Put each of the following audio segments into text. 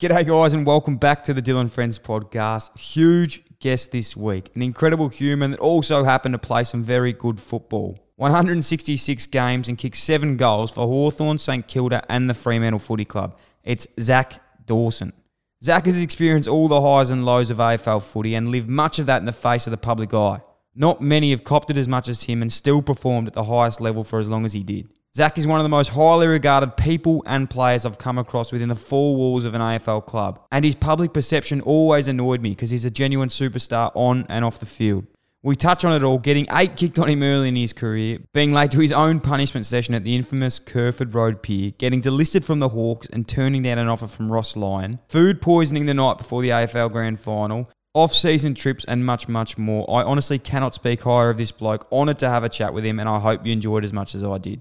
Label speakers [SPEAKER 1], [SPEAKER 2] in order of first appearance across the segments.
[SPEAKER 1] G'day, guys, and welcome back to the Dylan Friends podcast. Huge guest this week, an incredible human that also happened to play some very good football. 166 games and kicked seven goals for Hawthorn, St Kilda, and the Fremantle Footy Club. It's Zach Dawson. Zach has experienced all the highs and lows of AFL footy and lived much of that in the face of the public eye. Not many have copped it as much as him and still performed at the highest level for as long as he did. Zach is one of the most highly regarded people and players I've come across within the four walls of an AFL club, and his public perception always annoyed me because he's a genuine superstar on and off the field. We touch on it all, getting eight kicked on him early in his career, being late to his own punishment session at the infamous Kerford Road Pier, getting delisted from the Hawks and turning down an offer from Ross Lyon, food poisoning the night before the AFL Grand Final, off season trips, and much, much more. I honestly cannot speak higher of this bloke. Honoured to have a chat with him, and I hope you enjoyed as much as I did.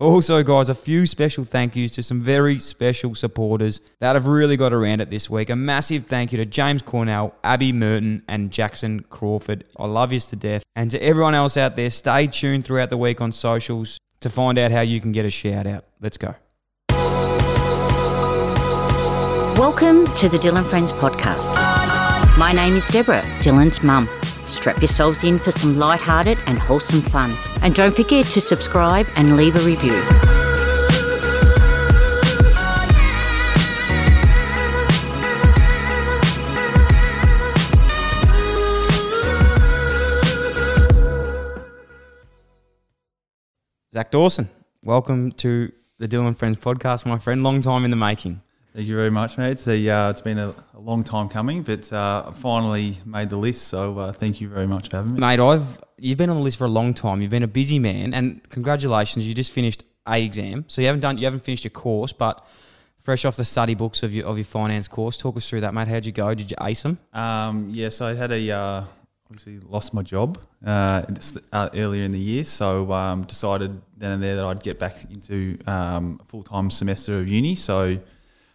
[SPEAKER 1] Also, guys, a few special thank yous to some very special supporters that have really got around it this week. A massive thank you to James Cornell, Abby Merton, and Jackson Crawford. I love yous to death. And to everyone else out there, stay tuned throughout the week on socials to find out how you can get a shout out. Let's go.
[SPEAKER 2] Welcome to the Dylan Friends podcast. My name is Deborah, Dylan's mum. Strap yourselves in for some light-hearted and wholesome fun. And don't forget to subscribe and leave a review.
[SPEAKER 1] Zach Dawson, welcome to the Dylan Friends podcast, my friend. Long time in the making.
[SPEAKER 3] Thank you very much, mate. It's, a, uh, it's been a, a long time coming, but uh, I finally made the list. So uh, thank you very much for having me.
[SPEAKER 1] Mate, I've you've been on the list for a long time. You've been a busy man, and congratulations, you just finished a exam. So you haven't done you haven't finished your course, but fresh off the study books of your of your finance course, talk us through that, mate. How'd you go? Did you ace them?
[SPEAKER 3] Um, yeah, so I had a uh, obviously lost my job uh, at the st- uh, earlier in the year, so um, decided then and there that I'd get back into um, a full time semester of uni. So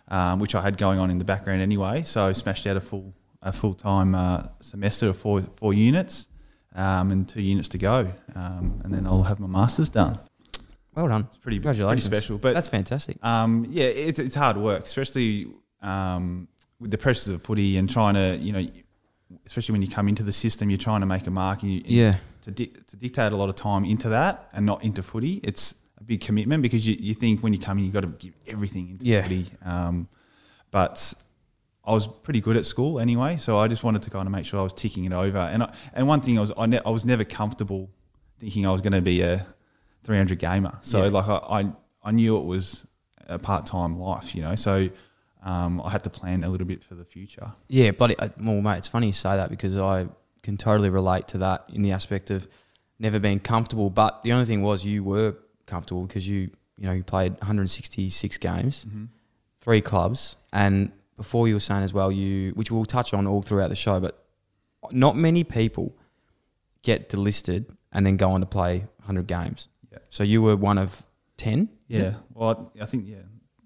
[SPEAKER 3] um, which I had going on in the background anyway. So I smashed out a full a full time uh, semester of four four units um, and two units to go, um, and then I'll have my masters done.
[SPEAKER 1] Well done. It's
[SPEAKER 3] pretty-
[SPEAKER 1] congratulations.
[SPEAKER 3] pretty special, but-
[SPEAKER 1] that's fantastic.
[SPEAKER 3] Um, yeah, it's, it's hard work, especially um, with the pressures of footy and trying to, you know, especially when you come into the system, you're trying to make a mark. And you,
[SPEAKER 1] Yeah.
[SPEAKER 3] To, di- to dictate a lot of time into that and not into footy, it's a big commitment because you, you think when you come in, you've got to give everything into
[SPEAKER 1] Yeah.
[SPEAKER 3] footy. Um, but I was pretty good at school anyway, so I just wanted to kind of make sure I was ticking it over. And I, and one thing I was I, ne- I was never comfortable thinking I was going to be a 300 gamer. So
[SPEAKER 1] Yeah.
[SPEAKER 3] like I, I I knew it was a part time life, you know. So um, I had to plan a little bit for the future.
[SPEAKER 1] Yeah, bloody uh, well, mate. It's funny you say that because I can totally relate to that in the aspect of never being comfortable. But the only thing was you were comfortable because you you know you played 166 games,
[SPEAKER 3] Mm-hmm.
[SPEAKER 1] three clubs, and before you were saying as well you which we'll touch on all throughout the show, but not many people get delisted and then go on to play 100 games.
[SPEAKER 3] Yeah.
[SPEAKER 1] So you were one of 10. is it?
[SPEAKER 3] Yeah. Well, I, I think yeah,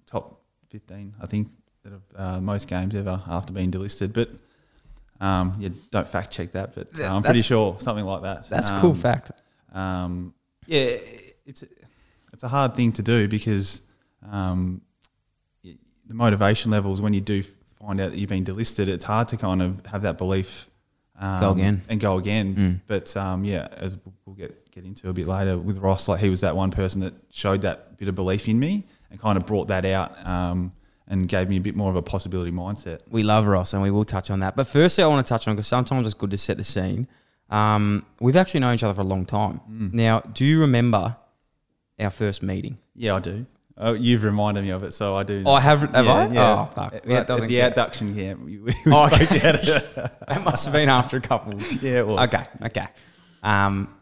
[SPEAKER 3] top 15. I think that have uh, most games ever after being delisted, but. Um, yeah, don't fact check that, but uh,
[SPEAKER 1] Th-
[SPEAKER 3] I'm pretty
[SPEAKER 1] that's-
[SPEAKER 3] sure something like that.
[SPEAKER 1] that's a cool
[SPEAKER 3] Um,
[SPEAKER 1] fact.
[SPEAKER 3] um, yeah, it's it's a hard thing to do because um, y- the motivation levels when you do find out that you've been delisted, it's hard to kind of have that belief. Um,
[SPEAKER 1] Go again.
[SPEAKER 3] and go again.
[SPEAKER 1] Mm.
[SPEAKER 3] But um, yeah, as we'll get get into a bit later with Ross. Like he was that one person that showed that bit of belief in me and kind of brought that out um, and gave me a bit more of a possibility mindset.
[SPEAKER 1] We love Ross, and we will touch on that. But firstly, I want to touch on because sometimes it's good to set the scene. Um, we've actually known each other for a long time.
[SPEAKER 3] Mm.
[SPEAKER 1] Now, do you remember our first meeting?
[SPEAKER 3] Yeah, I do. Oh, you've reminded me of it, so I do.
[SPEAKER 1] I have- have I? Oh, fuck.
[SPEAKER 3] At,
[SPEAKER 1] That
[SPEAKER 3] at
[SPEAKER 1] doesn't
[SPEAKER 3] the
[SPEAKER 1] count.
[SPEAKER 3] abduction camp. We, we
[SPEAKER 1] Oh,
[SPEAKER 3] spoke
[SPEAKER 1] okay.
[SPEAKER 3] about it.
[SPEAKER 1] That must have been after a couple.
[SPEAKER 3] Yeah, it was.
[SPEAKER 1] Okay, okay. Um,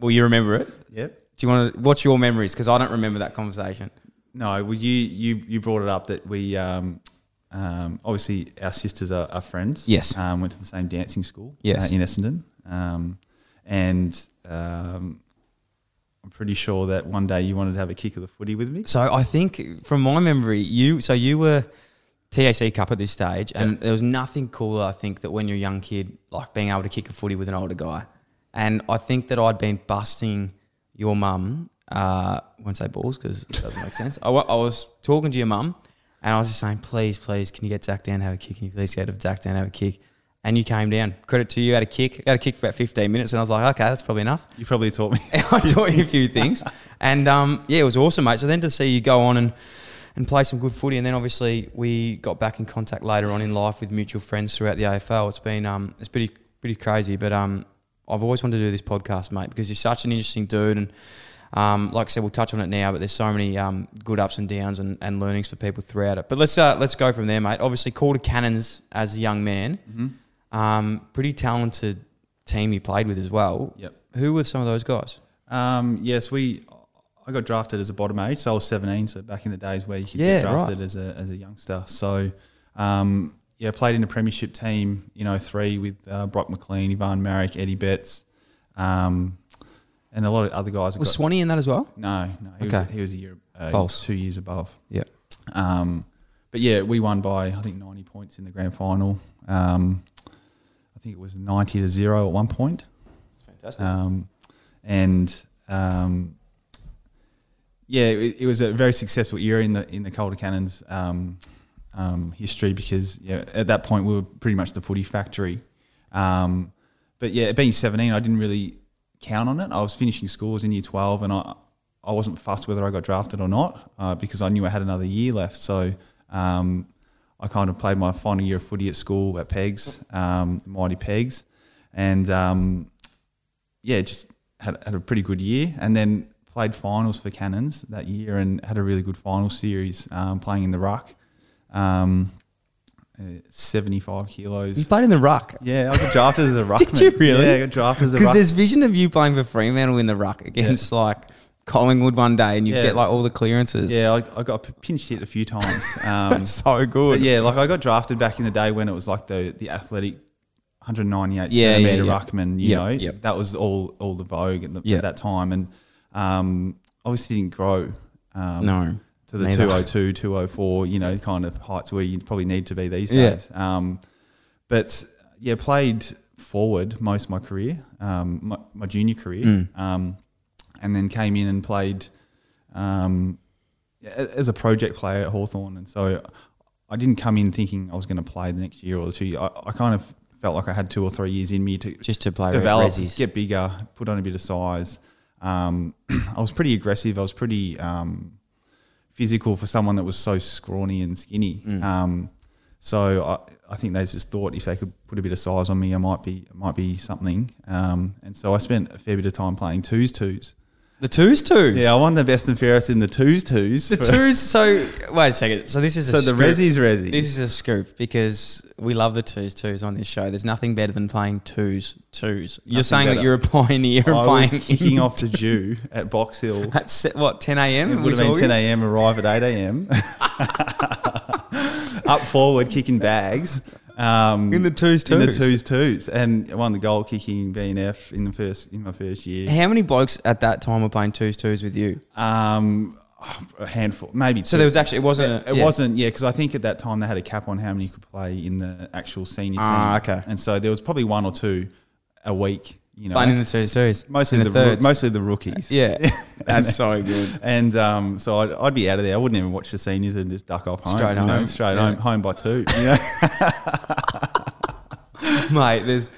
[SPEAKER 1] well, you remember it.
[SPEAKER 3] Yep.
[SPEAKER 1] Do you want to? What's your memories? Because I don't remember that conversation.
[SPEAKER 3] No, well, you you you brought it up that we um, um, obviously our sisters are, are friends.
[SPEAKER 1] Yes.
[SPEAKER 3] Um, went to the same dancing school.
[SPEAKER 1] Yes.
[SPEAKER 3] uh, in Essendon. Um, and um, I'm pretty sure that one day you wanted to have a kick of the footy with me.
[SPEAKER 1] So I think from my memory, you so you were TAC Cup at this stage, and there was nothing cooler. I think that when you're a young kid, like being able to kick a footy with an older guy, and I think that I'd been busting your mum. Uh, I won't say balls because it doesn't make sense. I, wa- I was talking to your mum, And I was just saying, please, please, can you get Zach down to have a kick? Can you please get Zach down to have a kick? And you came down. Credit to you, had a kick. Had a kick for about 15 minutes. And I was like, okay, that's probably enough.
[SPEAKER 3] You probably taught me.
[SPEAKER 1] I taught you a few things. And um, yeah, it was awesome, mate. So then to see you go on and, and play some good footy, and then obviously we got back in contact later on in life with mutual friends throughout the AFL. It's been um, it's pretty pretty crazy, but um, I've always wanted to do this podcast, mate, because you're such an interesting dude, and um, like I said, we'll touch on it now. But there's so many um, good ups and downs and, and learnings for people throughout it. But let's uh, let's go from there, mate. Obviously, call to cannons as a young man. Um, pretty talented team you played with as well.
[SPEAKER 3] Yep.
[SPEAKER 1] Who were some of those guys?
[SPEAKER 3] Um, yes, we. I got drafted as a bottom age, so I was 17. So back in the days where you could
[SPEAKER 1] Yeah,
[SPEAKER 3] get drafted
[SPEAKER 1] right.
[SPEAKER 3] as a as a youngster. So, um, yeah, played in a premiership team in 03 with uh, Brock McLean, Ivan Marek, Eddie Betts, um, and a lot of other guys. I
[SPEAKER 1] Was
[SPEAKER 3] got-
[SPEAKER 1] Swanee in that as well?
[SPEAKER 3] No, no, he was
[SPEAKER 1] Okay.
[SPEAKER 3] he was a year uh,
[SPEAKER 1] False.
[SPEAKER 3] two years above.
[SPEAKER 1] Yeah.
[SPEAKER 3] Um, but yeah, we won by I think 90 points in the grand final. Um, I think it was 90 to zero at one point.
[SPEAKER 1] Fantastic.
[SPEAKER 3] Um, and um, yeah, it, it was a very successful year in the in the Calder Cannons um, um, history because yeah, at that point we were pretty much the footy factory. Um, but yeah, being 17, I didn't really count on it. I was finishing scores in year 12, and I I wasn't fussed whether I got drafted or not uh, because I knew I had another year left. So. Um, I kind of played my final year of footy at school at Pegs, um, Mighty Pegs, and um, yeah, just had, had a pretty good year and then played finals for Cannons that year and had a really good final series um, playing in the ruck. Um, uh, 75
[SPEAKER 1] You
[SPEAKER 3] kilos.
[SPEAKER 1] played in the ruck.
[SPEAKER 3] Yeah, I got drafted as a ruckman.
[SPEAKER 1] Did you really?
[SPEAKER 3] Yeah, I got drafted as a
[SPEAKER 1] Because
[SPEAKER 3] ruckman.
[SPEAKER 1] there's vision of you playing for Fremantle in the ruck against like Collingwood one day and you
[SPEAKER 3] Yeah.
[SPEAKER 1] get like all the clearances.
[SPEAKER 3] Yeah, I, I got pinched hit a few times. Um,
[SPEAKER 1] That's so
[SPEAKER 3] but
[SPEAKER 1] good.
[SPEAKER 3] yeah, like I got drafted back in the day when it was like the, the athletic 198
[SPEAKER 1] Yeah, yeah,
[SPEAKER 3] centimeter
[SPEAKER 1] yeah.
[SPEAKER 3] ruckman, you
[SPEAKER 1] Yep,
[SPEAKER 3] know,
[SPEAKER 1] yep.
[SPEAKER 3] that was all all the vogue at, the,
[SPEAKER 1] Yeah.
[SPEAKER 3] at that time. And um, obviously didn't grow. Um,
[SPEAKER 1] No.
[SPEAKER 3] to the
[SPEAKER 1] Neither.
[SPEAKER 3] 202, 204, you know, kind of heights where you probably need to be these
[SPEAKER 1] Yeah.
[SPEAKER 3] days. Um, but yeah, played forward most of my career, um, my, my junior career,
[SPEAKER 1] Hmm.
[SPEAKER 3] um, and then came in and played um, a- as a project player at Hawthorn, And so I didn't come in thinking I was going to play the next year or two. years. I, I kind of felt like I had two or three years in me to
[SPEAKER 1] Just to play
[SPEAKER 3] develop,
[SPEAKER 1] Resies.
[SPEAKER 3] get bigger, put on a bit of size. Um, I was pretty aggressive. I was pretty um, physical for someone that was so scrawny and skinny. Um, so I, I think they just thought if they could put a bit of size on me, I might be might be something. Um, and so I spent a fair bit of time playing twos twos.
[SPEAKER 1] The twos twos.
[SPEAKER 3] Yeah, I won the best and fairest in the twos twos.
[SPEAKER 1] The
[SPEAKER 3] for-
[SPEAKER 1] twos. So wait a second. So this is
[SPEAKER 3] So
[SPEAKER 1] a
[SPEAKER 3] the
[SPEAKER 1] scoop.
[SPEAKER 3] resis resi.
[SPEAKER 1] This is a scoop because we love the twos twos on this show. There's nothing better than playing twos twos. You're
[SPEAKER 3] Nothing
[SPEAKER 1] saying that
[SPEAKER 3] better.
[SPEAKER 1] you're a pioneer
[SPEAKER 3] I
[SPEAKER 1] and
[SPEAKER 3] was
[SPEAKER 1] playing
[SPEAKER 3] kicking off the Jew at Box Hill.
[SPEAKER 1] at se- what 10 a.m.
[SPEAKER 3] It
[SPEAKER 1] We
[SPEAKER 3] would have been
[SPEAKER 1] saw you?
[SPEAKER 3] 10 a.m. Arrive at 8 a.m. Up forward, kicking bags. Um,
[SPEAKER 1] In the twos
[SPEAKER 3] in the
[SPEAKER 1] twos.
[SPEAKER 3] twos twos, and won the goal kicking BNF in the first in my first year.
[SPEAKER 1] How many blokes at that time were playing twos twos with you?
[SPEAKER 3] Um, a handful, maybe.
[SPEAKER 1] So there was actually it wasn't. a-
[SPEAKER 3] It
[SPEAKER 1] yeah.
[SPEAKER 3] wasn't, yeah, because I think at that time they had a cap on how many you could play in the actual senior team.
[SPEAKER 1] Ah, okay.
[SPEAKER 3] And so there was probably one or two a week, you know,
[SPEAKER 1] Playing in the twos twos.
[SPEAKER 3] mostly
[SPEAKER 1] In
[SPEAKER 3] the, roo-
[SPEAKER 1] thirds.
[SPEAKER 3] mostly the rookies.
[SPEAKER 1] Yeah, that's so good.
[SPEAKER 3] And um, so I'd, I'd be out of there. I wouldn't even watch the seniors and just duck off home.
[SPEAKER 1] Straight
[SPEAKER 3] you know,
[SPEAKER 1] home.
[SPEAKER 3] straight
[SPEAKER 1] Yeah.
[SPEAKER 3] home, home by two. You know?
[SPEAKER 1] mate. There's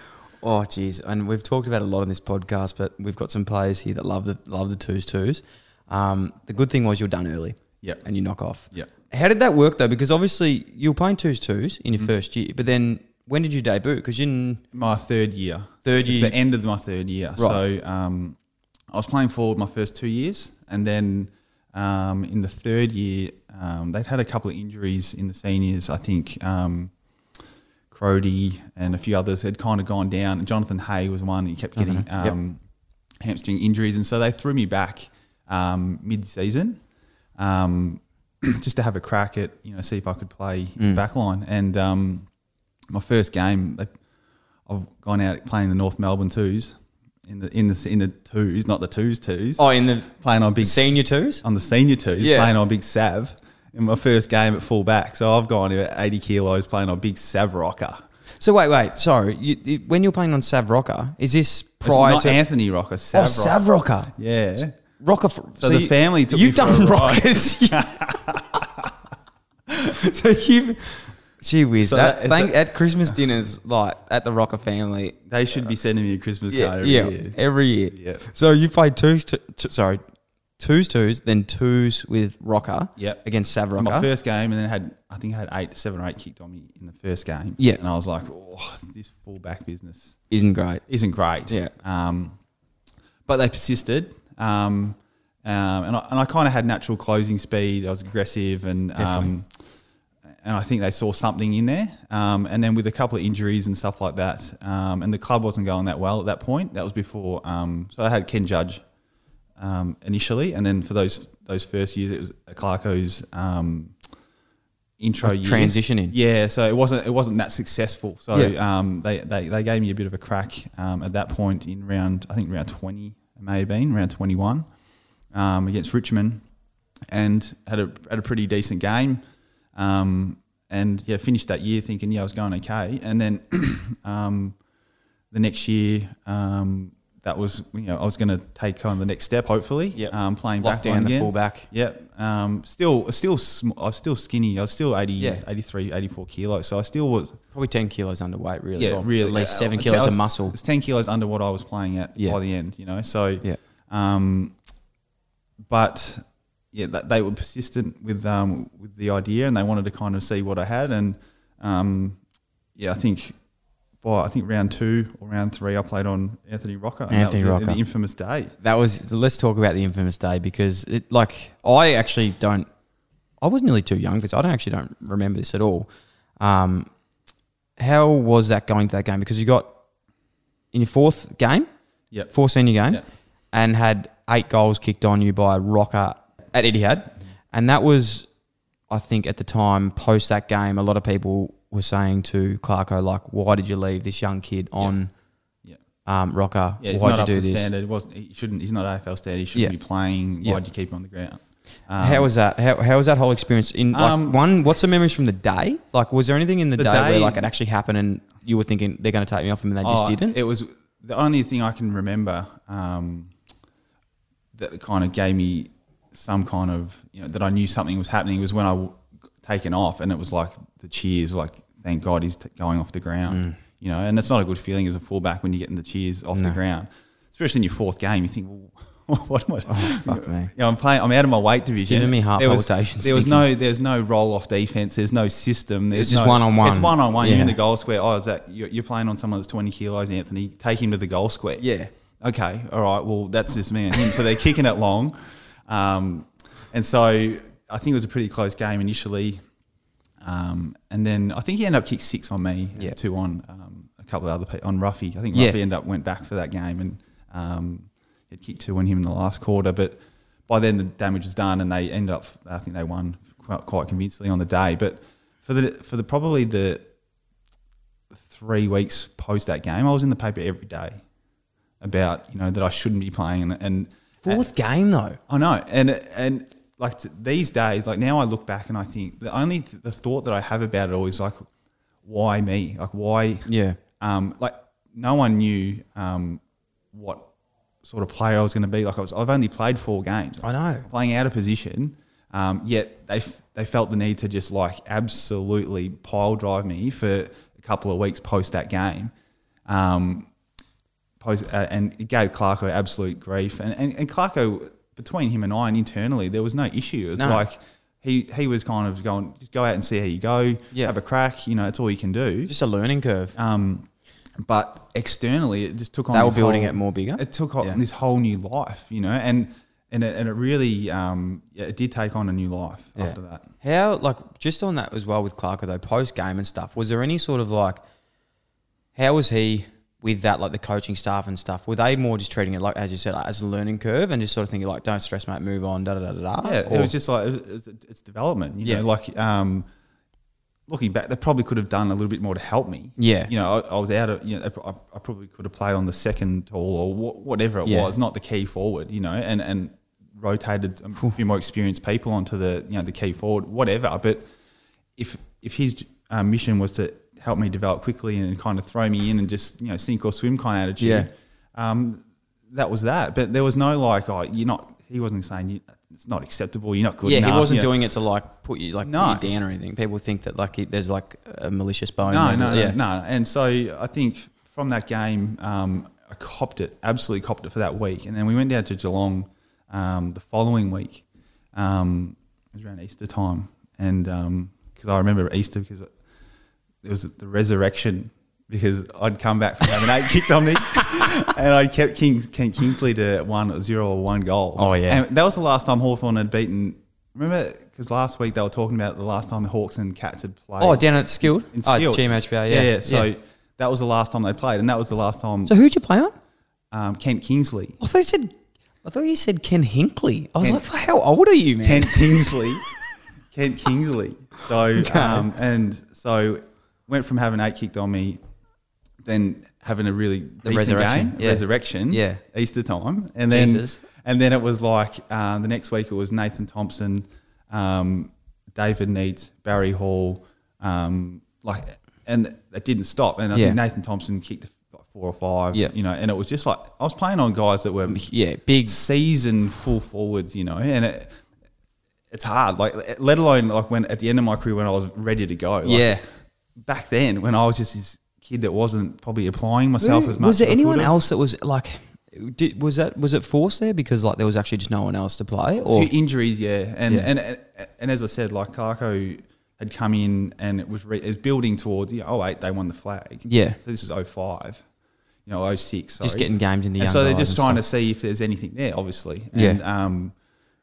[SPEAKER 1] oh jeez, and we've talked about it a lot on this podcast, but we've got some players here that love the love the twos twos. Um, the good thing was you're done early.
[SPEAKER 3] Yep.
[SPEAKER 1] and you knock off.
[SPEAKER 3] Yep.
[SPEAKER 1] How did that work though? Because obviously you were playing twos twos in
[SPEAKER 3] Mm-hmm.
[SPEAKER 1] your first year, but then when did you debut? Because you didn't.
[SPEAKER 3] my third year.
[SPEAKER 1] Third
[SPEAKER 3] At
[SPEAKER 1] year.
[SPEAKER 3] The end of my third year. So um, I was playing forward my first two years. And then um, in the third year, um, they'd had a couple of injuries in the seniors. I think um, Crody and a few others had kind of gone down. Jonathan Hay was one. He kept getting
[SPEAKER 1] Uh-huh. Yep.
[SPEAKER 3] um, hamstring injuries. And so they threw me back um, mid season. Um, just to have a crack at, you know, see if I could play
[SPEAKER 1] Mm.
[SPEAKER 3] in the back line. And um, my first game, they, I've gone out playing the North Melbourne twos in the in the in the twos, not the Oh. twos twos.
[SPEAKER 1] Oh, in the
[SPEAKER 3] playing on big
[SPEAKER 1] senior twos.
[SPEAKER 3] on the senior twos,
[SPEAKER 1] Yeah.
[SPEAKER 3] playing on big Sav in my first game at full back. So I've gone at eighty kilos playing on big Sav rocker.
[SPEAKER 1] So wait, wait. Sorry, you, you- when you're playing on Sav Rocker, is this prior
[SPEAKER 3] it's not
[SPEAKER 1] to
[SPEAKER 3] Anthony Rocker,
[SPEAKER 1] oh
[SPEAKER 3] Sav rocker.
[SPEAKER 1] Sav Rocker?
[SPEAKER 3] Yeah. So,
[SPEAKER 1] Rocker. For,
[SPEAKER 3] the family took
[SPEAKER 1] You've
[SPEAKER 3] me for a
[SPEAKER 1] done
[SPEAKER 3] ride.
[SPEAKER 1] rockers. so you, gee whiz,
[SPEAKER 3] So
[SPEAKER 1] that,
[SPEAKER 3] that is
[SPEAKER 1] thank,
[SPEAKER 3] the-
[SPEAKER 1] at Christmas dinners, like at the Rocker family,
[SPEAKER 3] They should be sending me a Christmas
[SPEAKER 1] yeah,
[SPEAKER 3] card every
[SPEAKER 1] yeah,
[SPEAKER 3] year.
[SPEAKER 1] every year.
[SPEAKER 3] Yeah.
[SPEAKER 1] So you played twos, t- t- sorry, twos, twos, then twos with Rocker
[SPEAKER 3] Yep.
[SPEAKER 1] against Sav
[SPEAKER 3] So my
[SPEAKER 1] Rocker.
[SPEAKER 3] first game, and then had I think I had eight, seven or eight kicked on me in the first game.
[SPEAKER 1] Yeah.
[SPEAKER 3] and I was like, oh, this fullback business
[SPEAKER 1] Isn't great.
[SPEAKER 3] isn't great.
[SPEAKER 1] Yeah.
[SPEAKER 3] Um, but they persisted. Um, um, and I, and I kind of had natural closing speed. I was aggressive, and um, and I think they saw something in there. Um, and then with a couple of injuries and stuff like that, um, and the club wasn't going that well at that point. That was before. Um, so I had Ken Judge um, initially, and then for those those first years, it was Clarko's um, intro years.
[SPEAKER 1] transitioning.
[SPEAKER 3] Yeah, so it wasn't it wasn't that successful. So
[SPEAKER 1] Yeah.
[SPEAKER 3] um, they, they they gave me a bit of a crack um, at that point in round I think round twenty it may have been round twenty one um, against Richmond, and had a had a pretty decent game. Um, and yeah, finished that year thinking yeah I was going okay, and then um, the next year. Um, that was, you know, I was going to take on the next step, hopefully.
[SPEAKER 1] Yep.
[SPEAKER 3] Um, playing
[SPEAKER 1] Lock
[SPEAKER 3] back
[SPEAKER 1] down
[SPEAKER 3] line
[SPEAKER 1] the
[SPEAKER 3] again.
[SPEAKER 1] fullback.
[SPEAKER 3] Yep. Um, still, still, sm- I was still skinny. I was still 80,
[SPEAKER 1] Yeah.
[SPEAKER 3] 83, 84 kilos. So I still was,
[SPEAKER 1] Probably 10 kilos underweight, really.
[SPEAKER 3] yeah,
[SPEAKER 1] Or
[SPEAKER 3] really.
[SPEAKER 1] At least
[SPEAKER 3] uh,
[SPEAKER 1] seven
[SPEAKER 3] I- I
[SPEAKER 1] kilos of
[SPEAKER 3] was-
[SPEAKER 1] muscle.
[SPEAKER 3] It's 10 kilos under what I was playing at
[SPEAKER 1] Yeah.
[SPEAKER 3] by the end, you know? So,
[SPEAKER 1] Yeah.
[SPEAKER 3] um, but yeah, that, they were persistent with um, with the idea, and they wanted to kind of see what I had. And um, yeah, I think by I think round two or round three, I played on Anthony Rocker. and that
[SPEAKER 1] Anthony
[SPEAKER 3] was the-
[SPEAKER 1] Rocker.
[SPEAKER 3] the infamous day.
[SPEAKER 1] That was, let's talk about the infamous day because it, like, I actually don't, I was nearly too young for this. I don't actually don't remember this at all. Um, how was that going to that game? Because you got in your fourth game,
[SPEAKER 3] Yep.
[SPEAKER 1] four senior game,
[SPEAKER 3] Yeah.
[SPEAKER 1] and had eight goals kicked on you by Rocker at Etihad, and that was, I think, at the time post that game, a lot of people were saying to Clarko like, "Why did you leave this young kid on
[SPEAKER 3] Yeah.
[SPEAKER 1] um, Rocker?
[SPEAKER 3] Yeah, he's
[SPEAKER 1] Why'd
[SPEAKER 3] not
[SPEAKER 1] you
[SPEAKER 3] up
[SPEAKER 1] do
[SPEAKER 3] to
[SPEAKER 1] this?
[SPEAKER 3] standard. It wasn't he shouldn't he's not AFL standard, he shouldn't
[SPEAKER 1] Yeah.
[SPEAKER 3] be playing.
[SPEAKER 1] Yeah.
[SPEAKER 3] Why'd you keep him on the ground?
[SPEAKER 1] how was that? How, how was that whole experience? In like,
[SPEAKER 3] Um,
[SPEAKER 1] one, what's the memories from the day? Like, was there anything in the,
[SPEAKER 3] The
[SPEAKER 1] day, where
[SPEAKER 3] day-
[SPEAKER 1] like it actually happened and you were thinking they're going to take me off him and they
[SPEAKER 3] Oh,
[SPEAKER 1] just didn't?
[SPEAKER 3] It was the only thing I can remember um, that kind of gave me some kind of you know that I knew something was happening was when I w- taken off and it was like the cheers like thank God he's t- going off the
[SPEAKER 1] Mm.
[SPEAKER 3] ground you know and that's not a good feeling as a fullback when you're getting the cheers off the ground especially in your fourth game you think well, what am I
[SPEAKER 1] Oh, fuck me.
[SPEAKER 3] you know, I'm playing I'm out of my weight division
[SPEAKER 1] giving me heart
[SPEAKER 3] there was,
[SPEAKER 1] palpitations
[SPEAKER 3] there was
[SPEAKER 1] thinking.
[SPEAKER 3] no no- there's no roll off defense. There's no system. There's
[SPEAKER 1] It's just
[SPEAKER 3] no-
[SPEAKER 1] one-on-one.
[SPEAKER 3] It's one on one.
[SPEAKER 1] Yeah.
[SPEAKER 3] You're in the goal square. Oh, is that you're, you're playing on someone that's 20 kilos, Anthony? Take him to the goal square.
[SPEAKER 1] Yeah.
[SPEAKER 3] Okay. All right. Well, that's just me and him. So they're kicking it long, um, and so I think it was a pretty close game initially, um, and then I think he ended up kicked six on me,
[SPEAKER 1] Yeah.
[SPEAKER 3] two on um, a couple of other people on Ruffy. I think
[SPEAKER 1] Yeah.
[SPEAKER 3] Ruffy ended up went back for that game and um, it kicked two on him in the last quarter, but by then the damage was done, and they ended up. I think they won quite, quite convincingly on the day. But for the for the probably the three weeks post that game, I was in the paper every day about you know that I shouldn't be playing, and, and
[SPEAKER 1] Fourth game though.
[SPEAKER 3] I know, and and like t- these days, like now I look back and I think the only th- the thought that I have about it all is like, why me? Like why?
[SPEAKER 1] Yeah.
[SPEAKER 3] Um, like no one knew um, what sort of player I was going to be. Like I was, I've only played four games.
[SPEAKER 1] I know.
[SPEAKER 3] playing out of position. Um, yet they f- they felt the need to just like absolutely pile drive me for a couple of weeks post that game. Um, post, uh, and it gave Clarko absolute grief. And, and, and Clarko, between him and I, and internally, there was no issue. It's
[SPEAKER 1] No.
[SPEAKER 3] like he he was kind of going, just go out and see how you go,
[SPEAKER 1] Yeah.
[SPEAKER 3] have a crack. You know, it's all you can do.
[SPEAKER 1] Just a learning curve.
[SPEAKER 3] Um, but externally, it just took on.
[SPEAKER 1] They were
[SPEAKER 3] this
[SPEAKER 1] building
[SPEAKER 3] whole-
[SPEAKER 1] it more bigger?
[SPEAKER 3] It took on
[SPEAKER 1] Yeah.
[SPEAKER 3] this whole new life, you know, and and it, and it really, um, yeah, it did take on a new life
[SPEAKER 1] Yeah.
[SPEAKER 3] after that.
[SPEAKER 1] How like just on that as well with Clarko though post game and stuff. Was there any sort of like how was he with that like the coaching staff and stuff? Were they more just treating it like as you said like, as a learning curve and just sort of thinking like don't stress mate, move on, da da da da. da?
[SPEAKER 3] Yeah,
[SPEAKER 1] Or-
[SPEAKER 3] it was just like it was, it was- it's development, you
[SPEAKER 1] Yeah.
[SPEAKER 3] know. Like um, looking back, they probably could have done a little bit more to help me.
[SPEAKER 1] Yeah.
[SPEAKER 3] you know, I, I was out of, you know, I, pro- I probably could have played on the second tall or wha- whatever it
[SPEAKER 1] Yeah.
[SPEAKER 3] was, not the key forward, you know, and and rotated a few more experienced people onto the you know the key forward, whatever. But if if his uh, mission was to help me develop quickly and kind of throw me in and just you know sink or swim kind of attitude,
[SPEAKER 1] Yeah.
[SPEAKER 3] um, that was that. But there was no like, oh, you're not. He wasn't saying you it's not acceptable. You're not good
[SPEAKER 1] yeah,
[SPEAKER 3] enough.
[SPEAKER 1] he wasn't
[SPEAKER 3] you know.
[SPEAKER 1] doing it to like put you like
[SPEAKER 3] No.
[SPEAKER 1] put you down or anything. People think that like he, there's like a malicious bone.
[SPEAKER 3] No,
[SPEAKER 1] there,
[SPEAKER 3] no,
[SPEAKER 1] but
[SPEAKER 3] no,
[SPEAKER 1] yeah.
[SPEAKER 3] no. And so I think from that game, um, I copped it, absolutely copped it for that week. And then we went down to Geelong um, the following week. Um, it was around Easter time. And because I remember Easter because it, it was the resurrection because I'd come back from having eight kicked on me and I kept King, King Kingsley to one zero or one goal.
[SPEAKER 1] Oh, yeah.
[SPEAKER 3] And that was the last time Hawthorn had beaten. Remember, because last week they were talking about the last time the Hawks and Cats had played.
[SPEAKER 1] Oh, down at Skilled.
[SPEAKER 3] In
[SPEAKER 1] oh,
[SPEAKER 3] Skilled.
[SPEAKER 1] GMHBA. Yeah,
[SPEAKER 3] yeah, So that was the last time they played, and that was the last time
[SPEAKER 1] So who'd you play on?
[SPEAKER 3] um, Kent Kingsley.
[SPEAKER 1] I thought you said, I thought you said Ken Hinkley. I was
[SPEAKER 3] Ken-
[SPEAKER 1] like, how old are you, man?
[SPEAKER 3] Kent Kingsley. Kent Kingsley. So um, and so went from having eight kicked on me, then having a really the
[SPEAKER 1] resurrection,
[SPEAKER 3] game,
[SPEAKER 1] yeah.
[SPEAKER 3] resurrection,
[SPEAKER 1] Yeah.
[SPEAKER 3] Easter time, and then
[SPEAKER 1] Jesus.
[SPEAKER 3] and then it was like uh, the next week it was Nathan Thompson, um, David Neitz, Barry Hall, um, like and it didn't stop, and I
[SPEAKER 1] Yeah.
[SPEAKER 3] think Nathan Thompson kicked. like Four or five,
[SPEAKER 1] Yeah.
[SPEAKER 3] you know, and it was just like I was playing on guys that were
[SPEAKER 1] Yeah, big.
[SPEAKER 3] seasoned full forwards, you know, and it, it's hard. Like, let alone like when at the end of my career when I was ready to go. Like,
[SPEAKER 1] yeah.
[SPEAKER 3] Back then, when I was just this kid that wasn't probably applying myself as much.
[SPEAKER 1] was there
[SPEAKER 3] as I
[SPEAKER 1] anyone
[SPEAKER 3] could've.
[SPEAKER 1] else that was like, did, was that was it forced there because like there was actually just no one else to play
[SPEAKER 3] A
[SPEAKER 1] or
[SPEAKER 3] few injuries, yeah, and
[SPEAKER 1] Yeah.
[SPEAKER 3] and and and as I said, like Clarko had come in and it was re- it was building towards you know, 08, they won the flag.
[SPEAKER 1] Yeah.
[SPEAKER 3] so this was 05. You know, 06.
[SPEAKER 1] Just
[SPEAKER 3] sorry.
[SPEAKER 1] getting games into
[SPEAKER 3] And
[SPEAKER 1] young
[SPEAKER 3] so they're
[SPEAKER 1] guys
[SPEAKER 3] just
[SPEAKER 1] and
[SPEAKER 3] trying to see if there's anything there, obviously.
[SPEAKER 1] Yeah.
[SPEAKER 3] And, um,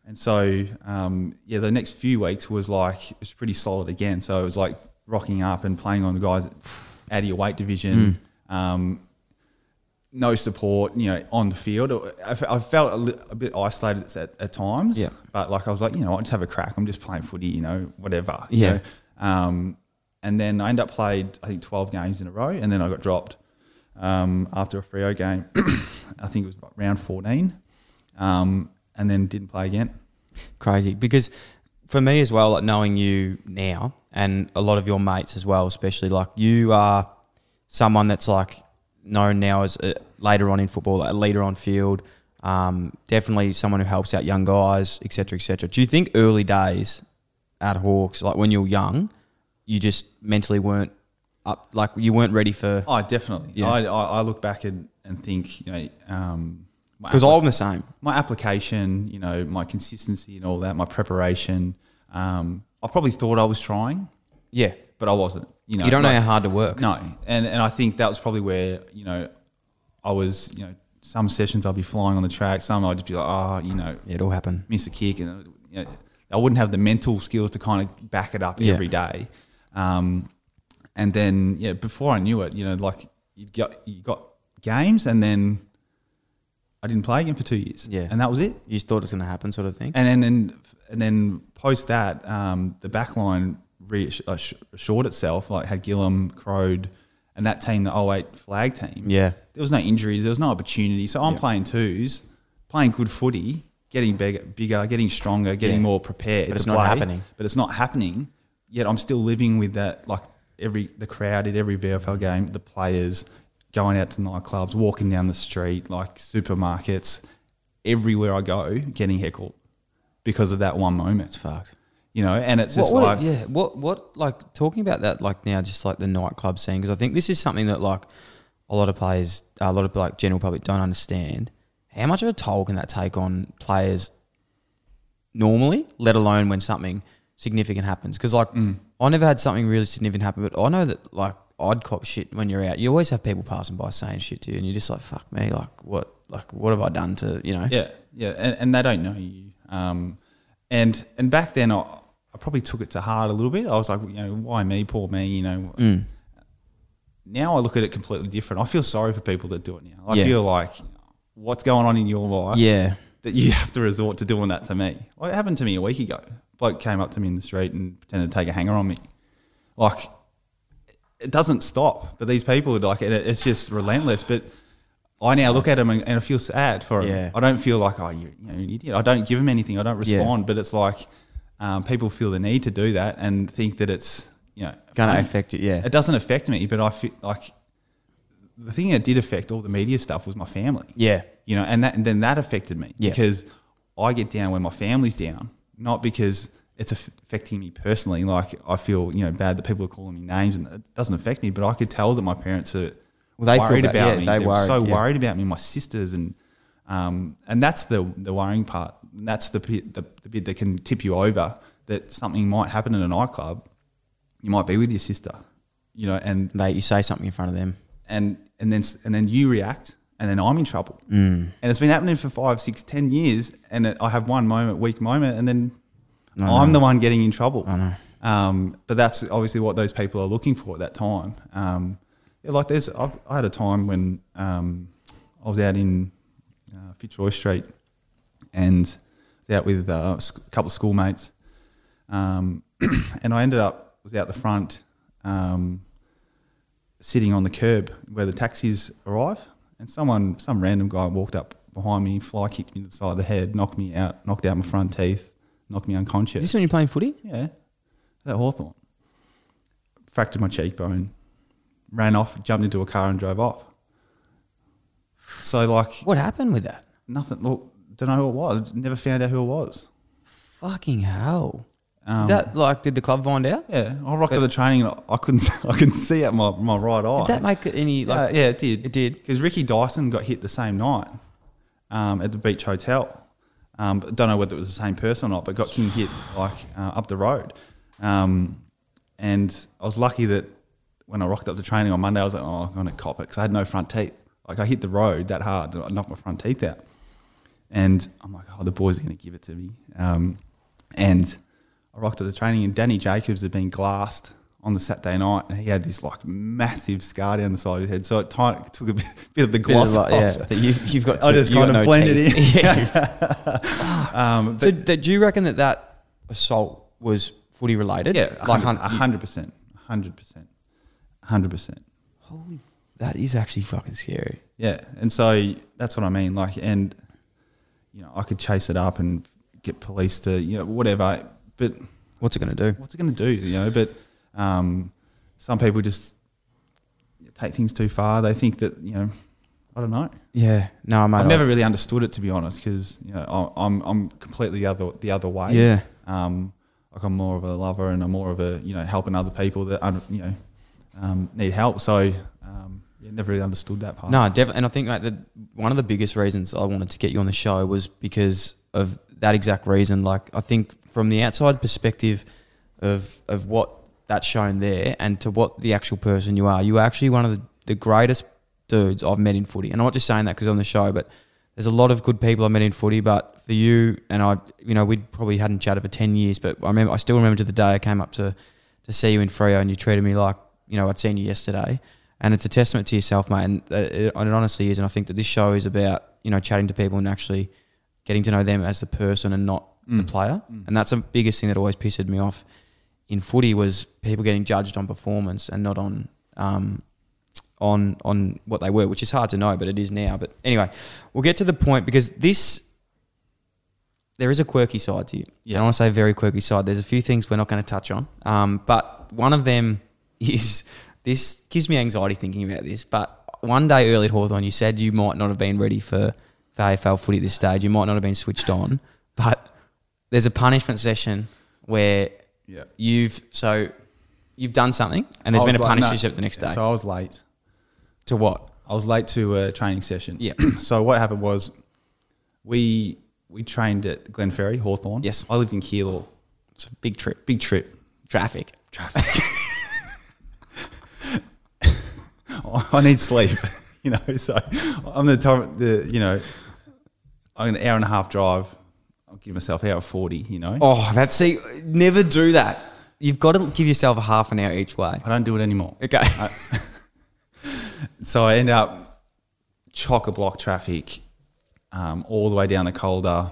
[SPEAKER 3] and so, um, yeah, the next few weeks was like, it was pretty solid again. So it was like rocking up and playing on the guys out of your weight division.
[SPEAKER 1] Mm.
[SPEAKER 3] Um, no support, you know, on the field. I, fe- I felt a, li- a bit isolated at, at times.
[SPEAKER 1] Yeah.
[SPEAKER 3] But like I was like, you know, I'll just have a crack. I'm just playing footy, you know, whatever. you
[SPEAKER 1] Yeah.
[SPEAKER 3] know. Um, and then I ended up played, I think, 12 games in a row. And then I got dropped um, after a Frio game. I think it was round 14. Um, and then didn't play again.
[SPEAKER 1] crazy because for me as well like knowing you now and a lot of your mates as well especially like you are someone that's like known now as a, later on in football like a leader on field um, definitely someone who helps out young guys etc etc do you think early days at hawks like when you were young you just mentally weren't up like you weren't ready for
[SPEAKER 3] Oh, definitely.
[SPEAKER 1] Yeah.
[SPEAKER 3] I, I, I look back and, and think, you know, um, my
[SPEAKER 1] because i'm the same
[SPEAKER 3] my application, you know, my consistency and all that, my preparation. Um, I probably thought I was trying,
[SPEAKER 1] yeah
[SPEAKER 3] but I wasn't. You know,
[SPEAKER 1] you don't know
[SPEAKER 3] like-
[SPEAKER 1] how hard to work
[SPEAKER 3] No, and and I think that was probably where you know I was. You know, some sessions I'd be flying on the track, some I'd just be like, oh, you know,
[SPEAKER 1] Yeah, it'll happen
[SPEAKER 3] miss a kick, and you know, I wouldn't have the mental skills to kind of back it up
[SPEAKER 1] Yeah.
[SPEAKER 3] every day. Um, and then yeah, before I knew it, you know, like you got you got games, and then I didn't play again for two years.
[SPEAKER 1] Yeah.
[SPEAKER 3] and that was it.
[SPEAKER 1] you just thought it's going to happen sort of thing
[SPEAKER 3] And then and, and then post that, um, the back line reassured itself. Like had Gillum, Crowd, and that team, the 08 flag team.
[SPEAKER 1] yeah
[SPEAKER 3] There was no injuries. There was no opportunity. So I'm playing twos, playing good footy, getting bigger, bigger getting stronger, getting
[SPEAKER 1] Yeah.
[SPEAKER 3] more prepared.
[SPEAKER 1] But
[SPEAKER 3] to
[SPEAKER 1] it's not
[SPEAKER 3] play,
[SPEAKER 1] happening.
[SPEAKER 3] But it's not happening. Yet I'm still living with that, like every the crowd at every VFL game, the players going out to nightclubs, walking down the street, like supermarkets, everywhere I go, getting heckled because of that one moment.
[SPEAKER 1] fucked
[SPEAKER 3] You know, and it's just
[SPEAKER 1] what,
[SPEAKER 3] like
[SPEAKER 1] what- yeah what what like talking about that like now just like the nightclub scene because i think this is something that like a lot of players a lot of like general public don't understand how much of a toll can that take on players normally let alone when something significant happens because like
[SPEAKER 3] Mm.
[SPEAKER 1] i never had something really significant happen but i know that like i'd cop shit when you're out you always have people passing by saying shit to you and you're just like fuck me like what like what have i done to you know
[SPEAKER 3] Yeah, yeah, and, and they don't know you. Um, and and back then, I, I probably took it to heart a little bit. I was like, you know, why me, poor me, you know.
[SPEAKER 1] Mm.
[SPEAKER 3] Now I look at it completely different. I feel sorry for people that do it now. I
[SPEAKER 1] Yeah.
[SPEAKER 3] feel like, what's going on in your life
[SPEAKER 1] yeah
[SPEAKER 3] that you have to resort to doing that to me? Well, it happened to me a week ago. Bloke came up to me in the street and pretended to take a hanger on me. Like, it doesn't stop. But these people, like, it, it's just relentless. But I now look at them and, and I feel sad for them.
[SPEAKER 1] Yeah.
[SPEAKER 3] I don't feel like, oh, you, you know, you're an idiot. I don't give them anything. I don't respond. But it's like um, people feel the need to do that and think that it's, you know,
[SPEAKER 1] gonna
[SPEAKER 3] funny.
[SPEAKER 1] affect it yeah
[SPEAKER 3] It doesn't affect me, but I feel like the thing that did affect all the media stuff was my family
[SPEAKER 1] yeah
[SPEAKER 3] you know, and that and then that affected me
[SPEAKER 1] Yeah.
[SPEAKER 3] because I get down when my family's down, not because it's aff- affecting me personally. Like I feel you know bad that people are calling me names, and it doesn't affect me. But I could tell that my parents are
[SPEAKER 1] Well, they feel
[SPEAKER 3] worried
[SPEAKER 1] that,
[SPEAKER 3] about
[SPEAKER 1] yeah,
[SPEAKER 3] me.
[SPEAKER 1] they
[SPEAKER 3] They were
[SPEAKER 1] worry,
[SPEAKER 3] so
[SPEAKER 1] yeah.
[SPEAKER 3] worried about me. My sisters and um, and that's the the worrying part. And that's the bit, the, the bit that can tip you over that something might happen in a nightclub. You might be with your sister, you know, and
[SPEAKER 1] They, you say something in front of them.
[SPEAKER 3] and and then and then you react, and then I'm in trouble. Mm. And it's been happening for five, six, ten years, and it, I have one moment, weak moment, and then I'm the one getting in trouble. Um, but that's obviously what those people are looking for at that time. Um, yeah, like there's, i I had a time when um, I was out in uh, Fitzroy Street, and was out with uh, sc- a couple of schoolmates, um, and I ended up was out the front. Um, sitting on the curb where the taxis arrive, and someone, some random guy, walked up behind me, fly kicked me to the side of the head, knocked me out, knocked out my front teeth, knocked me unconscious.
[SPEAKER 1] Is this when you're playing footy?
[SPEAKER 3] yeah, that Hawthorn Fractured my cheekbone, ran off, jumped into a car, and drove off. So like
[SPEAKER 1] What happened with that?
[SPEAKER 3] nothing. Well, don't know who it was. Never found out who it was.
[SPEAKER 1] Fucking hell.
[SPEAKER 3] Um,
[SPEAKER 1] did that like did the club find out?
[SPEAKER 3] yeah, I rocked up the training. And I couldn't. I couldn't see out my, my right eye.
[SPEAKER 1] Did that make it any like
[SPEAKER 3] Uh, yeah, it did.
[SPEAKER 1] it did.
[SPEAKER 3] Because Ricky Dyson got hit the same night um, at the beach hotel. Um, but don't know whether it was the same person or not, but got King hit like uh, up the road. Um, and I was lucky that when I rocked up to training on Monday, I was like, oh, I'm going to cop it because I had no front teeth. Like I hit the road that hard that I knocked my front teeth out. And I'm like, oh, the boys are going to give it to me. Um, and I rocked at the training, and Danny Jacobs had been glassed on the Saturday night, and he had this like massive scar down the side of his head. So it ti- took a bit, bit of the
[SPEAKER 1] bit of
[SPEAKER 3] gloss
[SPEAKER 1] like-
[SPEAKER 3] off.
[SPEAKER 1] yeah, that you, you've got
[SPEAKER 3] I
[SPEAKER 1] to-
[SPEAKER 3] just
[SPEAKER 1] you've got
[SPEAKER 3] kind
[SPEAKER 1] no
[SPEAKER 3] of blended
[SPEAKER 1] teeth.
[SPEAKER 3] in.
[SPEAKER 1] Yeah.
[SPEAKER 3] Um,
[SPEAKER 1] so
[SPEAKER 3] but
[SPEAKER 1] d- do you reckon that that assault was footy related?
[SPEAKER 3] yeah,
[SPEAKER 1] like
[SPEAKER 3] like
[SPEAKER 1] hun-
[SPEAKER 3] hundred percent, hundred percent, hundred percent.
[SPEAKER 1] holy, that is actually fucking scary.
[SPEAKER 3] Yeah, and so that's what I mean. Like, and you know, I could chase it up and get police to you know whatever, but
[SPEAKER 1] What's it going to do?
[SPEAKER 3] what's it going to do? You know, but um, some people just take things too far. They think that you know, I don't know.
[SPEAKER 1] Yeah, no, mate.
[SPEAKER 3] I've never really understood it to be honest, because you know I- I'm I'm completely the other the other way.
[SPEAKER 1] Yeah.
[SPEAKER 3] Um, like I'm more of a lover and I'm more of a you know helping other people that un- you know um, need help. So um, yeah, never really understood that part.
[SPEAKER 1] No, definitely. And I think like the, one of the biggest reasons I wanted to get you on the show was because of that exact reason. Like I think from the outside perspective of of what that's shown there and to what the actual person you are, you are actually one of the, the greatest dudes I've met in footy. And I'm not just saying that because on the show, but there's a lot of good people I met in footy. But for you and I, you know, we probably hadn't chatted for ten years, but I remember I still remember to the day I came up to to see you in Freo and you treated me like you know I'd seen you yesterday and it's a testament to yourself, mate. And uh, it, and it honestly is. And I think that this show is about you know chatting to people and actually getting to know them as the person and not the player. And that's the biggest thing that always pissed me off in footy was people getting judged on performance and not on um, on on what they were, which is hard to know, but it is now. But anyway, we'll get to the point because this there is a quirky side to you.
[SPEAKER 3] Yeah.
[SPEAKER 1] And I want to say very quirky side. There's a few things we're not going to touch on, um, but one of them is this gives me anxiety thinking about this. But one day early at Hawthorn, you said you might not have been ready for, for AFL footy at this stage. You might not have been switched on, but there's a punishment session where
[SPEAKER 3] Yeah.
[SPEAKER 1] you've so you've done something and there's
[SPEAKER 3] I
[SPEAKER 1] been a
[SPEAKER 3] was like,
[SPEAKER 1] punishment
[SPEAKER 3] no.
[SPEAKER 1] session the next day.
[SPEAKER 3] So I was late.
[SPEAKER 1] to what?
[SPEAKER 3] I was late to a training session.
[SPEAKER 1] Yeah.
[SPEAKER 3] so what happened was we we trained at Glenferrie, Hawthorn.
[SPEAKER 1] Yes.
[SPEAKER 3] I lived in Keilor.
[SPEAKER 1] It's a big trip.
[SPEAKER 3] Big trip.
[SPEAKER 1] Traffic.
[SPEAKER 3] I I need sleep, you know. So I'm the time the you know I'm an hour and a half drive. I'll give myself hour forty, you know.
[SPEAKER 1] Oh, that's see, never do that. You've got to give yourself a half an hour each way.
[SPEAKER 3] I don't do it anymore.
[SPEAKER 1] Okay.
[SPEAKER 3] So I end up chock a block traffic, um, all the way down the Calder.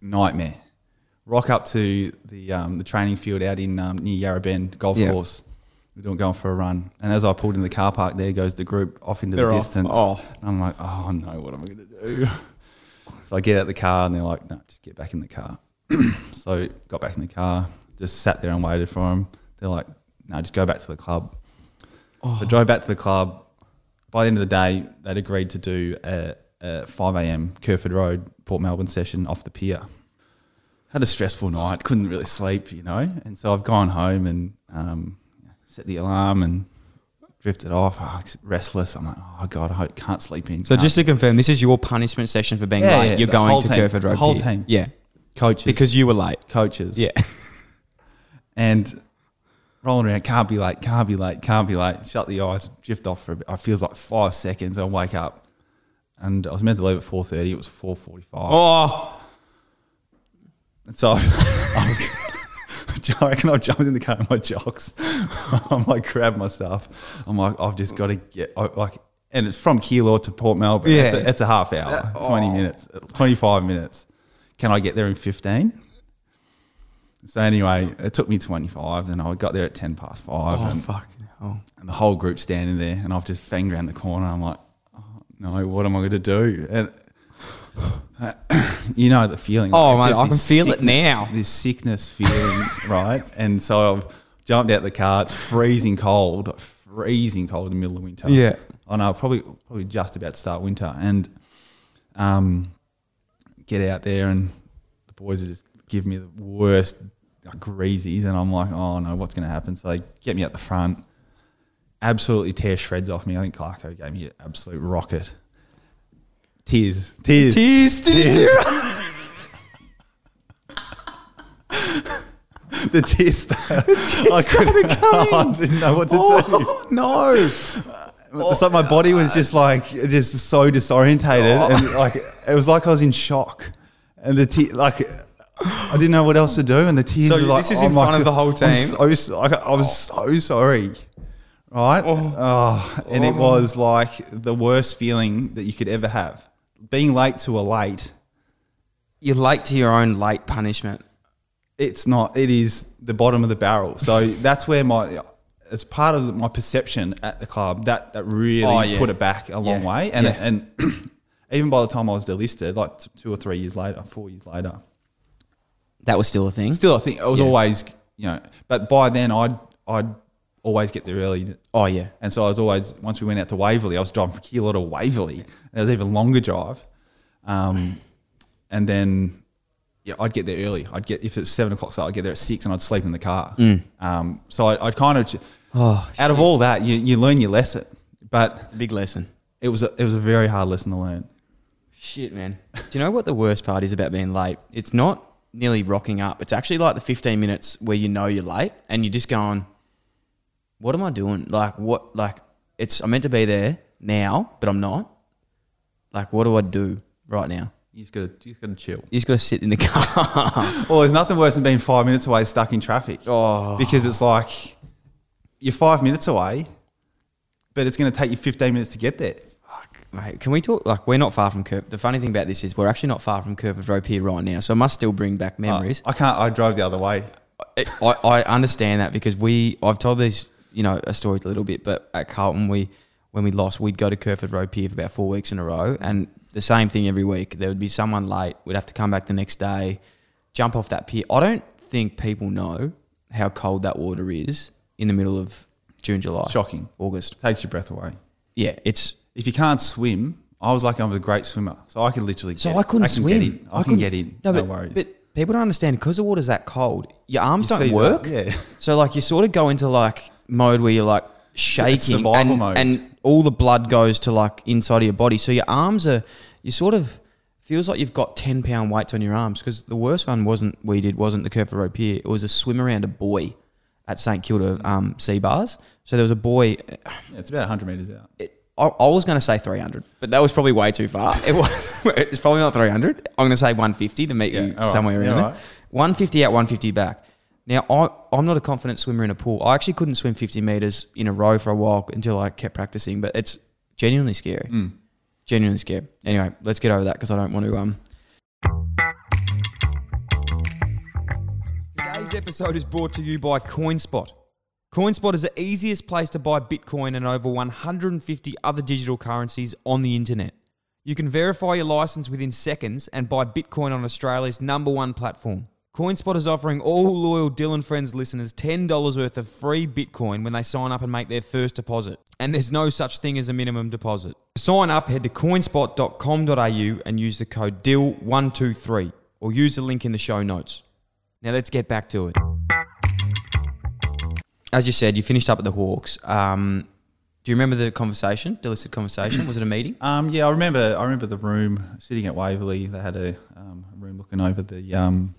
[SPEAKER 3] Nightmare. Rock up to the um, the training field out in um, near Yarrabend golf
[SPEAKER 1] Yeah.
[SPEAKER 3] course. We're doing going for a run, and as I pulled in the car park, there goes the group off into
[SPEAKER 1] They're
[SPEAKER 3] the
[SPEAKER 1] off.
[SPEAKER 3] distance.
[SPEAKER 1] Oh.
[SPEAKER 3] And I'm like, oh no, what am I going to do? So I get out the car, and they're like, no, just get back in the car. so got back in the car, just sat there and waited for them. They're like, no, just go back to the club.
[SPEAKER 1] Oh.
[SPEAKER 3] I drove back to the club. By the end of the day, they'd agreed to do a, a 5 a.m. Kerford Road Port Melbourne session off the pier. Had a stressful night, couldn't really sleep, you know, and so I've gone home and um, set the alarm and drifted off, oh, restless. I'm like, oh god, I hope, can't sleep in.
[SPEAKER 1] So
[SPEAKER 3] can't
[SPEAKER 1] just to confirm, this is your punishment session for being
[SPEAKER 3] Yeah,
[SPEAKER 1] late.
[SPEAKER 3] yeah,
[SPEAKER 1] You're
[SPEAKER 3] the
[SPEAKER 1] going
[SPEAKER 3] whole
[SPEAKER 1] to
[SPEAKER 3] team-
[SPEAKER 1] Kerford Rugby.
[SPEAKER 3] the whole team.
[SPEAKER 1] Yeah,
[SPEAKER 3] coaches
[SPEAKER 1] because you were late.
[SPEAKER 3] coaches,
[SPEAKER 1] Yeah.
[SPEAKER 3] and rolling around. Can't be late. Can't be late. Can't be late. Shut the eyes. Drift off for a bit. It feels like five seconds. And I wake up, and I was meant to leave at four thirty. It was four forty-five.
[SPEAKER 1] Oh,
[SPEAKER 3] And so I, I, I reckon I jumped in the car in my jocks. I'm like, grab my stuff. I'm like, I've just got to get I, like, and it's from Keilor to Port Melbourne.
[SPEAKER 1] Yeah. Uh, oh.
[SPEAKER 3] It's, a, it's a half hour, 20 minutes, 25 minutes. Can I get there in 15? So anyway, it took me 25 and I got there at 10 past five
[SPEAKER 1] oh
[SPEAKER 3] and,
[SPEAKER 1] fucking hell.
[SPEAKER 3] and the whole group's standing there and I've just fanged around the corner. I'm like, oh, no, what am I going to do? And you know the feeling.
[SPEAKER 1] Oh,
[SPEAKER 3] it's
[SPEAKER 1] mate,
[SPEAKER 3] just
[SPEAKER 1] I
[SPEAKER 3] this
[SPEAKER 1] can feel it
[SPEAKER 3] sickness-
[SPEAKER 1] now.
[SPEAKER 3] This sickness feeling, right? And so I've jumped out the car. It's freezing cold, freezing cold in the middle of winter.
[SPEAKER 1] Yeah.
[SPEAKER 3] I know, probably probably just about to start winter, and um, get out there and the boys are just give me the worst like, greasies, and I'm like, oh no, what's going to happen? So they get me out the front, absolutely tear shreds off me. I think Clarko gave me an absolute rocket. Tears, tears,
[SPEAKER 1] Tears, tears.
[SPEAKER 3] the tears. I couldn't. Oh, I didn't know what to do.
[SPEAKER 1] Oh no.
[SPEAKER 3] So my body was just like just so disorientated, and
[SPEAKER 1] Oh.
[SPEAKER 3] like it was like I was in shock, and the te- like I didn't know what else to do, and the tears.
[SPEAKER 1] So
[SPEAKER 3] were like,
[SPEAKER 1] this is
[SPEAKER 3] oh
[SPEAKER 1] in
[SPEAKER 3] my
[SPEAKER 1] front of
[SPEAKER 3] God,
[SPEAKER 1] the whole
[SPEAKER 3] I'm
[SPEAKER 1] team?
[SPEAKER 3] so so- like, I was so sorry, right? Oh. and
[SPEAKER 1] Oh.
[SPEAKER 3] it was like the worst feeling that you could ever have. Being late to a late,
[SPEAKER 1] You're late to your own late punishment.
[SPEAKER 3] it's not. It is the bottom of the barrel. So that's where my. As part of my perception at the club, that, that really
[SPEAKER 1] Oh, yeah.
[SPEAKER 3] put it back a long
[SPEAKER 1] Yeah.
[SPEAKER 3] way, and
[SPEAKER 1] Yeah.
[SPEAKER 3] and even by the time I was delisted, like t- two or three years later, four years later,
[SPEAKER 1] That was still a thing.
[SPEAKER 3] still I think I was
[SPEAKER 1] Yeah.
[SPEAKER 3] always you know, but by then I'd I'd always get there early,
[SPEAKER 1] Oh yeah.
[SPEAKER 3] and so I was always once we went out to Waverley, I was driving from Keilor to Waverley, and it was even longer drive, um, and then yeah, I'd get there early. I'd get if it's seven o'clock, so I'd get there at six, and I'd sleep in the car. Um, so I, I'd kind of j-
[SPEAKER 1] Mm. Oh,
[SPEAKER 3] out of all that, you you learn your lesson, but
[SPEAKER 1] big lesson.
[SPEAKER 3] it was a, it was a very hard lesson to learn.
[SPEAKER 1] Shit, man. Do you know what the worst part is about being late? It's not nearly rocking up. It's actually like the 15 minutes where you know you're late and you're just going, what am I doing? Like, what, like, it's, I'm meant to be there now, but I'm not. Like, what do I do right now?
[SPEAKER 3] You just gotta you just gotta chill.
[SPEAKER 1] You just got to sit in the car.
[SPEAKER 3] Well, there's nothing worse than being five minutes away stuck in traffic.
[SPEAKER 1] Oh.
[SPEAKER 3] Because it's like you're five minutes away, but it's going to take you 15 minutes to get there.
[SPEAKER 1] Fuck, Mate, can we talk? Like, we're not far from Curve. The funny thing about this is, we're actually not far from Curve Rope here right now, so I must still bring back memories.
[SPEAKER 3] Uh, I can't. I drove the other way.
[SPEAKER 1] it, I, I understand that because we I've told these you know a story a little bit, but at Carlton we when we lost we'd go to Kerford Road Pier for about four weeks in a row, and the same thing every week. There would be someone late. We'd have to come back the next day, jump off that pier. I don't think people know how cold that water is in the middle of June, July,
[SPEAKER 3] Shocking.
[SPEAKER 1] August.
[SPEAKER 3] Takes your breath away.
[SPEAKER 1] Yeah, it's
[SPEAKER 3] If you can't swim, I was lucky. I was a great swimmer, so I could literally.
[SPEAKER 1] so
[SPEAKER 3] get-
[SPEAKER 1] I couldn't
[SPEAKER 3] can
[SPEAKER 1] swim.
[SPEAKER 3] Get in. I, can
[SPEAKER 1] couldn't-
[SPEAKER 3] get in. No,
[SPEAKER 1] No, but,
[SPEAKER 3] worries.
[SPEAKER 1] but people don't understand because the water's that cold. Your arms
[SPEAKER 3] You
[SPEAKER 1] don't
[SPEAKER 3] seize
[SPEAKER 1] work.
[SPEAKER 3] up, yeah.
[SPEAKER 1] So like you sort of go into like mode where you're like shaking,
[SPEAKER 3] survival
[SPEAKER 1] and,
[SPEAKER 3] mode.
[SPEAKER 1] and all the blood goes to like inside of your body. So your arms are you sort of feels like you've got ten pound weights on your arms because the worst one wasn't we did wasn't the Kerford Road Pier. It was a swim around a buoy at St Kilda um, Sea Bars. So there was a boy.
[SPEAKER 3] Yeah, it's about 100 meters out.
[SPEAKER 1] It, I, I was going to say 300, but that was probably way too far. It was, it's probably not 300. I'm going to say 150 to meet you
[SPEAKER 3] Yeah, all right.
[SPEAKER 1] somewhere
[SPEAKER 3] Yeah,
[SPEAKER 1] around
[SPEAKER 3] all
[SPEAKER 1] there.
[SPEAKER 3] right.
[SPEAKER 1] 150 out, 150 back. Now, I, I'm not a confident swimmer in a pool. I actually couldn't swim 50 meters in a row for a while until I kept practicing, but it's genuinely scary.
[SPEAKER 3] Hmm.
[SPEAKER 1] Genuinely scary. Anyway, let's get over that because I don't want to. Um... Today's episode is brought to you by CoinSpot. CoinSpot is the easiest place to buy Bitcoin and over 150 other digital currencies on the internet. You can verify your license within seconds and buy Bitcoin on Australia's number one platform. CoinSpot is offering all loyal Dylan Friends listeners $10 worth of free Bitcoin when they sign up and make their first deposit. And there's no such thing as a minimum deposit. Sign up, head to coinspot.com.au and use the code DIL123 or use the link in the show notes. Now let's get back to it. As you said, you finished up at the Hawks. Um, do you remember the conversation, the listed conversation? Was it a meeting?
[SPEAKER 3] Um, yeah, I remember. I remember the room sitting at Waverley. They had a, um, a room looking over the um,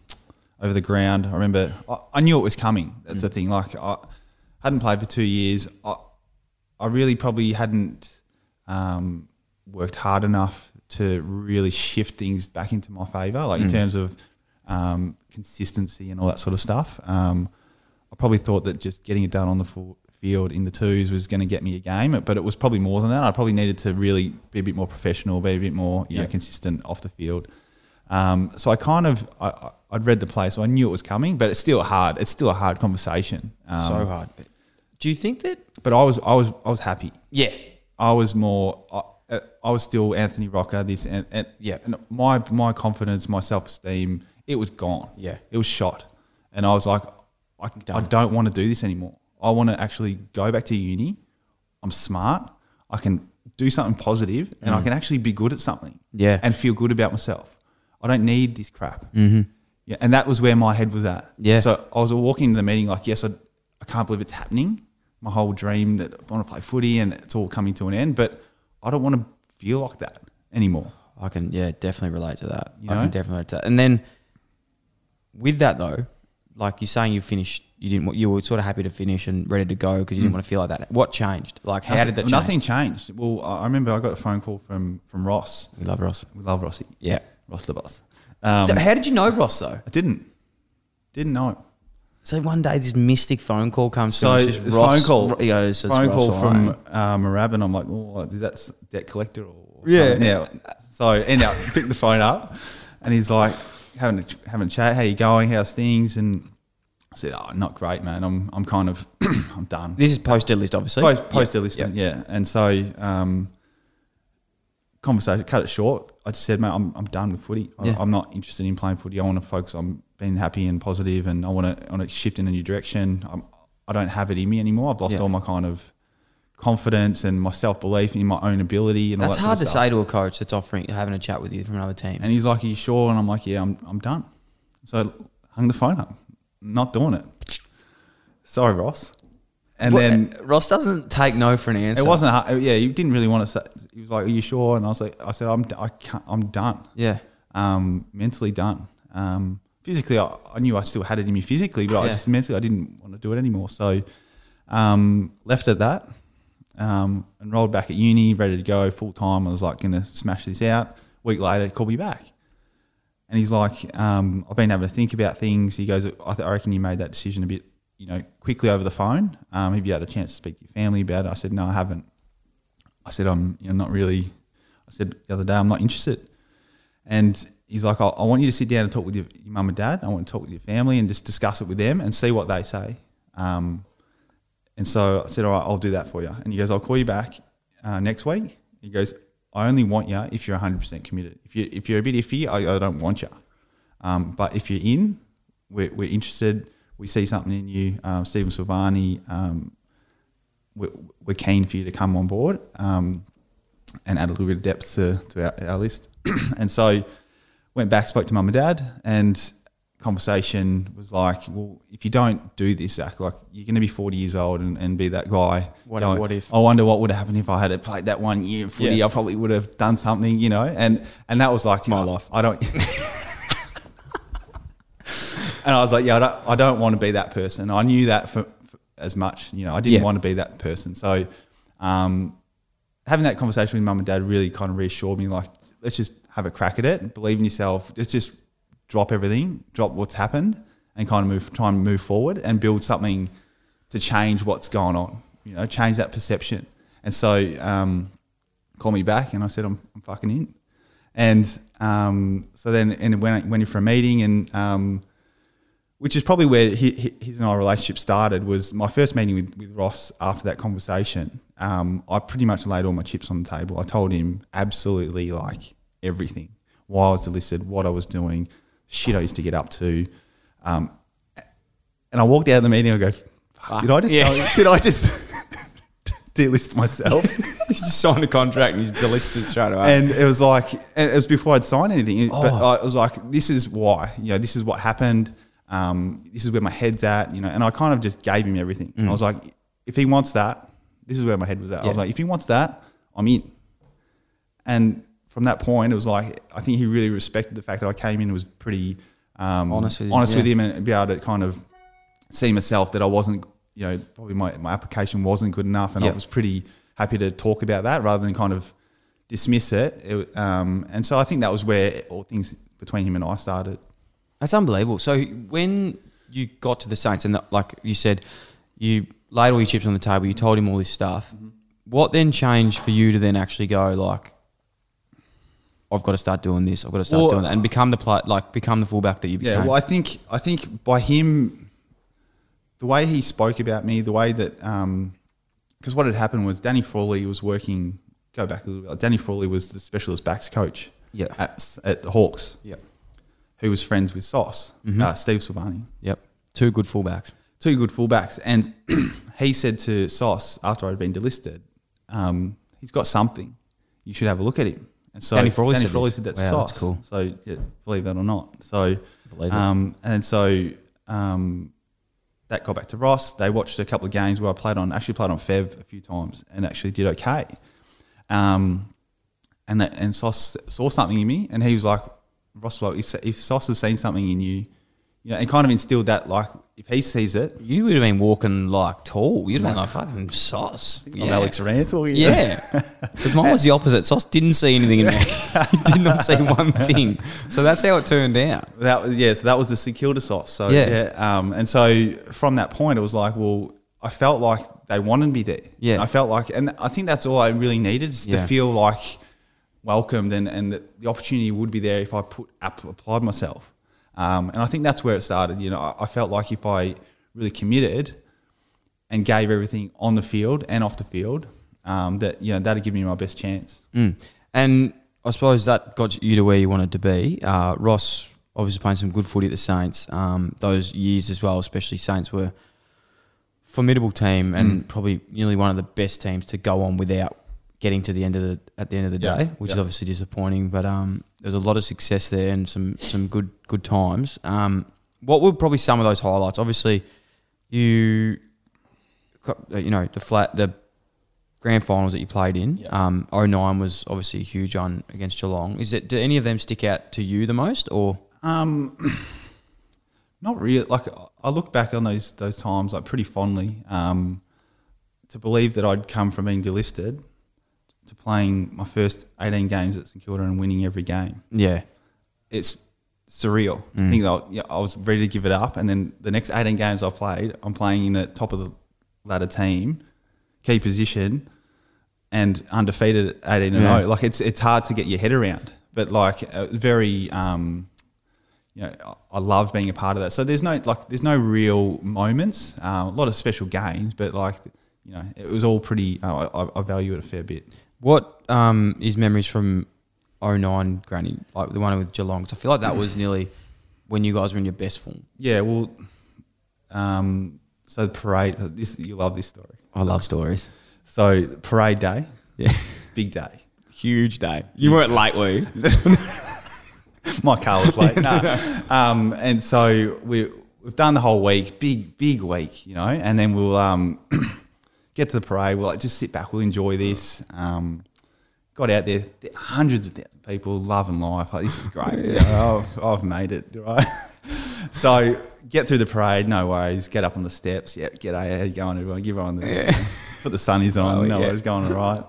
[SPEAKER 3] over the ground. I remember. I, I knew it was coming.
[SPEAKER 1] Mm.
[SPEAKER 3] That's the thing. Like I hadn't played for two years. I I really probably hadn't um, worked hard enough to really shift things back into my favour, like
[SPEAKER 1] Hmm.
[SPEAKER 3] in terms of um, consistency and all that sort of stuff. Um, I probably thought that just getting it done on the full field in the twos was going to get me a game, but it was probably more than that. I probably needed to really be a bit more professional, be a bit more you
[SPEAKER 1] Yeah.
[SPEAKER 3] know consistent off the field. Um, so I kind of I, I- I'd read the play, so I knew it was coming, but it's still hard. It's still a hard conversation. Um,
[SPEAKER 1] so hard. But do you think that?
[SPEAKER 3] but I was I was I was happy.
[SPEAKER 1] Yeah.
[SPEAKER 3] I was more. I, uh, I was still Anthony Rocker. This and, and
[SPEAKER 1] Yeah.
[SPEAKER 3] and my my confidence, my self esteem, it was gone.
[SPEAKER 1] Yeah.
[SPEAKER 3] it was shot, and I was like, I, I don't want to do this anymore. I want to actually go back to uni. I'm smart. I can do something positive, and I can actually be good at something.
[SPEAKER 1] Mm. Yeah.
[SPEAKER 3] and feel good about myself. I don't need this crap. Mm-hmm. Yeah, and that was where my head was at.
[SPEAKER 1] Yeah.
[SPEAKER 3] So I was walking into the meeting like, yes, I, I can't believe it's happening. My whole dream that I want to play footy and it's all coming to an end, but I don't want to feel like that anymore.
[SPEAKER 1] I can, yeah, definitely relate to that.
[SPEAKER 3] You
[SPEAKER 1] I
[SPEAKER 3] know?
[SPEAKER 1] can definitely relate to that. And then with that though, like you're saying, you finished, you didn't, want- you were sort of happy to finish and ready to go because you didn't want to feel like that. What changed? Like how did that? Change?
[SPEAKER 3] Mm. Nothing changed. Well, I I remember I got a phone call from from Ross.
[SPEAKER 1] We love Ross.
[SPEAKER 3] We love Rossi.
[SPEAKER 1] Yeah.
[SPEAKER 3] Ross the boss. Um,
[SPEAKER 1] so how did you know Ross though?
[SPEAKER 3] I didn't, didn't know. it.
[SPEAKER 1] So one day this mystic phone call comes.
[SPEAKER 3] So
[SPEAKER 1] to us, it's
[SPEAKER 3] this
[SPEAKER 1] Ross,
[SPEAKER 3] phone call,
[SPEAKER 1] He goes, it's
[SPEAKER 3] phone
[SPEAKER 1] Ross
[SPEAKER 3] call
[SPEAKER 1] Lyon.
[SPEAKER 3] from uh, Marab, and I'm like, oh, is that s- debt collector or
[SPEAKER 1] Yeah.
[SPEAKER 3] something?" yeah. So and I pick the phone up, and he's like having a ch- having a chat. How you going? How's things? And I said, oh, not great, man. I'm I'm kind of I'm done.
[SPEAKER 1] This is post dead list, obviously.
[SPEAKER 3] Post, post enlistment, yeah. And so, um, conversation cut it short. I just said, mate, I'm, I'm done with footy. I,
[SPEAKER 1] Yeah.
[SPEAKER 3] I'm not interested in playing footy. I want to focus on being happy and positive, and I want to I want to shift in a new direction. I'm, I don't have it in me anymore. I've lost
[SPEAKER 1] Yeah.
[SPEAKER 3] all my kind of confidence and my self belief in my own ability. And
[SPEAKER 1] That's
[SPEAKER 3] all that
[SPEAKER 1] hard to
[SPEAKER 3] sort of stuff.
[SPEAKER 1] say to a coach that's offering having a chat with you from another team.
[SPEAKER 3] And he's like, "Are you sure?" And I'm like, "Yeah, I'm I'm done." So I hung the phone up. Not doing it. Sorry, Ross. And
[SPEAKER 1] Well,
[SPEAKER 3] then
[SPEAKER 1] uh, Ross doesn't take no for an answer.
[SPEAKER 3] It wasn't. hard- Yeah, he didn't really want to. Say, he was like, "Are you sure?" And I was like, "I said I'm. d- I can't. I'm done.
[SPEAKER 1] Yeah.
[SPEAKER 3] Um, mentally done. Um, physically, I, I knew I still had it in me physically, but I
[SPEAKER 1] Yeah.
[SPEAKER 3] just mentally, I didn't want to do it anymore. So, um, left at that. Um, enrolled back at uni, ready to go full time. I was like, going to smash this out. Week later, he called me back, and he's like, um, "I've been having to think about things." He goes, "I, th- I reckon you made that decision a bit." You know, quickly over the phone. Um, have you had a chance to speak to your family about it? I said, no, I haven't. I said, I'm you know, not really. I said the other day, I'm not interested. And he's like, I, I want you to sit down and talk with your, your mum and dad. I want to talk with your family and just discuss it with them and see what they say. Um, and so I said, All right, I'll do that for you. And he goes, I'll call you back uh, next week. He goes, I only want you if you're 100% committed. If, you, if you're a bit iffy, I, I don't want you. Um, but if you're in, we're, we're interested. We see something in you. Um, Stephen Silvani, um, we're, we're keen for you to come on board um, and add a little bit of depth to, to our, our list. and so went back, spoke to mum and dad, and conversation was like, well, if you don't do this, Zach, like you're going to be 40 years old and, and be that guy.
[SPEAKER 1] What-
[SPEAKER 3] going,
[SPEAKER 1] what if?
[SPEAKER 3] I wonder what would have happened if I had played that one year of footy.
[SPEAKER 1] Yeah.
[SPEAKER 3] I probably would have done something, you know. And and that was like
[SPEAKER 1] my
[SPEAKER 3] I-
[SPEAKER 1] life.
[SPEAKER 3] I don't. and I was like, yeah, I don't, I don't want to be that person. I knew that for, for as much, you know. I didn't
[SPEAKER 1] Yeah.
[SPEAKER 3] want to be that person. So, um, having that conversation with mum and dad really kind of reassured me. Like, let's just have a crack at it. Believe in yourself. Let's just drop everything, drop what's happened, and kind of move, try and move forward and build something to change what's gone on. You know, change that perception. And so, um, call me back, and I said, I'm, I'm fucking in. And um, so then, and when I went in for a meeting, and um, which is probably where he, he, his and our relationship started was my first meeting with, with Ross after that conversation. Um, I pretty much laid all my chips on the table. I told him absolutely like everything, why I was delisted, what I was doing, shit I used to get up to. Um, and I walked out of the meeting. I go, "Fuck, did I just
[SPEAKER 1] yeah.
[SPEAKER 3] tell, did I just delist myself.
[SPEAKER 1] you just signed a contract and you delisted straight away.
[SPEAKER 3] and it was like, and it was before I'd signed anything. But
[SPEAKER 1] Oh.
[SPEAKER 3] I was like, this is why, you know, this is what happened. Um, this is where my head's at, you know. And I kind of just gave him everything. And I was like, if he wants that, this is where my head was at. I was
[SPEAKER 1] Mm. Yeah.
[SPEAKER 3] like, if he wants that, I'm in. And from that point, it was like I think he really respected the fact that I came in and was pretty um,
[SPEAKER 1] Honest with him,
[SPEAKER 3] honest with
[SPEAKER 1] yeah.
[SPEAKER 3] him and be able to kind of see myself that I wasn't, you know, probably my, my application wasn't good enough, and
[SPEAKER 1] Yep.
[SPEAKER 3] I was pretty happy to talk about that rather than kind of dismiss it. It- um, and so I think that was where all things between him and I started.
[SPEAKER 1] That's unbelievable. So when you got to the Saints and the, like you said, you laid all your chips on the table. You told him all this stuff.
[SPEAKER 3] Mm-hmm.
[SPEAKER 1] What then changed for you to then actually go like, I've got to start doing this. I've got to start
[SPEAKER 3] Well-
[SPEAKER 1] doing that, and become the play, like become the fullback that you became.
[SPEAKER 3] Yeah, well, I think I think by him, the way he spoke about me, the way that, because what had happened was Danny Frawley was working. Go back a little bit. Danny Frawley was the specialist backs coach.
[SPEAKER 1] Yeah.
[SPEAKER 3] at, S- at the Hawks,
[SPEAKER 1] yep,
[SPEAKER 3] who was friends with Sauce, uh, Steve Silvani.
[SPEAKER 1] yep. Two good fullbacks.
[SPEAKER 3] two good fullbacks. And he said to Sauce after I'd been delisted, um, he's got something. You should have a look at him. And so
[SPEAKER 1] Danny Frawley said
[SPEAKER 3] Frawley
[SPEAKER 1] this.
[SPEAKER 3] said
[SPEAKER 1] Wow,
[SPEAKER 3] that to
[SPEAKER 1] that's
[SPEAKER 3] Sauce.
[SPEAKER 1] cool.
[SPEAKER 3] So yeah, believe that or not. So
[SPEAKER 1] Believe it.
[SPEAKER 3] um, and so um, that got back to Ross. They watched a couple of games where I played on actually played on Fev a few times and actually did okay. Um, and that, and Sauce saw something in me, and he was like, Ross, well, if, if Sauce has seen something in you, you know, and kind of instilled that like if he sees it,
[SPEAKER 1] You would have been walking like tall. You'd have been like fucking sauce.
[SPEAKER 3] I'm Alex Ransel.
[SPEAKER 1] Yeah, because mine was the opposite. Sauce didn't see anything in me. he did not see one thing. So that's how it turned out.
[SPEAKER 3] That was- yeah, so that was the St Kilda sauce. So
[SPEAKER 1] Yeah.
[SPEAKER 3] yeah. um, and so from that point, it was like, well, I felt like they wanted me there.
[SPEAKER 1] Yeah.
[SPEAKER 3] I felt like, and I think that's all I really needed is
[SPEAKER 1] Yeah.
[SPEAKER 3] to feel like welcomed and and that the opportunity would be there if I put app, applied myself. Um, and I think that's where it started. You know, I, I felt like if I really committed and gave everything on the field and off the field, um, that you know that'd give me my best chance.
[SPEAKER 1] Mm. And I suppose that got you to where you wanted to be. Uh, Ross obviously playing some good footy at the Saints. Um, those years as well, especially Saints were a formidable team and probably nearly one of the best teams to go on without getting to the end of the at the end of the
[SPEAKER 3] Yeah,
[SPEAKER 1] day, which is
[SPEAKER 3] yeah.
[SPEAKER 1] obviously disappointing. But um, there's a lot of success there and some some good good times. Um, what were probably some of those highlights? Obviously, you got, uh, you know the flat the grand finals that you played in.
[SPEAKER 3] Yeah.
[SPEAKER 1] Um, 09 was obviously a huge one against Geelong. Is it? Do any of them stick out to you the most, or
[SPEAKER 3] Um, not really. Like I look back on those those times like pretty fondly. Um, to believe that I'd come from being delisted to playing my first 18 games at St Kilda and winning every game,
[SPEAKER 1] yeah,
[SPEAKER 3] it's surreal. I think that I, yeah, I was ready to give it up, and then the next 18 games I played, I'm playing in the top of the ladder team, key position, and undefeated at 18 and
[SPEAKER 1] Yeah.
[SPEAKER 3] 0. Like it's it's hard to get your head around, but like uh, very um, you know, I- I love being a part of that. So there's no like there's no real moments, uh, a lot of special games, but like you know, it was all pretty. Uh, I, I- I value it a fair bit.
[SPEAKER 1] what um, is memories from 09 Granny, like the one with Geelong? 'Cause I feel like that was nearly when you guys were in your best form.
[SPEAKER 3] Yeah, well, um, so the parade. This you love this story.
[SPEAKER 1] I love stories.
[SPEAKER 3] So parade day,
[SPEAKER 1] Yeah,
[SPEAKER 3] big day.
[SPEAKER 1] huge day. You weren't late, were you?
[SPEAKER 3] My car was late. Nah. um, and so we we've done the whole week, big big week, you know. And then we'll um, get to the parade. We'll like just sit back. We'll enjoy this. Um, got out there, th- hundreds of thousands of people, love and life. Like, this is great. You know, I've, I've made it, right? so get through the parade, no worries. Get up on the steps. Yeah, get out. How you going, everyone? Give everyone the put the sunnies on.
[SPEAKER 1] Oh,
[SPEAKER 3] no
[SPEAKER 1] yeah.
[SPEAKER 3] worries, going all right.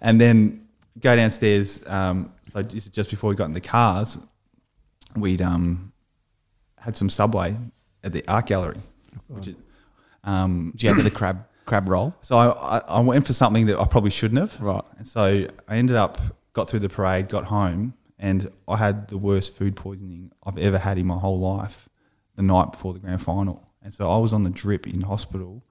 [SPEAKER 3] And then go downstairs. Um, so just just before we got in the cars, we'd um, had some subway at the art gallery, which is, um,
[SPEAKER 1] Did you have the crab crab roll?
[SPEAKER 3] so I, I, I went for something that I probably shouldn't have.
[SPEAKER 1] Right.
[SPEAKER 3] And so I ended up, got through the parade, got home, and I had the worst food poisoning I've ever had in my whole life the night before the grand final. And so I was on the drip in hospital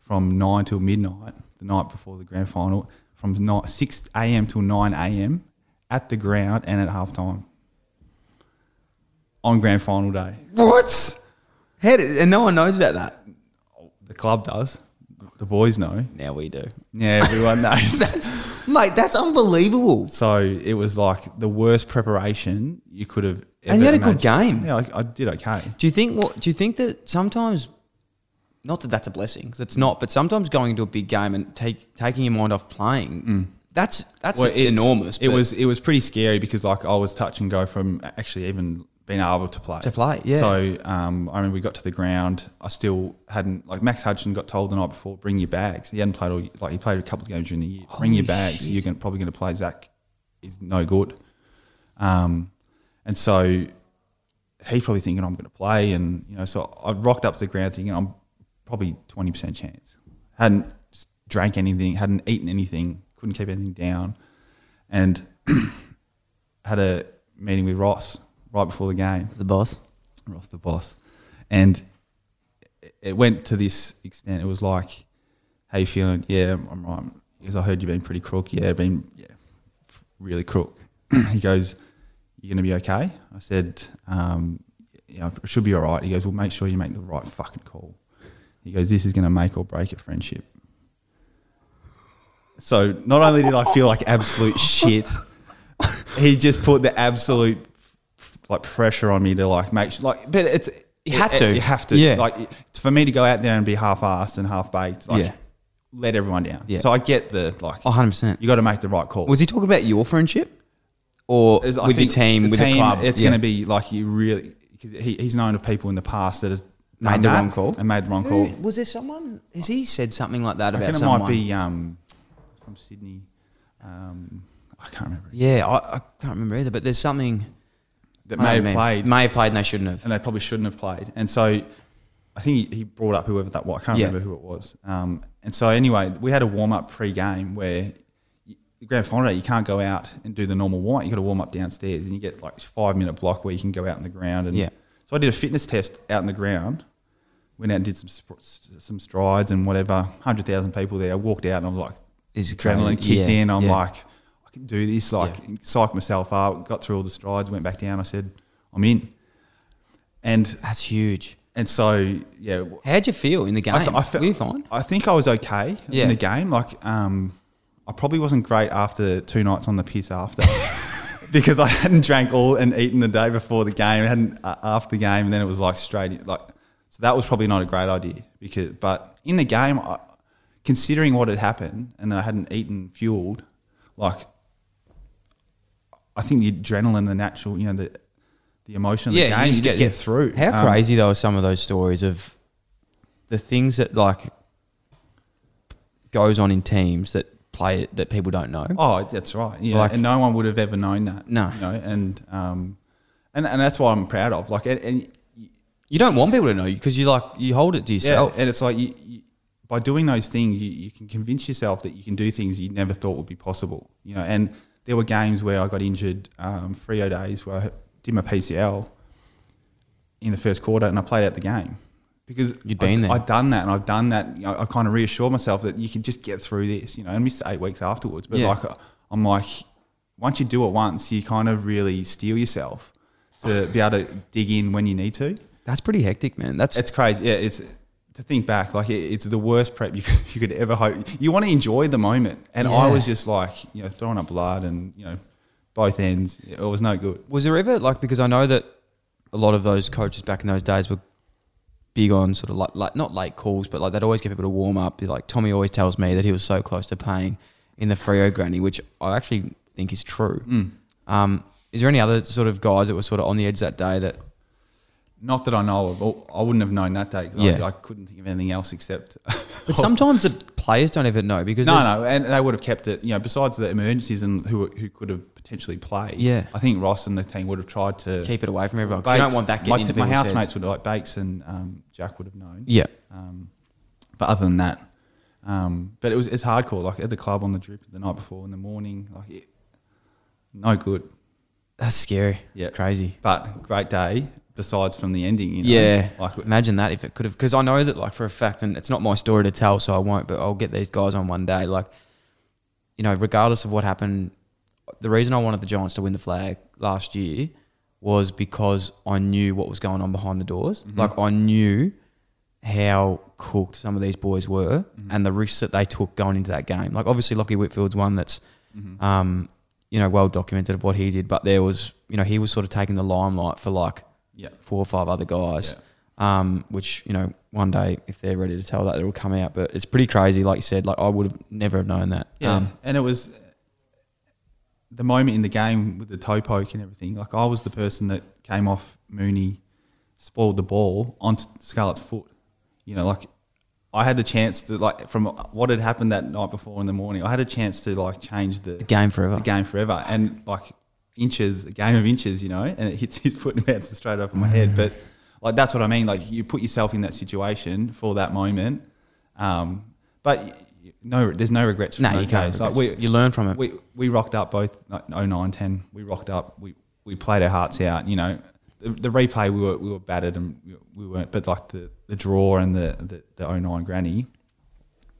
[SPEAKER 3] from 9 till midnight the night before the grand final, from ni- 6 a.m. till 9 a.m. at the ground and at halftime on grand final day.
[SPEAKER 1] What? How did, and no one knows about that.
[SPEAKER 3] The club does. the boys know.
[SPEAKER 1] Now we do.
[SPEAKER 3] Yeah, everyone knows that.
[SPEAKER 1] Mate, that's unbelievable.
[SPEAKER 3] So it was like the worst preparation you could have. Ever
[SPEAKER 1] And you had a good
[SPEAKER 3] imagined.
[SPEAKER 1] game.
[SPEAKER 3] Yeah, I, I did okay.
[SPEAKER 1] Do you think what do you think that sometimes not that that's a blessing, 'cause it's not, but sometimes going into a big game and take taking your mind off playing, that's that's
[SPEAKER 3] Mm. Well, it's-
[SPEAKER 1] enormous.
[SPEAKER 3] It
[SPEAKER 1] but-
[SPEAKER 3] was it was pretty scary because like I was touch and go from actually even being able to play
[SPEAKER 1] To play, yeah.
[SPEAKER 3] So um, I mean, we got to the ground. I still hadn't like Max Hudson got told the night before, bring your bags. He hadn't played all like he played a couple of games during the year. bring your
[SPEAKER 1] Holy
[SPEAKER 3] bags.
[SPEAKER 1] shit.
[SPEAKER 3] You're gonna, probably going to play. Zach is no good. Um, and so he's probably thinking I'm going to play, and you know, so I rocked up to the ground thinking I'm probably twenty percent chance. Hadn't drank anything, hadn't eaten anything, couldn't keep anything down, and had a meeting with Ross right before the game.
[SPEAKER 1] the boss.
[SPEAKER 3] Ross, the boss, and it went to this extent. It was like, "How you feeling? Yeah, I'm right." Because I heard you've been pretty crook. Yeah, been yeah, really crook. he goes, "You're gonna be okay." I said, um, "You know, it should be all right." He goes, "Well, make sure you make the right fucking call." He goes, "This is gonna make or break a friendship." So not only did I feel like absolute shit, he just put the absolute like pressure on me to like make sure, like, but it's
[SPEAKER 1] You had to.
[SPEAKER 3] you have to,
[SPEAKER 1] Yeah.
[SPEAKER 3] Like like it's for me to go out there and be half-assed and half-baked, like
[SPEAKER 1] Yeah.
[SPEAKER 3] let everyone down.
[SPEAKER 1] Yeah.
[SPEAKER 3] So I get the like,
[SPEAKER 1] 100%.
[SPEAKER 3] you got to make the right call.
[SPEAKER 1] Oh, Was he talking about your friendship? Or
[SPEAKER 3] It's- I
[SPEAKER 1] with your
[SPEAKER 3] think
[SPEAKER 1] team, with the club?
[SPEAKER 3] It's
[SPEAKER 1] Yeah.
[SPEAKER 3] going to be like you really because he, he's known of people in the past that has
[SPEAKER 1] Made
[SPEAKER 3] done
[SPEAKER 1] the
[SPEAKER 3] that
[SPEAKER 1] wrong call?
[SPEAKER 3] and made the wrong call.
[SPEAKER 1] Who, was there someone? Has he said something like that
[SPEAKER 3] I
[SPEAKER 1] about
[SPEAKER 3] reckon it
[SPEAKER 1] someone?
[SPEAKER 3] might be um, from Sydney. Um, I can't remember
[SPEAKER 1] Yeah, I, I can't remember either. But there's something
[SPEAKER 3] that
[SPEAKER 1] I know
[SPEAKER 3] may
[SPEAKER 1] what you
[SPEAKER 3] have
[SPEAKER 1] mean.
[SPEAKER 3] played,
[SPEAKER 1] May have played, and they shouldn't have.
[SPEAKER 3] and they probably shouldn't have played. And so I think he, he brought up whoever that was. I can't
[SPEAKER 1] Yeah.
[SPEAKER 3] remember who it was. Um, and so anyway, we had a warm up pre game where you- the grand final day you can't go out and do the normal warm up. You got to warm up downstairs, and you get like five minute block where you can go out in the ground. And
[SPEAKER 1] Yeah.
[SPEAKER 3] so I did a fitness test out in the ground. Went out and did some sp- some strides and whatever. Hundred thousand people there. I walked out and I'm like,
[SPEAKER 1] This is
[SPEAKER 3] adrenaline
[SPEAKER 1] crazy.
[SPEAKER 3] kicked
[SPEAKER 1] Yeah,
[SPEAKER 3] in. I'm
[SPEAKER 1] yeah.
[SPEAKER 3] like, I can do this. Like, psyched myself up. Got through all the strides. Went back down. I said, I'm in. And
[SPEAKER 1] That's huge.
[SPEAKER 3] and so, yeah, w-
[SPEAKER 1] How'd you feel in the game?
[SPEAKER 3] I fe- I fe-
[SPEAKER 1] Were you fine?
[SPEAKER 3] I think I was okay
[SPEAKER 1] Yeah.
[SPEAKER 3] in the game. Like, um, I probably wasn't great after two nights on the piss after because I hadn't drank all and eaten the day before the game. I hadn't uh, after the game, and then it was like straight like. So that was probably not a great idea because, but in the game, I, considering what had happened and I hadn't eaten fueled, like I think the adrenaline, the natural, you know, the the emotion of the game, you, just get, through.
[SPEAKER 1] How
[SPEAKER 3] Um,
[SPEAKER 1] crazy though are some of those stories of the things that like goes on in teams that play that people don't know.
[SPEAKER 3] Oh, that's right. Yeah,
[SPEAKER 1] Like-
[SPEAKER 3] and no one would have ever known that.
[SPEAKER 1] No.
[SPEAKER 3] you know, and um, and and that's what I'm proud of. Like, and, and
[SPEAKER 1] You don't want people to know you because you like you hold it to
[SPEAKER 3] yeah,
[SPEAKER 1] yourself.
[SPEAKER 3] and it's like you, you, by doing those things, you, you can convince yourself that you can do things you never thought would be possible. You know, and there were games where I got injured, um, Frio days where I did my PCL in the first quarter, and I played out the game because
[SPEAKER 1] You'd been
[SPEAKER 3] I,
[SPEAKER 1] there.
[SPEAKER 3] I'd done that, and I've done that. You know, I kind of reassured myself that you can just get through this. You know, and missed eight weeks afterwards, but
[SPEAKER 1] Yeah.
[SPEAKER 3] like I- I'm like, once you do it once, you kind of really steel yourself to be able to dig in when you need to.
[SPEAKER 1] That's pretty hectic, man. That's
[SPEAKER 3] It's crazy. Yeah, it's to think back. Like it, it's the worst prep you could, you could ever hope. You want to enjoy the moment, and I
[SPEAKER 1] Yeah.
[SPEAKER 3] was just like, you know, throwing up blood and you know, both ends. It was no good.
[SPEAKER 1] was there ever like because I know that a lot of those coaches back in those days were big on sort of like, like not late calls, but like they'd always get people to warm up. Like Tommy always tells me that he was so close to paying in the Frio granny, which I actually think is true.
[SPEAKER 3] Mm.
[SPEAKER 1] Um, is there any other sort of guys that were sort of on the edge that day that
[SPEAKER 3] Not that I know of. Or I wouldn't have known that day because
[SPEAKER 1] Yeah.
[SPEAKER 3] I, I couldn't think of anything else except.
[SPEAKER 1] But sometimes the players don't even know because there's-
[SPEAKER 3] Oh. no, no, and they would have kept it. You know, besides the emergencies and who who could have potentially played.
[SPEAKER 1] Yeah.
[SPEAKER 3] I think Ross and the team would have tried to
[SPEAKER 1] keep it away from everyone. 'cause You don't
[SPEAKER 3] Bakes-
[SPEAKER 1] want that
[SPEAKER 3] my,
[SPEAKER 1] getting
[SPEAKER 3] t-
[SPEAKER 1] into
[SPEAKER 3] my
[SPEAKER 1] people's
[SPEAKER 3] housemates
[SPEAKER 1] heads.
[SPEAKER 3] would have, like Bakes and um, Jack would have known.
[SPEAKER 1] Yeah,
[SPEAKER 3] Um, but other than that, um, but it was it's hardcore. Like at the club on the drip the night before in the morning, like it, no good.
[SPEAKER 1] that's scary.
[SPEAKER 3] Yeah.
[SPEAKER 1] crazy.
[SPEAKER 3] But great day. Besides from the ending, you know,
[SPEAKER 1] yeah,
[SPEAKER 3] Like w-
[SPEAKER 1] imagine that if it could have. Because I know that like for a fact, and it's not my story to tell, so I won't. But I'll get these guys on one day. Like, you know, regardless of what happened, the reason I wanted the Giants to win the flag last
[SPEAKER 3] Mm-hmm.
[SPEAKER 1] year was because I knew what was going on behind the doors. Like I knew how cooked some of these boys were
[SPEAKER 3] Mm-hmm.
[SPEAKER 1] and the risks that they took going into that game. Like obviously Lockie Whitfield's one that's
[SPEAKER 3] Mm-hmm.
[SPEAKER 1] um, you know, well documented of what he did, but there was you know, he was sort of taking the limelight for like
[SPEAKER 3] Yeah.
[SPEAKER 1] four or five other guys.
[SPEAKER 3] Yeah.
[SPEAKER 1] Um, which, you know, one day if they're ready to tell that it'll come out. But it's pretty crazy, like you said, like I would have never have known that.
[SPEAKER 3] Yeah,
[SPEAKER 1] Um,
[SPEAKER 3] and it was the moment in the game with the toe poke and everything. Like I was the person that came off Mooney, spoiled the ball onto Scarlett's foot. You know, like I had the chance to like from what had happened that night before in the morning. I had a chance to like change the,
[SPEAKER 1] game forever.
[SPEAKER 3] the game forever, and like inches, a game of inches, you know, and it hits his foot and bounces straight over my head. But like that's what I mean. Like you put yourself in that situation for that moment, um, but. y- y- No, there's no regrets from
[SPEAKER 1] No, you
[SPEAKER 3] those
[SPEAKER 1] can't.
[SPEAKER 3] days. Like
[SPEAKER 1] regress.
[SPEAKER 3] we,
[SPEAKER 1] you learn from it.
[SPEAKER 3] we we rocked up both like, 09, 10. We rocked up. We we played our hearts out. You know, the, the replay we were we were battered and we, we weren't. But like the, the draw and the, the the 09 granny,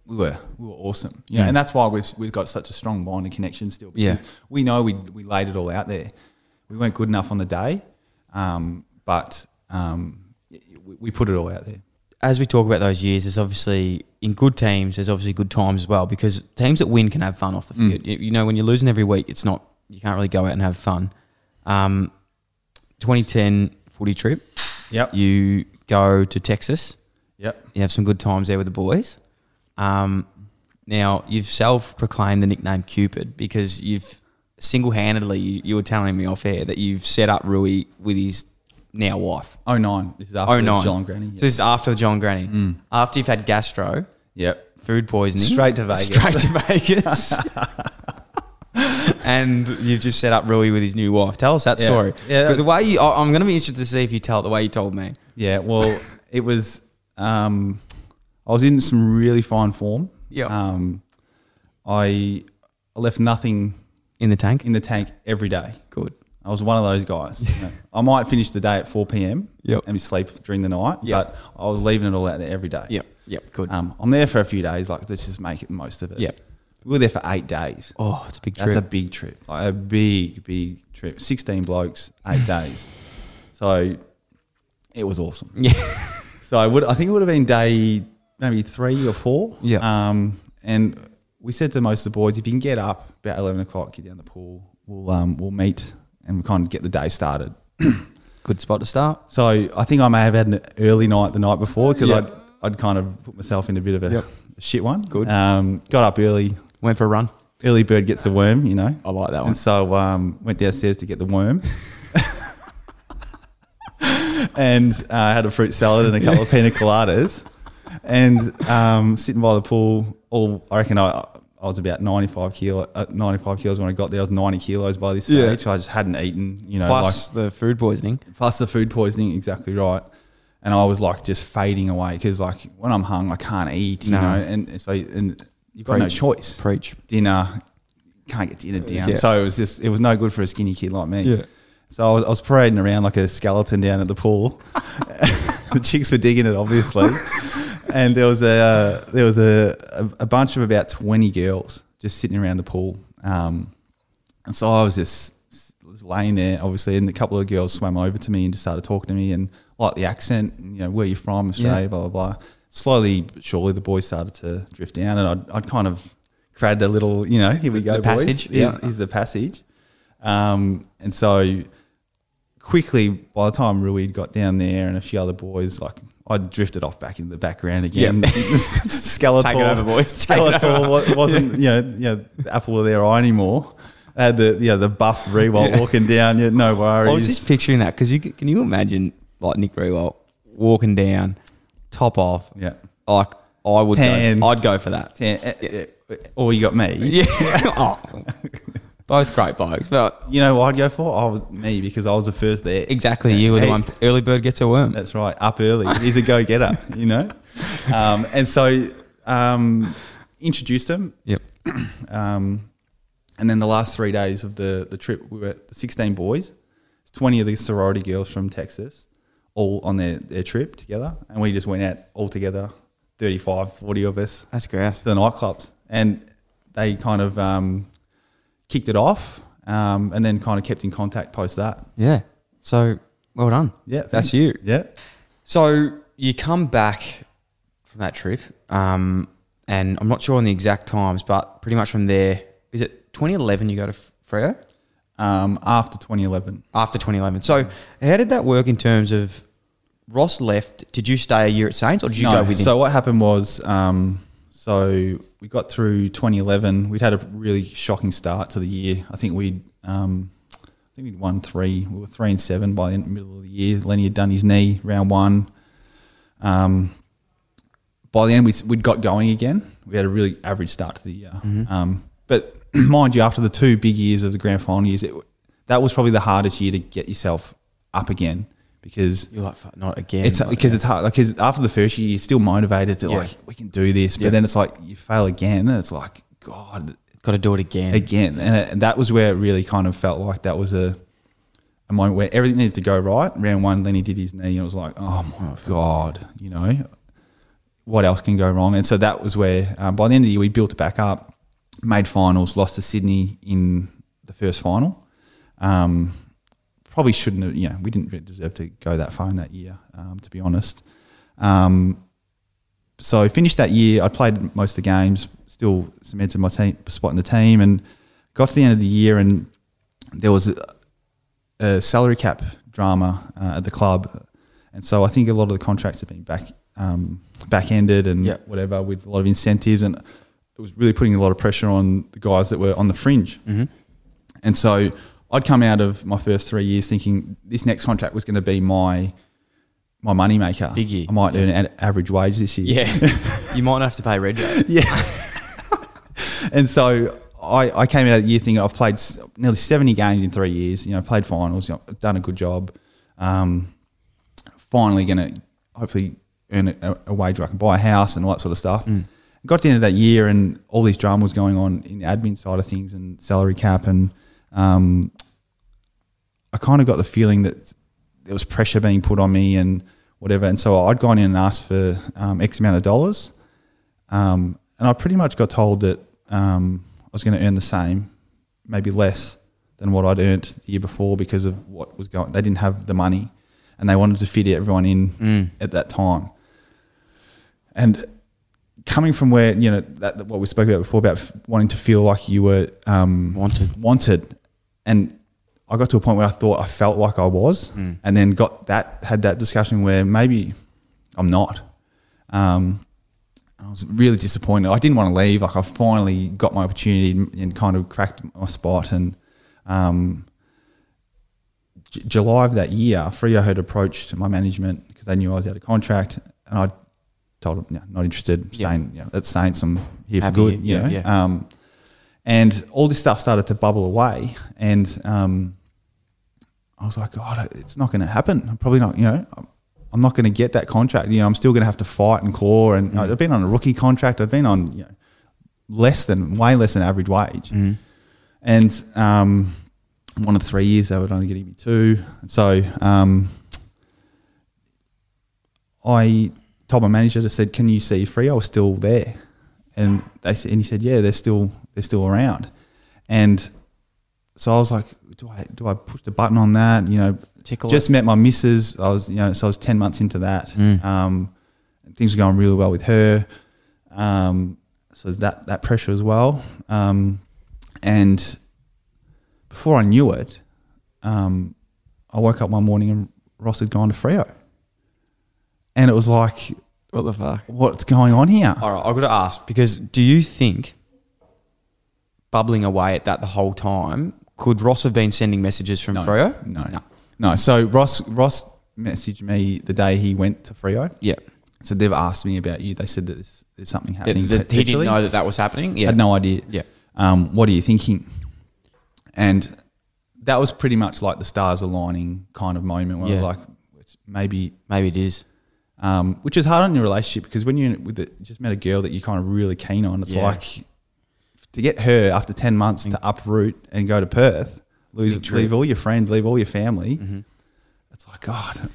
[SPEAKER 3] we were we were awesome. You know,
[SPEAKER 1] Mm.
[SPEAKER 3] and that's why we've we've got such a strong bond and connection still. Because
[SPEAKER 1] Yeah.
[SPEAKER 3] we know we we laid it all out there. We weren't good enough on the day, um, but um, y- y- we, we put it all out there.
[SPEAKER 1] as we talk about those years, there's obviously in good teams, there's obviously good times as well because teams that win can have fun off the
[SPEAKER 3] Mm.
[SPEAKER 1] field. You, you know, when you're losing every week, it's not you can't really go out and have fun. Um, 2010 footy trip,
[SPEAKER 3] Yep.
[SPEAKER 1] you go to Texas.
[SPEAKER 3] Yep.
[SPEAKER 1] You have some good times there with the boys. Um, now you've self-proclaimed the nickname Cupid because you've single-handedly you, you were telling me off air that you've set up Rui with his now wife.
[SPEAKER 3] 09. This is after
[SPEAKER 1] Oh
[SPEAKER 3] the
[SPEAKER 1] nine,
[SPEAKER 3] Geelong granny. Mm. Yep.
[SPEAKER 1] So this is after the John Granny. After you've had gastro,
[SPEAKER 3] yep.
[SPEAKER 1] food poisoning,
[SPEAKER 3] Straight to Vegas.
[SPEAKER 1] straight to Vegas. and you've just set up Rui with his new wife. Tell us that
[SPEAKER 3] Yeah.
[SPEAKER 1] story.
[SPEAKER 3] Yeah,
[SPEAKER 1] because the way you, I- I'm going to be interested to see if you tell it the way you told me.
[SPEAKER 3] Yeah, well, it was. Um, I was in some really fine form.
[SPEAKER 1] Yeah.
[SPEAKER 3] Um, I I left nothing
[SPEAKER 1] In the tank.
[SPEAKER 3] in the tank every day.
[SPEAKER 1] Good.
[SPEAKER 3] I was one of those guys. you know. I might finish the day at four p.m.
[SPEAKER 1] Yep.
[SPEAKER 3] and sleep during the night.
[SPEAKER 1] Yep.
[SPEAKER 3] But I was leaving it all out there every day.
[SPEAKER 1] Yep. Yep. Good.
[SPEAKER 3] Um, I'm there for a few days. Like, let's just make it the most of it.
[SPEAKER 1] Yep.
[SPEAKER 3] We were there for eight days.
[SPEAKER 1] oh, it's a big
[SPEAKER 3] That's
[SPEAKER 1] trip.
[SPEAKER 3] a big trip. Like a big, big trip. 16 blokes, eight days. So it was awesome.
[SPEAKER 1] Yeah.
[SPEAKER 3] So I would, I think it would have been day maybe three or four.
[SPEAKER 1] Yeah.
[SPEAKER 3] Um, and we said to most of the boys, if you can get up about 11 o'clock, get down the pool, we'll, um, we'll meet and kind of get the day started.
[SPEAKER 1] good spot to start.
[SPEAKER 3] So I think I may have had an early night the night before because
[SPEAKER 1] Yeah.
[SPEAKER 3] I'd, I'd kind of put myself in a bit of a
[SPEAKER 1] Yep.
[SPEAKER 3] shit one.
[SPEAKER 1] Good.
[SPEAKER 3] Um, got up early.
[SPEAKER 1] Went for a run.
[SPEAKER 3] Early bird gets the worm, you know.
[SPEAKER 1] I like that one.
[SPEAKER 3] And so um, went downstairs to get the worm. and uh, I had a fruit salad and a couple of pina coladas. And um, sitting by the pool, all I reckon I, I was about 95 kilo, uh, 95 kilos when I got there. I was 90 kilos by this stage.
[SPEAKER 1] Yeah.
[SPEAKER 3] So I just hadn't eaten, you know,
[SPEAKER 1] Plus the food poisoning.
[SPEAKER 3] like, plus the food poisoning, exactly right. And I was like just fading away because like when I'm hung, I can't eat, you
[SPEAKER 1] No.
[SPEAKER 3] know. And and so and you've got no
[SPEAKER 1] Preach.
[SPEAKER 3] choice
[SPEAKER 1] Preach.
[SPEAKER 3] dinner, can't get dinner down.
[SPEAKER 1] Yeah.
[SPEAKER 3] So it was just it was no good for a skinny kid like me.
[SPEAKER 1] Yeah.
[SPEAKER 3] So I was, I was parading around like a skeleton down at the pool. the chicks were digging it, obviously, and there was a uh, there was a, a, a bunch of about twenty girls just sitting around the pool. Um, and so I was just was laying there, obviously, and a couple of girls swam over to me and just started talking to me and like the accent, and, you know, where you from, Australia,
[SPEAKER 1] Yeah.
[SPEAKER 3] blah blah blah. Slowly but surely, the boys started to drift down, and I'd, I'd kind of created a little, you know, here we go,
[SPEAKER 1] The
[SPEAKER 3] boys.
[SPEAKER 1] passage,
[SPEAKER 3] Here's-
[SPEAKER 1] yeah.
[SPEAKER 3] here's the passage. Um, and so quickly, by the time Rui got down there and a few other boys, like I drifted off back into the background again. Skeletor,
[SPEAKER 1] Take it over, boys. Take it
[SPEAKER 3] Skeletor wa- wasn't you know, you know the apple of their eye anymore. I had the you know, the buff Rewalt walking down. Yeah, Oh, no
[SPEAKER 1] I was
[SPEAKER 3] worries.
[SPEAKER 1] just picturing that because you c- can you imagine like Nick Rewalt walking down, top off.
[SPEAKER 3] Yeah.
[SPEAKER 1] Like I would.
[SPEAKER 3] Tan.
[SPEAKER 1] Go, I'd go for that.
[SPEAKER 3] Ten- eh, eh, eh, Or you got me.
[SPEAKER 1] Yeah. oh. Both great blokes, but
[SPEAKER 3] You know what I'd go for? I was me because I was the first there.
[SPEAKER 1] exactly you were the
[SPEAKER 3] Hey.
[SPEAKER 1] one. Early bird gets a worm.
[SPEAKER 3] That's right. Up early. He's a go getter, you know? Um, and so um, introduced him.
[SPEAKER 1] Yep.
[SPEAKER 3] Um, and then the last three days of the, the trip, we were 16 boys, 20 of the sorority girls from Texas, all on their, their trip together. And we just went out all together, 35, 40 of us
[SPEAKER 1] That's gross.
[SPEAKER 3] to the nightclubs. And they kind of um, kicked it off um, and then kind of kept in contact post that.
[SPEAKER 1] Yeah. So well done.
[SPEAKER 3] Yeah.
[SPEAKER 1] That's
[SPEAKER 3] thanks.
[SPEAKER 1] you.
[SPEAKER 3] Yeah.
[SPEAKER 1] So you come back from that trip. Um, and I'm not sure on the exact times, but pretty much from there, is it 2011 you go to F- Freo?
[SPEAKER 3] um, after 2011.
[SPEAKER 1] After 2011. So how did that work in terms of Ross left? Did you stay a year at Saints or did you
[SPEAKER 3] no,
[SPEAKER 1] go with him?
[SPEAKER 3] so what happened was, um, so we got through 2011. We'd had a really shocking start to the year. I think we'd, um, I think we'd won three. We were three and seven by the middle of the year. Lenny had done his knee round one. Um, by the end, we, we'd got going again. We had a really average start to the year.
[SPEAKER 1] Mm-hmm.
[SPEAKER 3] Um, but mind you, after the two big years of the grand final years, it, that was probably the hardest year to get yourself up again because
[SPEAKER 1] You're like, "Fuck, not again.
[SPEAKER 3] it's
[SPEAKER 1] like,
[SPEAKER 3] because it's hard. Because after the first year, you're still motivated to
[SPEAKER 1] Yeah.
[SPEAKER 3] like we can do this, but
[SPEAKER 1] Yeah.
[SPEAKER 3] then it's like you fail again, and it's like God
[SPEAKER 1] got to do it again.
[SPEAKER 3] again, and, it, and that was where it really kind of felt like that was a a moment where everything needed to go right. Round one, Lenny did his knee, and it was like, oh my God, you know, what else can go wrong? And so that was where um, by the end of the year we built it back up, made finals, lost to Sydney in the first final. Um, probably shouldn't have. You know, we didn't really deserve to go that far in that year, um, to be honest. Um, so I finished that year. I played most of the games, still cemented my team spot in the team, and got to the end of the year, and there was a, a salary cap drama uh, at the club, and so I think a lot of the contracts have been back um, back ended and
[SPEAKER 1] Yep.
[SPEAKER 3] whatever with a lot of incentives, and it was really putting a lot of pressure on the guys that were on the fringe.
[SPEAKER 1] Mm-hmm.
[SPEAKER 3] And so I'd come out of my first three years thinking this next contract was going to be my my money maker.
[SPEAKER 1] Big year.
[SPEAKER 3] I might earn an average wage this year.
[SPEAKER 1] Yeah. you might not have to pay Red Jack.
[SPEAKER 3] Yeah. and so I, I came out of the year thinking I've played s- nearly 70 games in three years, you know, played finals, you know, done a good job. Um, finally going to hopefully earn a, a wage where I can buy a house and all that sort of stuff. Got to the end of that year and all these drama was going on in the admin side of things and salary cap. And um, I kind of got the feeling that there was pressure being put on me and whatever. And so I'd gone in and asked for um, X amount of dollars. Um, and I pretty much got told that um, I was going to earn the same, maybe less than what I'd earned the year before because of what was going. They didn't have the money, and they wanted to fit everyone in at that time. And coming from where you know that, that what we spoke about before about f- wanting to feel like you were um,
[SPEAKER 1] Wanted.
[SPEAKER 3] wanted, and I got to a point where I thought I felt like I was, and then got that had that discussion where maybe I'm not. Um, I was really disappointed. I didn't want to leave. Like I finally got my opportunity and and kind of cracked my spot. And um, J- July of that year, Freo had approached my management because they knew I was out of contract, and I told them, "No, not interested.
[SPEAKER 1] Yeah.
[SPEAKER 3] Staying, you know, that's Saints. I'm here
[SPEAKER 1] Happy
[SPEAKER 3] for good."
[SPEAKER 1] here,
[SPEAKER 3] you
[SPEAKER 1] yeah,
[SPEAKER 3] know? Um, and all this stuff started to bubble away, and um, I was like, God, it's not going to happen. I'm probably not, you know, I'm- I'm not going to get that contract. You know, I'm still going to have to fight and claw. And
[SPEAKER 1] Mm.
[SPEAKER 3] I'd been on a rookie contract. I'd been on, you know, less than, way less than average wage.
[SPEAKER 1] Mm.
[SPEAKER 3] And um, one of three years, they would only give me two. So um, I told my manager, I said, can you see free? I was still there. And they said, and he said, yeah, they're still, they're still around. And so I was like, do I do I push the button on that? You know,
[SPEAKER 1] Tickle
[SPEAKER 3] just met my missus. I was you know, so I was ten months into that. Um, and things were going really well with her. Um, so there's that that pressure as well. Um, and before I knew it, um, I woke up one morning and Ross had gone to Freo, and it was like,
[SPEAKER 1] What the fuck?
[SPEAKER 3] what's going on here?
[SPEAKER 1] All right, I've got to ask because do you think bubbling away at that the whole time could Ross have been sending messages from Freo?
[SPEAKER 3] No, no, no. So Ross Ross messaged me the day he went to Freo.
[SPEAKER 1] Yeah,
[SPEAKER 3] So they've asked me about you. They said that there's, there's something
[SPEAKER 1] That-
[SPEAKER 3] happening.
[SPEAKER 1] that he didn't
[SPEAKER 3] potentially.
[SPEAKER 1] know that that was happening.
[SPEAKER 3] I
[SPEAKER 1] Yeah,
[SPEAKER 3] had no idea.
[SPEAKER 1] Yeah.
[SPEAKER 3] Um, what are you thinking? And that was pretty much like the stars aligning kind of moment where
[SPEAKER 1] Yeah.
[SPEAKER 3] like it's maybe,
[SPEAKER 1] maybe it is.
[SPEAKER 3] um, which is hard on your relationship because when you with the, just met a girl that you're kind of really keen on, it's
[SPEAKER 1] Yeah. Mm.
[SPEAKER 3] like to get her after ten months to uproot and go to Perth, lose, leave all your friends, leave all your family.
[SPEAKER 1] Mm-hmm.
[SPEAKER 3] It's like God,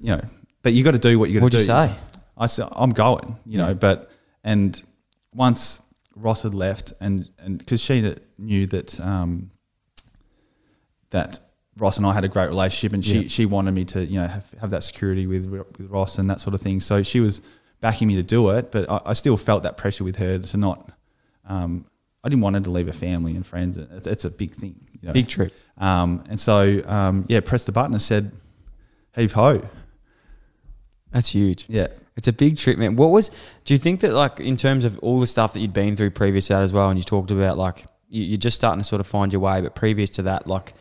[SPEAKER 3] you know. But you got to do what you got to
[SPEAKER 1] What'd
[SPEAKER 3] do.
[SPEAKER 1] you say?
[SPEAKER 3] I said, I'm going, you know, but, and once Ross had left and, and because she kn- knew that, um, that Ross and I had a great relationship and she, she wanted me to, you know, have, have that security with, with Ross and that sort of thing. So she was backing me to do it, but I, I still felt that pressure with her to not. Um, I didn't want her to leave her family and friends. It's, it's a big thing. you know.
[SPEAKER 1] Big trip.
[SPEAKER 3] Um, and so, um, yeah, pressed the button and said, heave ho.
[SPEAKER 1] That's huge.
[SPEAKER 3] Yeah.
[SPEAKER 1] It's a big trip, man. What was? Do you think that like in terms of all the stuff that you'd been through previous to that as well, and you talked about like you, you're just starting to sort of find your way, but previous to that, like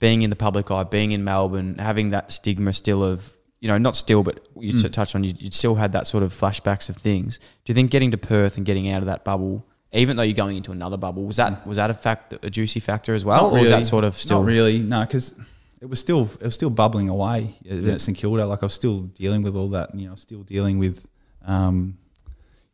[SPEAKER 1] being in the public eye, being in Melbourne, having that stigma still of you know not still, but
[SPEAKER 3] Mm.
[SPEAKER 1] you sort of touched on you, you still had that sort of flashbacks of things. Do you think getting to Perth and getting out of that bubble, even though you're going into another bubble, was that was that a fact a juicy factor as well,
[SPEAKER 3] Mm. Not
[SPEAKER 1] or was
[SPEAKER 3] really.
[SPEAKER 1] that sort of still
[SPEAKER 3] Not really, no, because it was still it was still bubbling away at at St Kilda. Like I was still dealing with all that, you know, still dealing with um,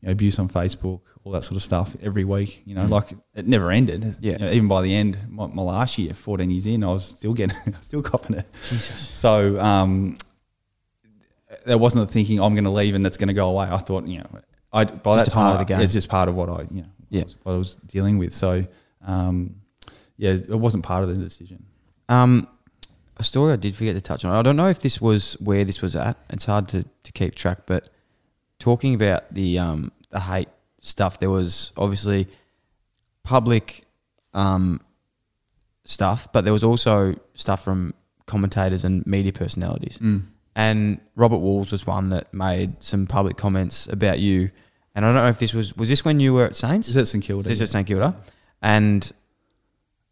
[SPEAKER 3] you know, abuse on Facebook, all that sort of stuff every week. You know, like it never ended.
[SPEAKER 1] Mm. Yeah.
[SPEAKER 3] You know, even by the end, my, my last year, fourteen years in, I was still getting, I was still copping it. So um, there wasn't the thinking I'm going to leave and that's going to go away. I thought, you know, I by
[SPEAKER 1] Just
[SPEAKER 3] that
[SPEAKER 1] a part
[SPEAKER 3] time
[SPEAKER 1] of the game.
[SPEAKER 3] it's just part of what I, you know,
[SPEAKER 1] Yeah.
[SPEAKER 3] was, what I was dealing with. So. Um, yeah, it wasn't part of the decision.
[SPEAKER 1] Um, a story I did forget to touch on. I don't know if this was where this was at. It's hard to, to keep track, but talking about the um the hate stuff, there was obviously public um stuff, but there was also stuff from commentators and media personalities. And Robert Walls was one that made some public comments about you. And I don't know if this was was this when you were at Saints?
[SPEAKER 3] Is it St Kilda?
[SPEAKER 1] This is at St Kilda, and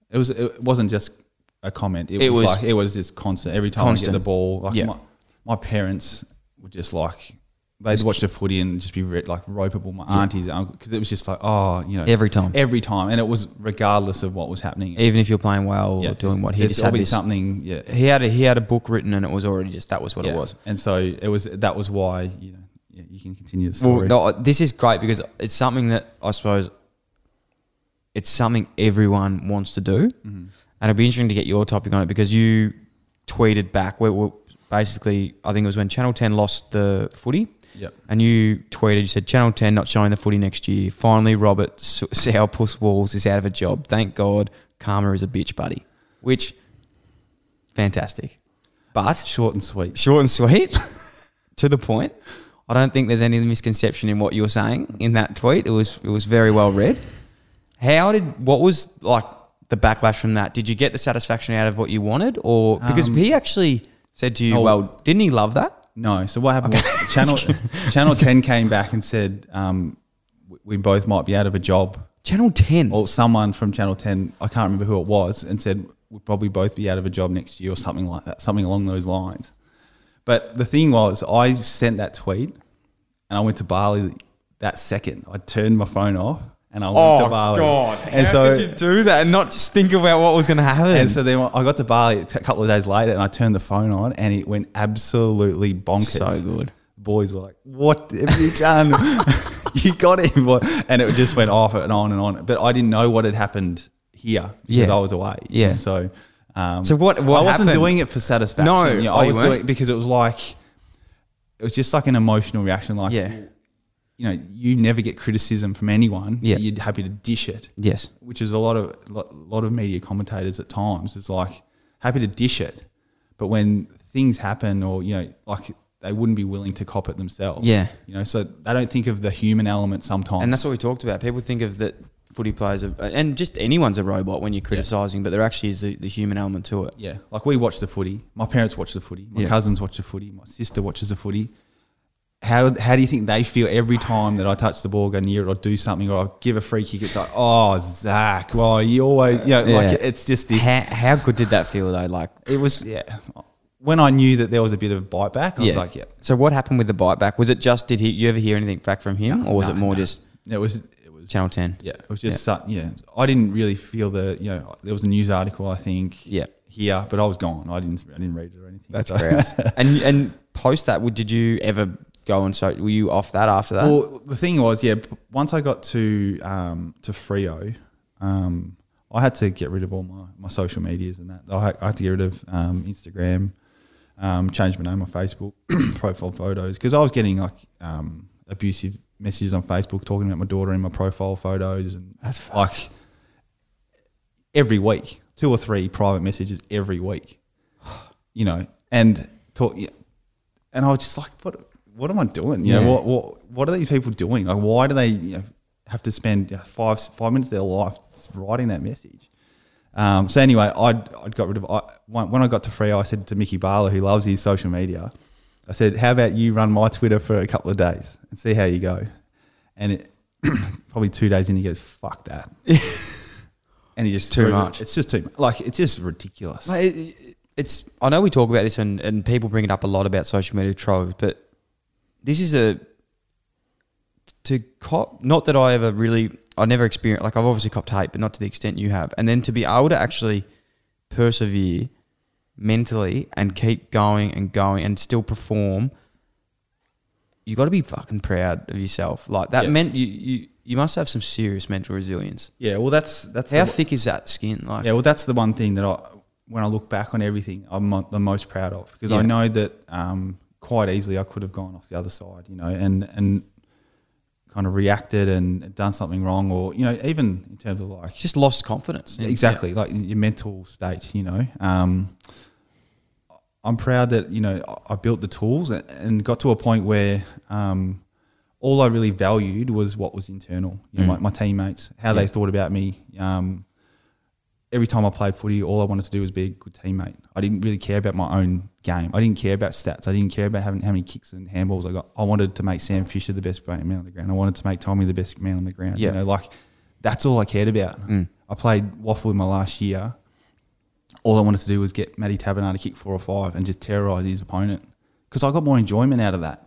[SPEAKER 3] It was. It wasn't just a comment. It,
[SPEAKER 1] It
[SPEAKER 3] was,
[SPEAKER 1] was-
[SPEAKER 3] like it was just constant. Every time I
[SPEAKER 1] Constant.
[SPEAKER 3] get the ball, like
[SPEAKER 1] Yeah.
[SPEAKER 3] my, my parents were just like they'd watch the footy and just be re- like ropeable. My aunties, because it was just like oh, you know,
[SPEAKER 1] Every time.
[SPEAKER 3] every time, and it was regardless of what was happening.
[SPEAKER 1] even if you're playing well
[SPEAKER 3] Yeah,
[SPEAKER 1] or doing what he
[SPEAKER 3] there's
[SPEAKER 1] just had
[SPEAKER 3] always
[SPEAKER 1] this
[SPEAKER 3] something. Yeah,
[SPEAKER 1] he had a, he had a book written and it was already just that was what
[SPEAKER 3] yeah.
[SPEAKER 1] it was.
[SPEAKER 3] And so it was. That was why you know yeah, you can continue the
[SPEAKER 1] Well,
[SPEAKER 3] story.
[SPEAKER 1] no, this is great because it's something that I suppose it's something everyone wants to do,
[SPEAKER 3] Mm-hmm.
[SPEAKER 1] and it'd be interesting to get your topic on it because you tweeted back where, where basically I think it was when Channel Ten lost the footy.
[SPEAKER 3] Yep.
[SPEAKER 1] And you tweeted, you said, Channel 10 not showing the footy next year. Finally, Robert S- Sourpuss Walls is out of a job. Thank God. Karma is a bitch, buddy. Which, fantastic. But
[SPEAKER 3] Short and sweet.
[SPEAKER 1] short and sweet, to the point. I don't think there's any misconception in what you were saying in that tweet. It was it was very well read. How did what was like the backlash from that? Did you get the satisfaction out of what you wanted, or because he actually said to you,
[SPEAKER 3] Oh.
[SPEAKER 1] "Well, didn't he love that?"
[SPEAKER 3] No. So what happened was Channel Channel Ten came back and said um, we- we both might be out of a job,
[SPEAKER 1] Channel Ten.
[SPEAKER 3] or someone from Channel Ten, I can't remember who it was, and said we'll probably both be out of a job next year or something like that, something along those lines. But the thing was, I sent that tweet, and I went to Bali that second. I turned my phone off, and I went
[SPEAKER 1] Oh,
[SPEAKER 3] to Bali. And so
[SPEAKER 1] do that and not just think about what was going to happen?
[SPEAKER 3] and so then I got to Bali a couple of days later, and I turned the phone on, and it went absolutely bonkers.
[SPEAKER 1] So good.
[SPEAKER 3] Boys were like, "What have you done? you got him!" What- And it just went off and on and on. But I didn't know what had happened here because
[SPEAKER 1] Yeah.
[SPEAKER 3] I was away.
[SPEAKER 1] Yeah.
[SPEAKER 3] So, um,
[SPEAKER 1] So what- what
[SPEAKER 3] I wasn't
[SPEAKER 1] happened?
[SPEAKER 3] doing it for satisfaction.
[SPEAKER 1] No,
[SPEAKER 3] you know,
[SPEAKER 1] oh,
[SPEAKER 3] I
[SPEAKER 1] you
[SPEAKER 3] was
[SPEAKER 1] weren't?
[SPEAKER 3] doing it because it was like it was just like an emotional reaction. Like,
[SPEAKER 1] Yeah.
[SPEAKER 3] you know, you never get criticism from anyone.
[SPEAKER 1] Yeah.
[SPEAKER 3] You're happy to dish it
[SPEAKER 1] Yes.
[SPEAKER 3] which is a lot of lot, lot of media commentators at times is like happy to dish it, but when things happen or you know like they wouldn't be willing to cop it themselves.
[SPEAKER 1] Yeah.
[SPEAKER 3] you know, so they don't think of the human element sometimes.
[SPEAKER 1] And that's what we talked about. People think of that footy players are, and just anyone's a robot when you're criticising, but there actually is the, the human element to it.
[SPEAKER 3] yeah, like we watch the footy. My parents watch the footy. My
[SPEAKER 1] Yeah.
[SPEAKER 3] cousins watch the footy. My sister watches the footy. How, how do you think they feel every time that I touch the ball, go near it, or do something, or I give a free kick? It's like, oh, Zach, well, you always, you know, like
[SPEAKER 1] Yeah.
[SPEAKER 3] it's just this
[SPEAKER 1] How, how good did that feel though? Like,
[SPEAKER 3] it was yeah. When I knew that there was a bit of bite back, I was like, yeah.
[SPEAKER 1] So what happened with the bite back? Was it just did he? You ever hear anything back from him, or was
[SPEAKER 3] No,
[SPEAKER 1] it more
[SPEAKER 3] no.
[SPEAKER 1] just
[SPEAKER 3] It was it was
[SPEAKER 1] Channel Ten?
[SPEAKER 3] yeah. It was just yeah. yeah. I didn't really feel the you know there was a news article I think
[SPEAKER 1] Yeah.
[SPEAKER 3] here, but I was gone. I didn't I didn't read it or anything.
[SPEAKER 1] that's
[SPEAKER 3] So-
[SPEAKER 1] great. and and post that, would- did you ever go on? So were you off that after that?
[SPEAKER 3] Well, the thing was, yeah. p- Once I got to um, to Frio, um, I had to get rid of all my, my social medias and that. I had, I had to get rid of um, Instagram, um, change my name on Facebook, profile photos, because I was getting like um, abusive messages on Facebook talking about my daughter in my profile photos and
[SPEAKER 1] That's
[SPEAKER 3] like every week, two or three private messages every week, you know, and talk. Yeah, and I was just like, what? what am I doing? You
[SPEAKER 1] Yeah.
[SPEAKER 3] know, what, what what are these people doing? Like, why do they you know, have to spend you know, five five minutes of their life writing that message? Um, so anyway, I I got rid of I, when when I got to Freo, I said to Mickey Barlow, who loves his social media, I said, "How about you run my Twitter for a couple of days and see how you go?" And it, probably two days in, he goes, "Fuck that," and he just
[SPEAKER 1] Too
[SPEAKER 3] threw it.
[SPEAKER 1] much.
[SPEAKER 3] It's just too much. Like it's just ridiculous.
[SPEAKER 1] Mate, it- it- it's I know we talk about this and, and people bring it up a lot about social media trolls, but this is a to cop not that I ever really I never experienced like I've obviously copped hate, but not to the extent you have. And then to be able to actually persevere mentally and keep going and going and still perform, you got to be fucking proud of yourself. Like that
[SPEAKER 3] Yeah.
[SPEAKER 1] meant you, you you must have some serious mental resilience.
[SPEAKER 3] yeah. Well, that's that's
[SPEAKER 1] How
[SPEAKER 3] the-
[SPEAKER 1] thick is that skin? Like
[SPEAKER 3] Yeah, well, that's the one thing that I, when I look back on everything, I'm mo- the most proud of because
[SPEAKER 1] Yeah.
[SPEAKER 3] I know that um, quite easily I could have gone off the other side, you know, and and kind of reacted and done something wrong, or you know, even in terms of like
[SPEAKER 1] just lost confidence. in-
[SPEAKER 3] exactly like your mental state, you know. Um, I'm proud that you know I- I built the tools a- and got to a point where um, all I really valued was what was internal. You know, my, my teammates, how they thought about me. Um, every time I played footy, all I wanted to do was be a good teammate. I didn't really care about my own game. I didn't care about stats. I didn't care about having how many kicks and handballs I got. I wanted to make Sam Fisher the best man on the ground. I wanted to make Tommy the best man on the ground.
[SPEAKER 1] Yeah.
[SPEAKER 3] You know, like that's all I cared about. I played waffle in my last year. All I wanted to do was get Matty Tabernar to kick four or five and just terrorize his opponent because I got more enjoyment out of that.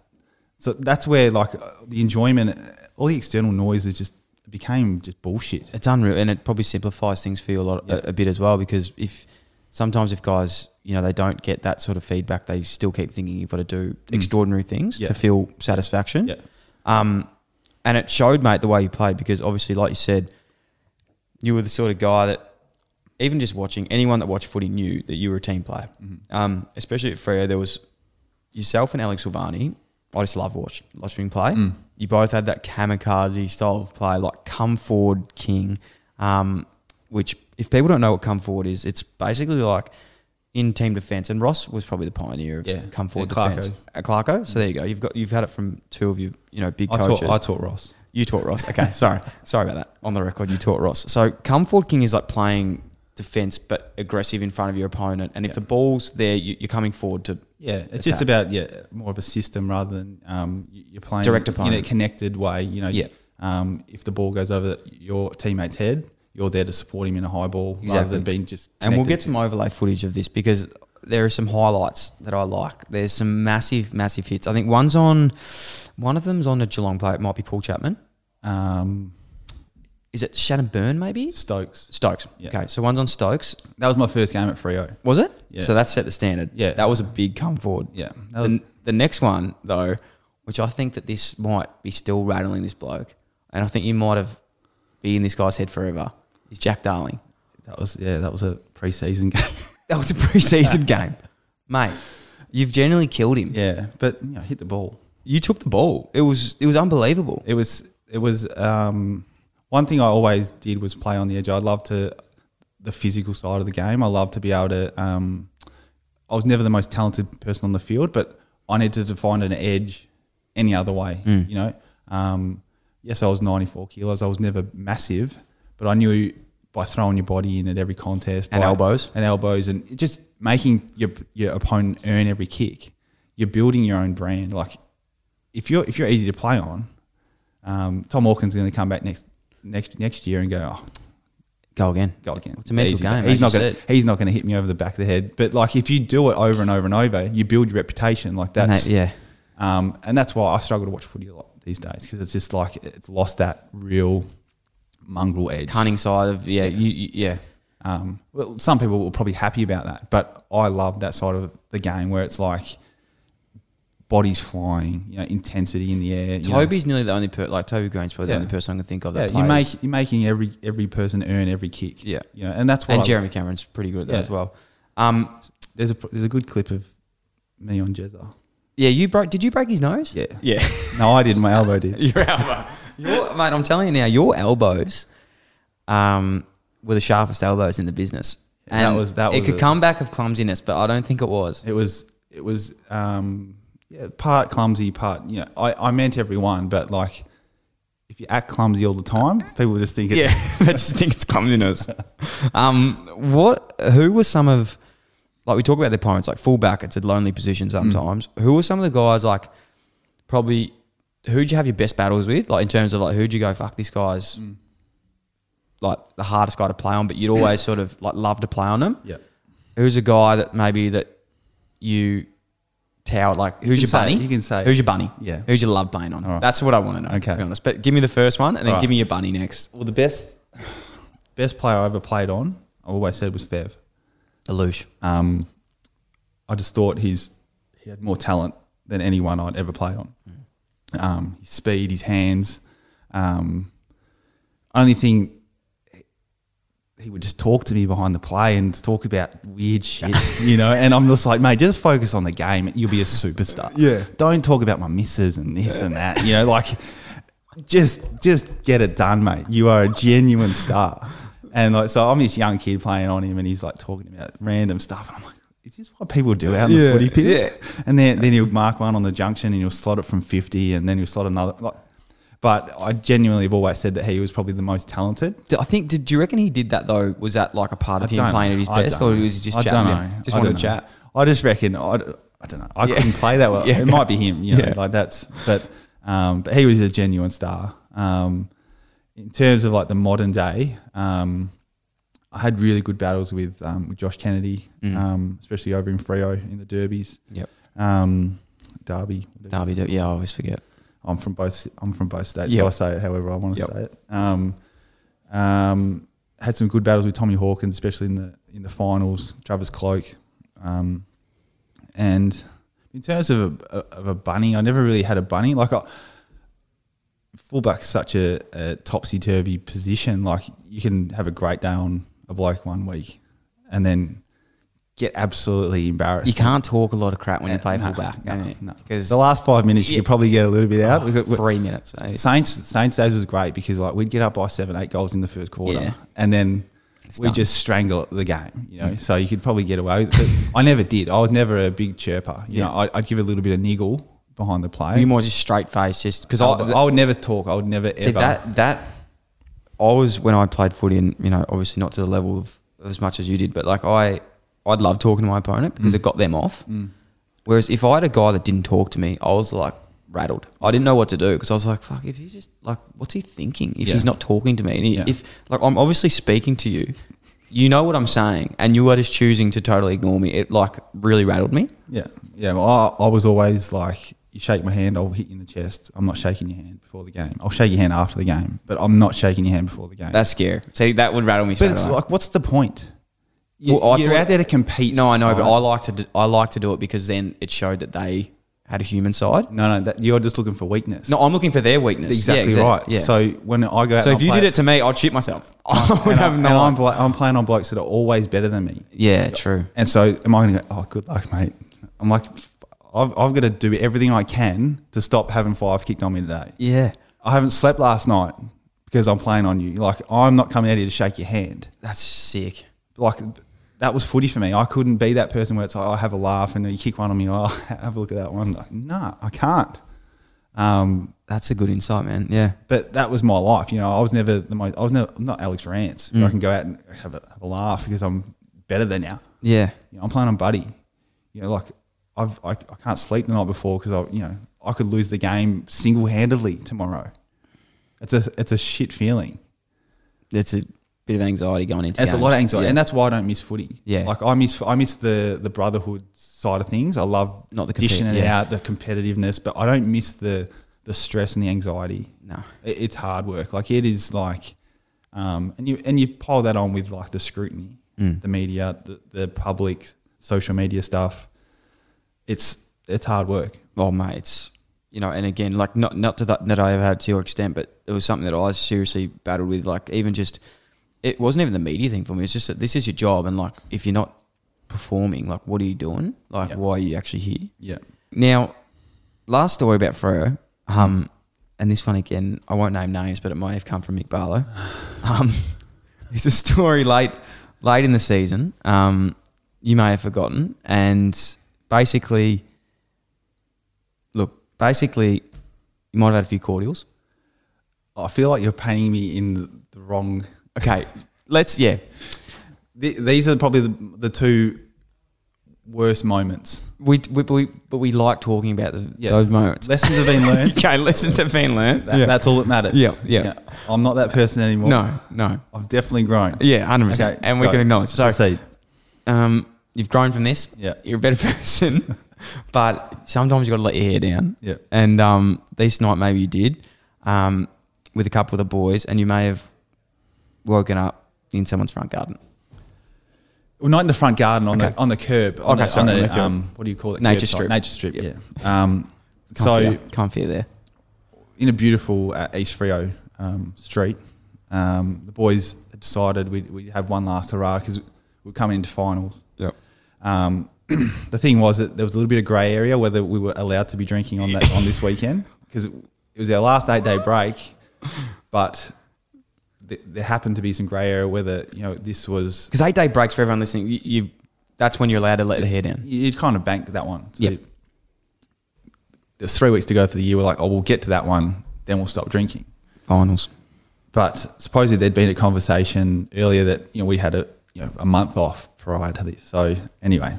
[SPEAKER 3] So that's where like uh, the enjoyment, uh, all the external noise is just became just bullshit.
[SPEAKER 1] It's unreal, and it probably simplifies things for you a lot
[SPEAKER 3] Yeah.
[SPEAKER 1] a, a bit as well. Because if sometimes if guys, you know, they don't get that sort of feedback, they still keep thinking you've got to do extraordinary things
[SPEAKER 3] Mm. Yeah.
[SPEAKER 1] to feel satisfaction.
[SPEAKER 3] Yeah.
[SPEAKER 1] Um, and it showed, mate, the way you played because obviously, like you said, you were the sort of guy that even just watching anyone that watched footy knew that you were a team player.
[SPEAKER 3] Mm-hmm.
[SPEAKER 1] Um, especially at Freo, there was yourself and Alex Silvani. I just love watching watching him play.
[SPEAKER 3] Mm.
[SPEAKER 1] You both had that kamikaze style of play, like come forward king. Um, which, if people don't know what come forward is, it's basically like in team defense. And Ross was probably the pioneer of
[SPEAKER 3] Yeah,
[SPEAKER 1] come forward
[SPEAKER 3] and Clarko.
[SPEAKER 1] defense at Clarko. So there you go. You've got you've had it from two of your you know big
[SPEAKER 3] I
[SPEAKER 1] coaches.
[SPEAKER 3] taught, I taught Ross.
[SPEAKER 1] You taught Ross. Okay, sorry, sorry about that. On the record, you taught Ross. So come forward king is like playing defense but aggressive in front of your opponent. And if the ball's there, you, you're coming forward to
[SPEAKER 3] Yeah, it's just about yeah more of a system rather than um, y- you're playing
[SPEAKER 1] Direct
[SPEAKER 3] in a
[SPEAKER 1] opponent.
[SPEAKER 3] connected way. You know,
[SPEAKER 1] Yeah.
[SPEAKER 3] Um, if the ball goes over your teammate's head, you're there to support him in a high ball rather
[SPEAKER 1] Exactly.
[SPEAKER 3] than being just.
[SPEAKER 1] and we'll
[SPEAKER 3] connected
[SPEAKER 1] get some overlay footage of this because there are some highlights that I like. There's some massive, massive hits. I think one's on one of them's on a Geelong play. It might be Paul Chapman.
[SPEAKER 3] to, um,
[SPEAKER 1] Is it Shannon Byrne? Maybe
[SPEAKER 3] Stokes.
[SPEAKER 1] Stokes.
[SPEAKER 3] Yeah.
[SPEAKER 1] Okay, so one's on Stokes.
[SPEAKER 3] That was my first game at Frio.
[SPEAKER 1] Was it?
[SPEAKER 3] Yeah.
[SPEAKER 1] So that set the standard.
[SPEAKER 3] Yeah.
[SPEAKER 1] That was a big come forward.
[SPEAKER 3] Yeah, that was-
[SPEAKER 1] The, the next one though, which I think that this might be still rattling this bloke, and I think you might have be in this guy's head forever. Is Jack Darling?
[SPEAKER 3] That was yeah, that was a preseason game.
[SPEAKER 1] That was a preseason game, mate. You've generally killed him.
[SPEAKER 3] yeah, but you know, hit the ball.
[SPEAKER 1] You took the ball. It was it was unbelievable.
[SPEAKER 3] It was it was um, one thing I always did was play on the edge. I love to the physical side of the game. I love to be able to. Um, I was never the most talented person on the field, but I needed to find an edge any other way.
[SPEAKER 1] Mm.
[SPEAKER 3] You know, um, yes, I was ninety four kilos. I was never massive, but I knew by throwing your body in at every contest
[SPEAKER 1] And
[SPEAKER 3] by-
[SPEAKER 1] elbows.
[SPEAKER 3] and elbows and it just making your your opponent earn every kick. You're building your own brand. Like if you're if you're easy to play on, um, Tom Hawkins is going to come back next next next year and go, oh,
[SPEAKER 1] Go again.
[SPEAKER 3] go again.
[SPEAKER 1] It's a mental
[SPEAKER 3] Easy.
[SPEAKER 1] game.
[SPEAKER 3] He's
[SPEAKER 1] as
[SPEAKER 3] not
[SPEAKER 1] you
[SPEAKER 3] going
[SPEAKER 1] said.
[SPEAKER 3] to he's not going to hit me over the back of the head. But like if you do it over and over and over, you build your reputation. Like that's
[SPEAKER 1] Mate, yeah.
[SPEAKER 3] um, and that's why I struggle to watch footy a lot these days because it's just like it's lost that real mongrel edge.
[SPEAKER 1] Cunning side of yeah. You, you, yeah.
[SPEAKER 3] Um, well, some people were probably happy about that, but I love that side of the game where it's like bodies flying, you know, intensity in the air. you know.
[SPEAKER 1] Toby's nearly the only per like Toby Green's probably
[SPEAKER 3] Yeah.
[SPEAKER 1] the only person I can think of
[SPEAKER 3] yeah,
[SPEAKER 1] that
[SPEAKER 3] you
[SPEAKER 1] plays.
[SPEAKER 3] make you're making every every person earn every kick.
[SPEAKER 1] Yeah.
[SPEAKER 3] you know, and that's what
[SPEAKER 1] and
[SPEAKER 3] I-
[SPEAKER 1] Jeremy Cameron's pretty good at that
[SPEAKER 3] Yeah.
[SPEAKER 1] as well. Um,
[SPEAKER 3] There's a there's a good clip of me on Jezza.
[SPEAKER 1] Yeah, you broke. Did you break his nose?
[SPEAKER 3] Yeah,
[SPEAKER 1] Yeah.
[SPEAKER 3] no, I didn't. My elbow did.
[SPEAKER 1] your elbow. Your, mate, I'm telling you now, your elbows um, were the sharpest elbows in the business.
[SPEAKER 3] Yeah, that was- that
[SPEAKER 1] It
[SPEAKER 3] was
[SPEAKER 1] could
[SPEAKER 3] a-
[SPEAKER 1] come back of clumsiness, but I don't think it was.
[SPEAKER 3] It was it was um, yeah, part clumsy, part you know. I, I meant everyone, but like if you act clumsy all the time, people just think it's.
[SPEAKER 1] Yeah, I just think it's clumsiness. um, what? Who were some of? Like we talk about their opponents, like fullback. It's a lonely
[SPEAKER 3] Hmm.
[SPEAKER 1] position sometimes. Who were some of the guys? Like probably who'd you have your best battles with? Like in terms of like who'd you go fuck this guy's
[SPEAKER 3] Hmm.
[SPEAKER 1] like the hardest guy to play on, but you'd always sort of like love to play on them.
[SPEAKER 3] Yeah.
[SPEAKER 1] Who's a guy that maybe that you tower like? Who's
[SPEAKER 3] can
[SPEAKER 1] your
[SPEAKER 3] say it,
[SPEAKER 1] bunny?
[SPEAKER 3] you can say it.
[SPEAKER 1] Who's your bunny?
[SPEAKER 3] Yeah.
[SPEAKER 1] Who's your love playing on?
[SPEAKER 3] All right.
[SPEAKER 1] That's what I want to know.
[SPEAKER 3] Okay.
[SPEAKER 1] To be honest, but give me the first one and then
[SPEAKER 3] All right.
[SPEAKER 1] give me your bunny next.
[SPEAKER 3] Well, the best best player I ever played on, I always said was Fev.
[SPEAKER 1] Alush.
[SPEAKER 3] Um, I just thought he's he had more talent than anyone I'd ever played on. Um, his speed, his hands. Um, only thing he would just talk to me behind the play and talk about weird shit, you know. And I'm just like, mate, just focus on the game. You'll be a superstar.
[SPEAKER 1] Yeah.
[SPEAKER 3] Don't talk about my misses and this and that. You know, like just just get it done, mate. You are a genuine star. And like, so I'm this young kid playing on him, and he's like talking about random stuff, and I'm like. Is this what people do out in
[SPEAKER 1] Yeah,
[SPEAKER 3] the footy field?
[SPEAKER 1] yeah.
[SPEAKER 3] And then, then he'll mark one on the junction and he'll slot it from 50 and then he'll slot another. Like, but I genuinely have always said that he was probably the most talented.
[SPEAKER 1] Do- I think. Did do you reckon he did that though? Was that like a part of
[SPEAKER 3] I
[SPEAKER 1] him
[SPEAKER 3] don't
[SPEAKER 1] playing
[SPEAKER 3] know.
[SPEAKER 1] at his
[SPEAKER 3] I
[SPEAKER 1] best,
[SPEAKER 3] don't
[SPEAKER 1] or
[SPEAKER 3] know.
[SPEAKER 1] was he just
[SPEAKER 3] I
[SPEAKER 1] chatting?
[SPEAKER 3] don't
[SPEAKER 1] yeah?
[SPEAKER 3] know.
[SPEAKER 1] Just
[SPEAKER 3] I
[SPEAKER 1] wanted to
[SPEAKER 3] don't know.
[SPEAKER 1] chat.
[SPEAKER 3] I just reckon I, d- I don't know. I
[SPEAKER 1] Yeah.
[SPEAKER 3] couldn't play that well.
[SPEAKER 1] Yeah.
[SPEAKER 3] It might be him. You know,
[SPEAKER 1] Yeah.
[SPEAKER 3] like that's but um, but he was a genuine star. Um, in terms of like the modern day, um, I had really good battles with um, with Josh Kennedy, um, especially over in Frio in the derbies.
[SPEAKER 1] Mm. Yep.
[SPEAKER 3] Um, Derby. whatever.
[SPEAKER 1] Derby. do- Yeah, I always forget.
[SPEAKER 3] I'm from both. I'm from both states.
[SPEAKER 1] Yep.
[SPEAKER 3] So I say it however I want to
[SPEAKER 1] Yep.
[SPEAKER 3] say it. Um, um, had some good battles with Tommy Hawkins, especially in the in the finals. Travis Cloak, um, and in terms of a, of a bunny, I never really had a bunny. Like I, fullback's such a, a topsy turvy position. Like you can have a great day on a bloke one week, and then get absolutely embarrassed.
[SPEAKER 1] You can't talk a lot of crap when you
[SPEAKER 3] Uh,
[SPEAKER 1] play
[SPEAKER 3] no,
[SPEAKER 1] fullback.
[SPEAKER 3] no,
[SPEAKER 1] can you?
[SPEAKER 3] no.
[SPEAKER 1] 'Cause-
[SPEAKER 3] the last five minutes you
[SPEAKER 1] Yeah. Oh.
[SPEAKER 3] could probably get a little bit out. We've got-
[SPEAKER 1] three minutes. eh?
[SPEAKER 3] Saints Saints days was great because like we'd get up by seven, eight goals in the first quarter,
[SPEAKER 1] Yeah.
[SPEAKER 3] and then we
[SPEAKER 1] done. Mm.
[SPEAKER 3] would just strangle the game. You know, so you could probably get away with it. But I never did. I was never a big chirper. You know, I'd, I'd give a little bit of niggle behind the play.
[SPEAKER 1] You more just straight face, just because
[SPEAKER 3] I,
[SPEAKER 1] I,
[SPEAKER 3] I would never talk. I would never
[SPEAKER 1] See,
[SPEAKER 3] ever.
[SPEAKER 1] that that I was when I played footy, and you know, obviously not to the level of as much as you did, but like I, I'd love talking to my opponent
[SPEAKER 3] Mm.
[SPEAKER 1] because it got them off. Whereas if I had a guy that didn't talk to me, I was like rattled. I didn't know what to do because I was like, "Fuck! If he's just like, what's he thinking? If
[SPEAKER 3] Yeah.
[SPEAKER 1] he's not talking to me, and he,
[SPEAKER 3] Yeah.
[SPEAKER 1] if like I'm obviously speaking to you." You know what I'm saying, and you are just choosing to totally ignore me. It like really rattled me.
[SPEAKER 3] Yeah, yeah. Well, I, I was always like, you shake my hand, I'll hit you in the chest. I'm not shaking your hand before the game. I'll shake your hand after the game, but I'm not shaking your hand before the game.
[SPEAKER 1] That's scary. See, that would rattle me.
[SPEAKER 3] but
[SPEAKER 1] straight
[SPEAKER 3] it's
[SPEAKER 1] away.
[SPEAKER 3] like, what's the point? You,
[SPEAKER 1] Well, I
[SPEAKER 3] you're
[SPEAKER 1] thought-
[SPEAKER 3] out there to compete.
[SPEAKER 1] No, I know, but
[SPEAKER 3] right?
[SPEAKER 1] I like to do, I like to do it because then it showed that they had a human side.
[SPEAKER 3] No, no, that you're just looking for weakness.
[SPEAKER 1] No, I'm looking for their weakness.
[SPEAKER 3] exactly
[SPEAKER 1] yeah, exac-
[SPEAKER 3] right.
[SPEAKER 1] Yeah.
[SPEAKER 3] So when I go out,
[SPEAKER 1] so
[SPEAKER 3] and
[SPEAKER 1] if you
[SPEAKER 3] I play-
[SPEAKER 1] did it to me, I'd shit myself. I would
[SPEAKER 3] and, I,
[SPEAKER 1] have no.
[SPEAKER 3] and I'm,
[SPEAKER 1] idea.
[SPEAKER 3] blo- I'm playing on blokes that are always better than me,
[SPEAKER 1] Yeah, true.
[SPEAKER 3] and so am I going to go? Oh, good luck, mate. I'm like, I've, I've got to do everything I can to stop having five kicked on me today.
[SPEAKER 1] Yeah,
[SPEAKER 3] I haven't slept last night because I'm playing on you. Like I'm not coming out here to shake your hand.
[SPEAKER 1] that's sick.
[SPEAKER 3] Like that was footy for me. I couldn't be that person where it's like I have a laugh and you kick one on me. Oh, have a look at that one. Like, nah, I can't. Um,
[SPEAKER 1] That's a good insight, man. Yeah,
[SPEAKER 3] but that was my life. You know, I was never the most, I was never, I'm not Alex Rance. where I can go out and have a, have a laugh because I'm better than now.
[SPEAKER 1] yeah,
[SPEAKER 3] You know, I'm playing on Buddy. You know, like I've, I, I can't sleep the night before because I, you know, I could lose the game single handedly tomorrow. It's a, it's a shit feeling.
[SPEAKER 1] that's a bit of anxiety going into.
[SPEAKER 3] It's a
[SPEAKER 1] games.
[SPEAKER 3] lot of anxiety,
[SPEAKER 1] Yeah.
[SPEAKER 3] and that's why I don't miss footy.
[SPEAKER 1] Yeah.
[SPEAKER 3] like I miss I miss the the brotherhood side of things. I love
[SPEAKER 1] Not the compet-
[SPEAKER 3] dishing it
[SPEAKER 1] yeah.
[SPEAKER 3] out, the competitiveness, but I don't miss the the stress and the anxiety.
[SPEAKER 1] No.
[SPEAKER 3] it, it's hard work. Like it is like, um, and you and you pile that on with like the scrutiny,
[SPEAKER 1] Mm.
[SPEAKER 3] the media, the, the public, social media stuff. It's it's hard work.
[SPEAKER 1] oh mate, it's you know, and again, like not not to that that I ever had to your extent, but it was something that I seriously battled with. Like even just, it wasn't even the media thing for me. It's just that this is your job, and like if you're not performing, like what are you doing? Like
[SPEAKER 3] Yeah.
[SPEAKER 1] why are you actually here?
[SPEAKER 3] Yeah,
[SPEAKER 1] Now, last story about Freo, um, and this one again, I won't name names, but it may have come from Mick Barlow. Um, it's a story late, late in the season. Um, you may have forgotten, and basically, basically, you might have had a few cordials.
[SPEAKER 3] I feel like you're painting me in the, the wrong.
[SPEAKER 1] Okay, let's yeah.
[SPEAKER 3] Th- these are probably the, the two worst moments.
[SPEAKER 1] We, we, we but we like talking about the,
[SPEAKER 3] Yeah.
[SPEAKER 1] those moments.
[SPEAKER 3] Lessons have been learned.
[SPEAKER 1] okay, lessons have been learned.
[SPEAKER 3] That- That's all that matters.
[SPEAKER 1] Yeah, yeah.
[SPEAKER 3] I'm not that person anymore.
[SPEAKER 1] no, no.
[SPEAKER 3] I've definitely grown.
[SPEAKER 1] Yeah, hundred percent.
[SPEAKER 3] Okay,
[SPEAKER 1] And we
[SPEAKER 3] go.
[SPEAKER 1] can acknowledge. So,
[SPEAKER 3] Proceed.
[SPEAKER 1] um, you've grown from this.
[SPEAKER 3] Yeah.
[SPEAKER 1] you're a better person. but sometimes you got to let your hair down.
[SPEAKER 3] Yeah.
[SPEAKER 1] And um, this night maybe you did, um, with a couple of the boys, and you may have woken up in someone's front garden.
[SPEAKER 3] Well, not in the front garden, on
[SPEAKER 1] Okay.
[SPEAKER 3] the on the curb. On
[SPEAKER 1] Okay,
[SPEAKER 3] the,
[SPEAKER 1] sorry,
[SPEAKER 3] on
[SPEAKER 1] on the
[SPEAKER 3] the,
[SPEAKER 1] curb.
[SPEAKER 3] um, what do you call it?
[SPEAKER 1] Nature
[SPEAKER 3] Curbside.
[SPEAKER 1] strip.
[SPEAKER 3] Nature strip.
[SPEAKER 1] Yep.
[SPEAKER 3] Yeah. Um, so
[SPEAKER 1] Can't comfier there.
[SPEAKER 3] in a beautiful uh, East Frio um, street, um, the boys had decided we'd, we'd have one last hurrah because we're coming into finals.
[SPEAKER 1] Yep.
[SPEAKER 3] Um, the thing was that there was a little bit of grey area whether we were allowed to be drinking on that on this weekend because it, it was our last eight day break, but th- there happened to be some grey area whether you know this was
[SPEAKER 1] Because eight day breaks for everyone listening, you, you that's when you're allowed to let the hair down.
[SPEAKER 3] you'd kind of bank that one. So
[SPEAKER 1] Yeah.
[SPEAKER 3] you- there's three weeks to go for the year. We're like, oh, we'll get to that one, then we'll stop drinking.
[SPEAKER 1] Finals.
[SPEAKER 3] But supposedly there'd been a conversation earlier that you know we had a you know a month off prior to this. So anyway,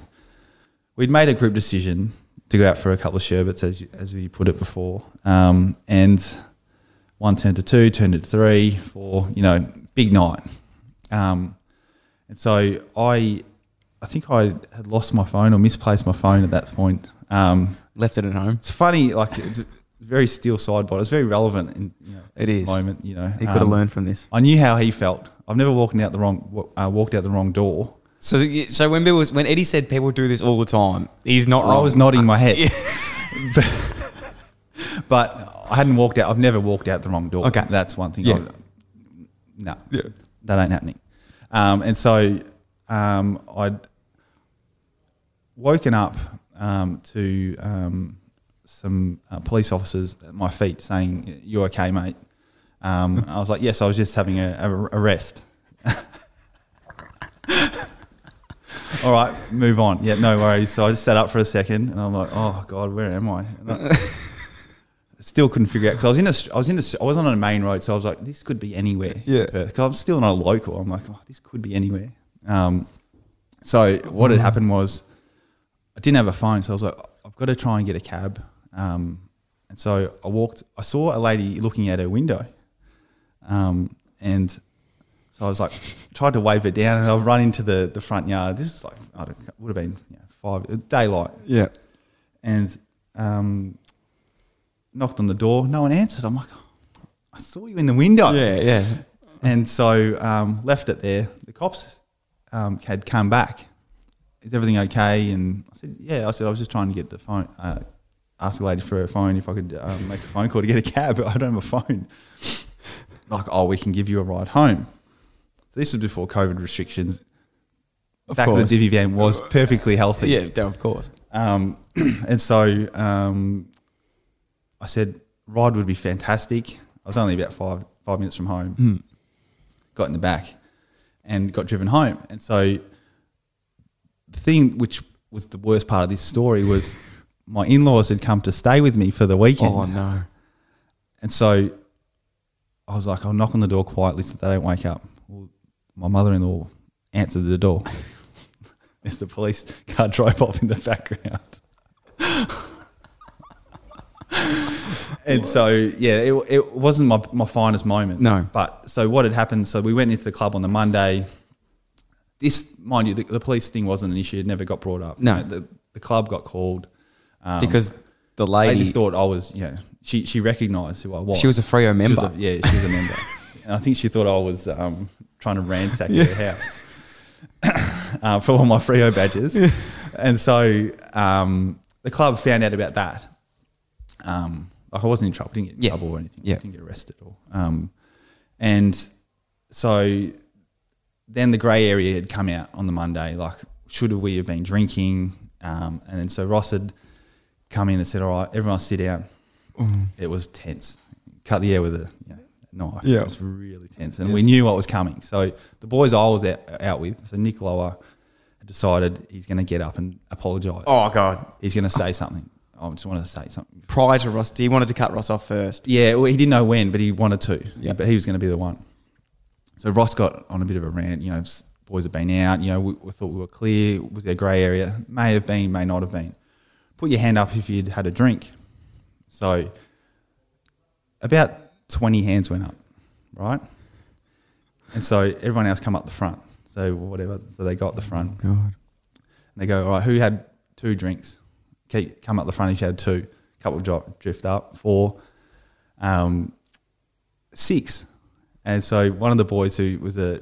[SPEAKER 3] we'd made a group decision to go out for a couple of sherbets, as you, as we put it before, um, and one turned to two, turned to three, four. You know, big night. Um, and so I, I think I had lost my phone or misplaced my phone at that point. Um,
[SPEAKER 1] Left it at home.
[SPEAKER 3] it's funny, like it's a very steel sidebot. It's very relevant in you know,
[SPEAKER 1] It
[SPEAKER 3] this
[SPEAKER 1] is.
[SPEAKER 3] moment. You know,
[SPEAKER 1] He could have
[SPEAKER 3] Um,
[SPEAKER 1] learned from this.
[SPEAKER 3] I knew how he felt. I've never walked out the wrong wa- uh, walked out the wrong door.
[SPEAKER 1] So, the- so when Bill was, when Eddie said people do this all the time, he's Oh, not
[SPEAKER 3] I
[SPEAKER 1] wrong.
[SPEAKER 3] was nodding my head, but, but I hadn't walked out. I've never walked out the wrong door.
[SPEAKER 1] Okay.
[SPEAKER 3] that's one thing.
[SPEAKER 1] Yeah.
[SPEAKER 3] I- no, that ain't happening. Um, and so um, I'd woken up um, to um, some uh, police officers at my feet saying, "You okay, mate?" Um, I was like, "Yes, I was just having a, a, a rest." All right, move on. Yeah, no worries. So I just sat up for a second, and I'm like, "Oh God, where am I?" And I- still couldn't figure out because I was in a st- I was in a st- I wasn't on a main road, so I was like, this could be anywhere.
[SPEAKER 1] Yeah.
[SPEAKER 3] because I'm still not a local. I'm like, oh, this could be anywhere. Um, so what had happened was, I didn't have a phone, so I was like, I've got to try and get a cab. Um, and so I walked. I saw a lady looking out her window, um, and so I was like, tried to wave it down, and I've run into the the front yard. This is like I don't would have been you know, five daylight
[SPEAKER 1] Yeah.
[SPEAKER 3] and um, knocked on the door. No one answered. I'm like, "Oh, I saw you in the window.
[SPEAKER 1] Yeah. Yeah.
[SPEAKER 3] And so um, left it there. The cops um, had come back. Is everything okay? And I said, Yeah. I said, I was just trying to get the phone, uh, ask the lady for her phone if I could um, make a phone call to get a cab, but I don't have a phone. like, oh, we can give you a ride home. So this was before COVID restrictions.
[SPEAKER 1] Of
[SPEAKER 3] Back of the
[SPEAKER 1] course. Uh,
[SPEAKER 3] divvy van was perfectly healthy.
[SPEAKER 1] Yeah. Of course.
[SPEAKER 3] Um, and so um, I said, ride would be fantastic. I was only about five five minutes from home.
[SPEAKER 1] Hmm.
[SPEAKER 3] Got in the back and got driven home. And so the thing which was the worst part of this story was my in laws had come to stay with me for the weekend.
[SPEAKER 1] Oh no.
[SPEAKER 3] And so I was like, I'll knock on the door quietly so they don't wake up. Well, my mother in law answered the door. There's the police car drive off in the background. and so, yeah, it, it wasn't my, my finest moment.
[SPEAKER 1] No.
[SPEAKER 3] But so what had happened, so we went into the club on the Monday. This, mind you, the, the police thing wasn't an issue. It never got brought up.
[SPEAKER 1] No.
[SPEAKER 3] You know, The, the club got called. Um,
[SPEAKER 1] Because the
[SPEAKER 3] they
[SPEAKER 1] lady,
[SPEAKER 3] just thought I was, you know, she, she recognised who I was.
[SPEAKER 1] she was a Freo
[SPEAKER 3] She was
[SPEAKER 1] member.
[SPEAKER 3] a- yeah, she was a member. and I think she thought I was um, trying to ransack her house uh, for all my Frio badges. And so um, the club found out about that. Um, like I wasn't in trouble, didn't get in
[SPEAKER 1] Yeah.
[SPEAKER 3] trouble or anything.
[SPEAKER 1] Yeah.
[SPEAKER 3] Didn't get arrested or. Um, and so then the grey area had come out on the Monday. Like, should we have been drinking? Um, and then so Ross had come in and said, "All right, everyone, sit down."
[SPEAKER 1] Mm.
[SPEAKER 3] It was tense. Cut the air with a you know, knife.
[SPEAKER 1] Yeah.
[SPEAKER 3] it was really tense, and we knew what was coming. So the boys I was out, out with, so Nicola decided he's going to get up and apologise.
[SPEAKER 1] oh god.
[SPEAKER 3] He's going to say something. I just want to say something.
[SPEAKER 1] prior to Ross. He wanted to cut Ross off first.
[SPEAKER 3] Yeah, well, he didn't know when, but he wanted to.
[SPEAKER 1] Yeah.
[SPEAKER 3] But he was going to be the one. So Ross got on a bit of a rant. You know, s- boys have been out. You know, we, we thought we were clear. Was there a grey area? May have been, may not have been. Put your hand up if you'd had a drink. So about 20 hands went up, right? And so everyone else come up the front. So whatever. So they got the front.
[SPEAKER 1] God.
[SPEAKER 3] And they go, all right, who had two drinks? Keep, come up the front if you had two. Couple drop, drift up, four, um, six. And so one of the boys who was a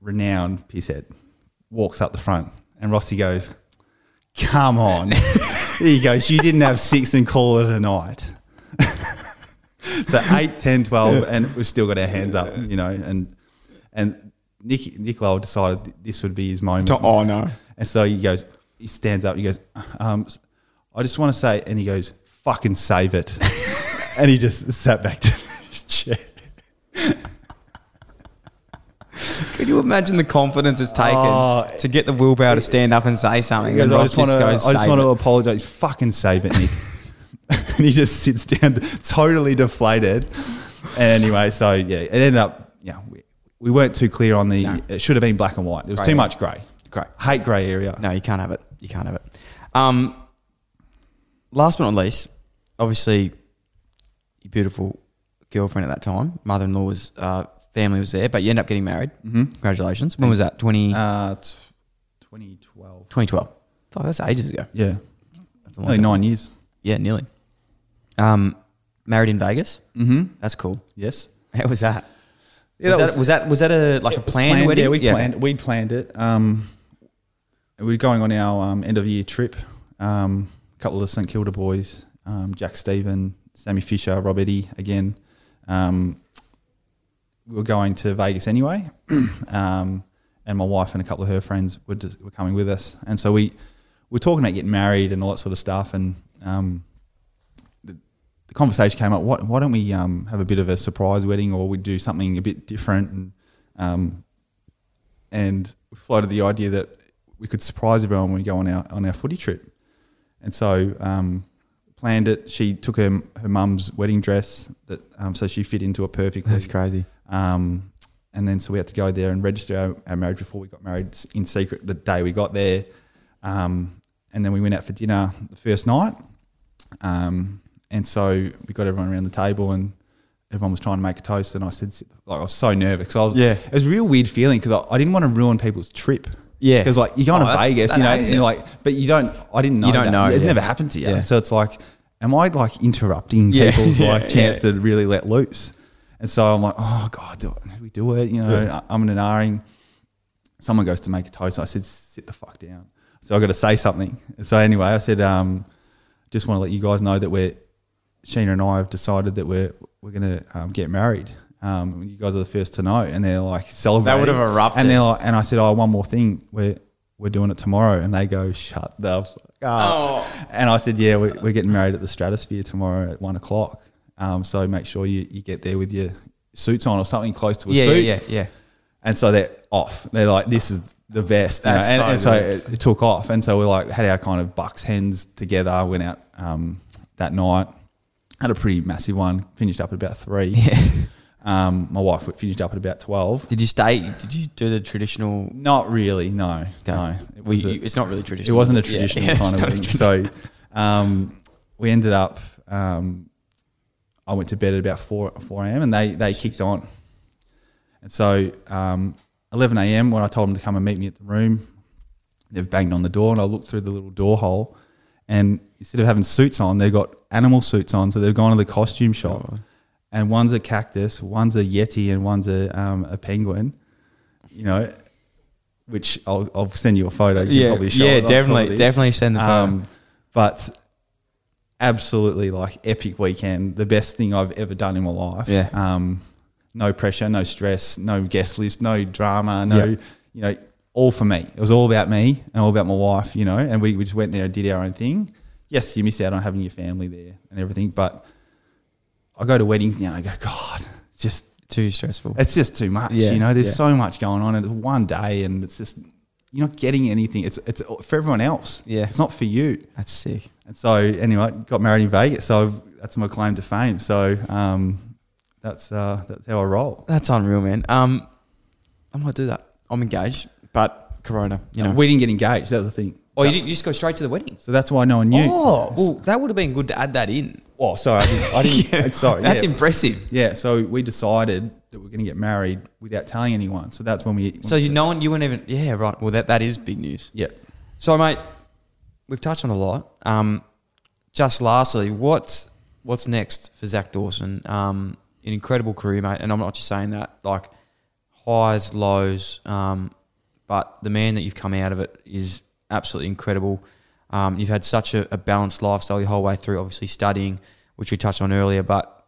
[SPEAKER 3] renowned pisshead walks up the front and Rossi goes, come on. he goes, you didn't have six and call it a night. so eight, ten, twelve, and we've still got our hands up, you know, and, and Nick, Nicola decided this would be his moment.
[SPEAKER 1] oh no.
[SPEAKER 3] And so he goes, he stands up, he goes, um, I just want to say, and he goes, fucking save it. and he just sat back to his chair.
[SPEAKER 1] Could you imagine the confidence it's taken
[SPEAKER 3] Oh,
[SPEAKER 1] to get the willpower to stand up and say something?
[SPEAKER 3] He goes,
[SPEAKER 1] and
[SPEAKER 3] I
[SPEAKER 1] Ross
[SPEAKER 3] just want to, I
[SPEAKER 1] goes,
[SPEAKER 3] just
[SPEAKER 1] "Save
[SPEAKER 3] want
[SPEAKER 1] it."
[SPEAKER 3] to apologize. Fucking save it, Nick. and he just sits down, totally deflated. And anyway, so yeah, it ended up, yeah, we, we weren't too clear on the,
[SPEAKER 1] No.
[SPEAKER 3] it should have been black and white. There was
[SPEAKER 1] Grey
[SPEAKER 3] too
[SPEAKER 1] area.
[SPEAKER 3] much grey.
[SPEAKER 1] Grey.
[SPEAKER 3] Hate grey area.
[SPEAKER 1] No, you can't have it. You can't have it. Um, last but not least, obviously, your beautiful girlfriend at that time, mother-in-law was, uh, family was there, but you end up getting married. Congratulations. When was that? 20,
[SPEAKER 3] Mm-hmm. Uh, t- 2012.
[SPEAKER 1] 2012. Fuck, that's ages ago.
[SPEAKER 3] Yeah.
[SPEAKER 1] That's a long
[SPEAKER 3] Only
[SPEAKER 1] time.
[SPEAKER 3] nine years.
[SPEAKER 1] Yeah, nearly. Um, married in Vegas.
[SPEAKER 3] Mm-hmm.
[SPEAKER 1] That's cool.
[SPEAKER 3] Yes.
[SPEAKER 1] How was that?
[SPEAKER 3] Yeah,
[SPEAKER 1] was,
[SPEAKER 3] that
[SPEAKER 1] that, was that was that a like a
[SPEAKER 3] It was
[SPEAKER 1] planned, wedding?
[SPEAKER 3] Yeah, we planned we planned it. Um, we were going on our um, end of year trip. Um, a couple of the St Kilda boys, um, Jack Stephen, Sammy Fisher, Rob Eddy again. Um, we were going to Vegas anyway, um, and my wife and a couple of her friends were, just, were coming with us. And so we were talking about getting married and all that sort of stuff. And um, the conversation came up. Why, why don't we um, have a bit of a surprise wedding, or we do something a bit different? And um, and we floated the idea that we could surprise everyone when we go on our on our footy trip. And so um, planned it. She took her her mum's wedding dress that um, so she fit into it perfectly.
[SPEAKER 1] That's crazy.
[SPEAKER 3] Um, and then so we had to go there and register our, our marriage before we got married s- in secret the day we got there. Um, and then we went out for dinner the first night. Um, and so we got everyone around the table and everyone was trying to make a toast. And I said, sit- like, I was so nervous. 'cause I was,
[SPEAKER 1] Yeah.
[SPEAKER 3] it was a real weird feeling because I, I didn't want to ruin people's trip.
[SPEAKER 1] Yeah.
[SPEAKER 3] Because like you're going
[SPEAKER 1] Oh,
[SPEAKER 3] to
[SPEAKER 1] that's-
[SPEAKER 3] Vegas,
[SPEAKER 1] that
[SPEAKER 3] you know,
[SPEAKER 1] adds
[SPEAKER 3] and you're
[SPEAKER 1] it.
[SPEAKER 3] like, but you don't, I didn't know.
[SPEAKER 1] You don't
[SPEAKER 3] that.
[SPEAKER 1] know,
[SPEAKER 3] It
[SPEAKER 1] yeah.
[SPEAKER 3] never happened to you.
[SPEAKER 1] Yeah.
[SPEAKER 3] So it's like, am I like interrupting
[SPEAKER 1] Yeah.
[SPEAKER 3] people's
[SPEAKER 1] Yeah,
[SPEAKER 3] like chance
[SPEAKER 1] yeah.
[SPEAKER 3] to to really let loose. And so I'm like, oh God, do, it. we do it? You know, I- I'm in an R-ing. Someone goes to make a toast. I said, sit the fuck down. So I got to say something. And so anyway, I said, um, just want to let you guys know that we're Sheena and I have decided that we're we're gonna um, get married. Um, you guys are the first to know, and they're like celebrating.
[SPEAKER 1] They would have erupted.
[SPEAKER 3] And they're like, and I said, oh, one more thing, we're we're doing it tomorrow, and they go, shut the fuck up.
[SPEAKER 1] Oh.
[SPEAKER 3] And I said, yeah, we're, we're getting married at the Stratosphere tomorrow at one o'clock. Um, so make sure you, you get there with your suits on or something close to a
[SPEAKER 1] Yeah, yeah,
[SPEAKER 3] suit.
[SPEAKER 1] yeah, yeah.
[SPEAKER 3] And so they're off. They're like, this is the best. you know.
[SPEAKER 1] That's
[SPEAKER 3] And,
[SPEAKER 1] so
[SPEAKER 3] and so it, it took off. And so we like had our kind of bucks hens together. Went out um, that night. Had a pretty massive one. Finished up at about three. Um, my wife finished up at about twelve.
[SPEAKER 1] Did you stay? Did you do the traditional?
[SPEAKER 3] Not really. No. No. It
[SPEAKER 1] We-
[SPEAKER 3] was a-
[SPEAKER 1] you- it's not really
[SPEAKER 3] it
[SPEAKER 1] traditional.
[SPEAKER 3] wasn't a
[SPEAKER 1] Yeah,
[SPEAKER 3] traditional
[SPEAKER 1] yeah, it's
[SPEAKER 3] kind of
[SPEAKER 1] not a
[SPEAKER 3] wedding.
[SPEAKER 1] tradi-
[SPEAKER 3] So um, we ended up. Um, I went to bed at about four four a.m. and they they kicked on. And so um, eleven a.m. when I told them to come and meet me at the room, they've banged on the door and I looked through the little door hole, and instead of having suits on, they've got animal suits on. So they've gone to the costume shop,
[SPEAKER 1] Oh.
[SPEAKER 3] and one's a cactus, one's a yeti, and one's a um, a penguin. You know. Which I'll, I'll send you a photo. You can
[SPEAKER 1] yeah,
[SPEAKER 3] probably show
[SPEAKER 1] yeah,
[SPEAKER 3] it on top of
[SPEAKER 1] definitely,
[SPEAKER 3] this.
[SPEAKER 1] definitely send the photo.
[SPEAKER 3] Um, but absolutely like epic weekend, the best thing I've ever done in my life.
[SPEAKER 1] Yeah.
[SPEAKER 3] Um, no pressure, no stress, no guest list, no drama, no,
[SPEAKER 1] Yeah.
[SPEAKER 3] you know, all for me. It was all about me and all about my wife, you know, and we, we just went there and did our own thing. Yes, you miss out on having your family there and everything, but I go to weddings now and I go, God, it's just,
[SPEAKER 1] Too stressful.
[SPEAKER 3] it's just too much.
[SPEAKER 1] Yeah,
[SPEAKER 3] you know, there's
[SPEAKER 1] yeah.
[SPEAKER 3] so much going on in one day and it's just, you're not getting anything. It's it's for everyone else.
[SPEAKER 1] Yeah.
[SPEAKER 3] it's not for you.
[SPEAKER 1] That's sick.
[SPEAKER 3] And so anyway, got married in Vegas. So that's my claim to fame. So um, that's uh, that's how I roll.
[SPEAKER 1] That's unreal, man. Um, I might do that. I'm engaged, but Corona, you know.
[SPEAKER 3] We didn't get engaged. That was the thing.
[SPEAKER 1] oh, you, didn't- you just go straight to the wedding.
[SPEAKER 3] So that's why no one knew.
[SPEAKER 1] Oh, well, that would have been good to add that in.
[SPEAKER 3] Oh, sorry, I didn't. I didn't uh, Sorry,
[SPEAKER 1] That's
[SPEAKER 3] Oh, yeah.
[SPEAKER 1] impressive.
[SPEAKER 3] yeah. So we decided that we're going to get married without telling anyone. So that's when we.
[SPEAKER 1] So you no one you weren't even yeah right. Well, that that is big news.
[SPEAKER 3] Yeah.
[SPEAKER 1] So mate, we've touched on a lot. Um, just lastly, what's what's next for Zach Dawson? Um, an incredible career, mate, and I'm not just saying that like highs, lows. Um, but the man that you've come out of it is absolutely incredible. Um, you've had such a, a balanced lifestyle your whole way through, obviously studying, which we touched on earlier, but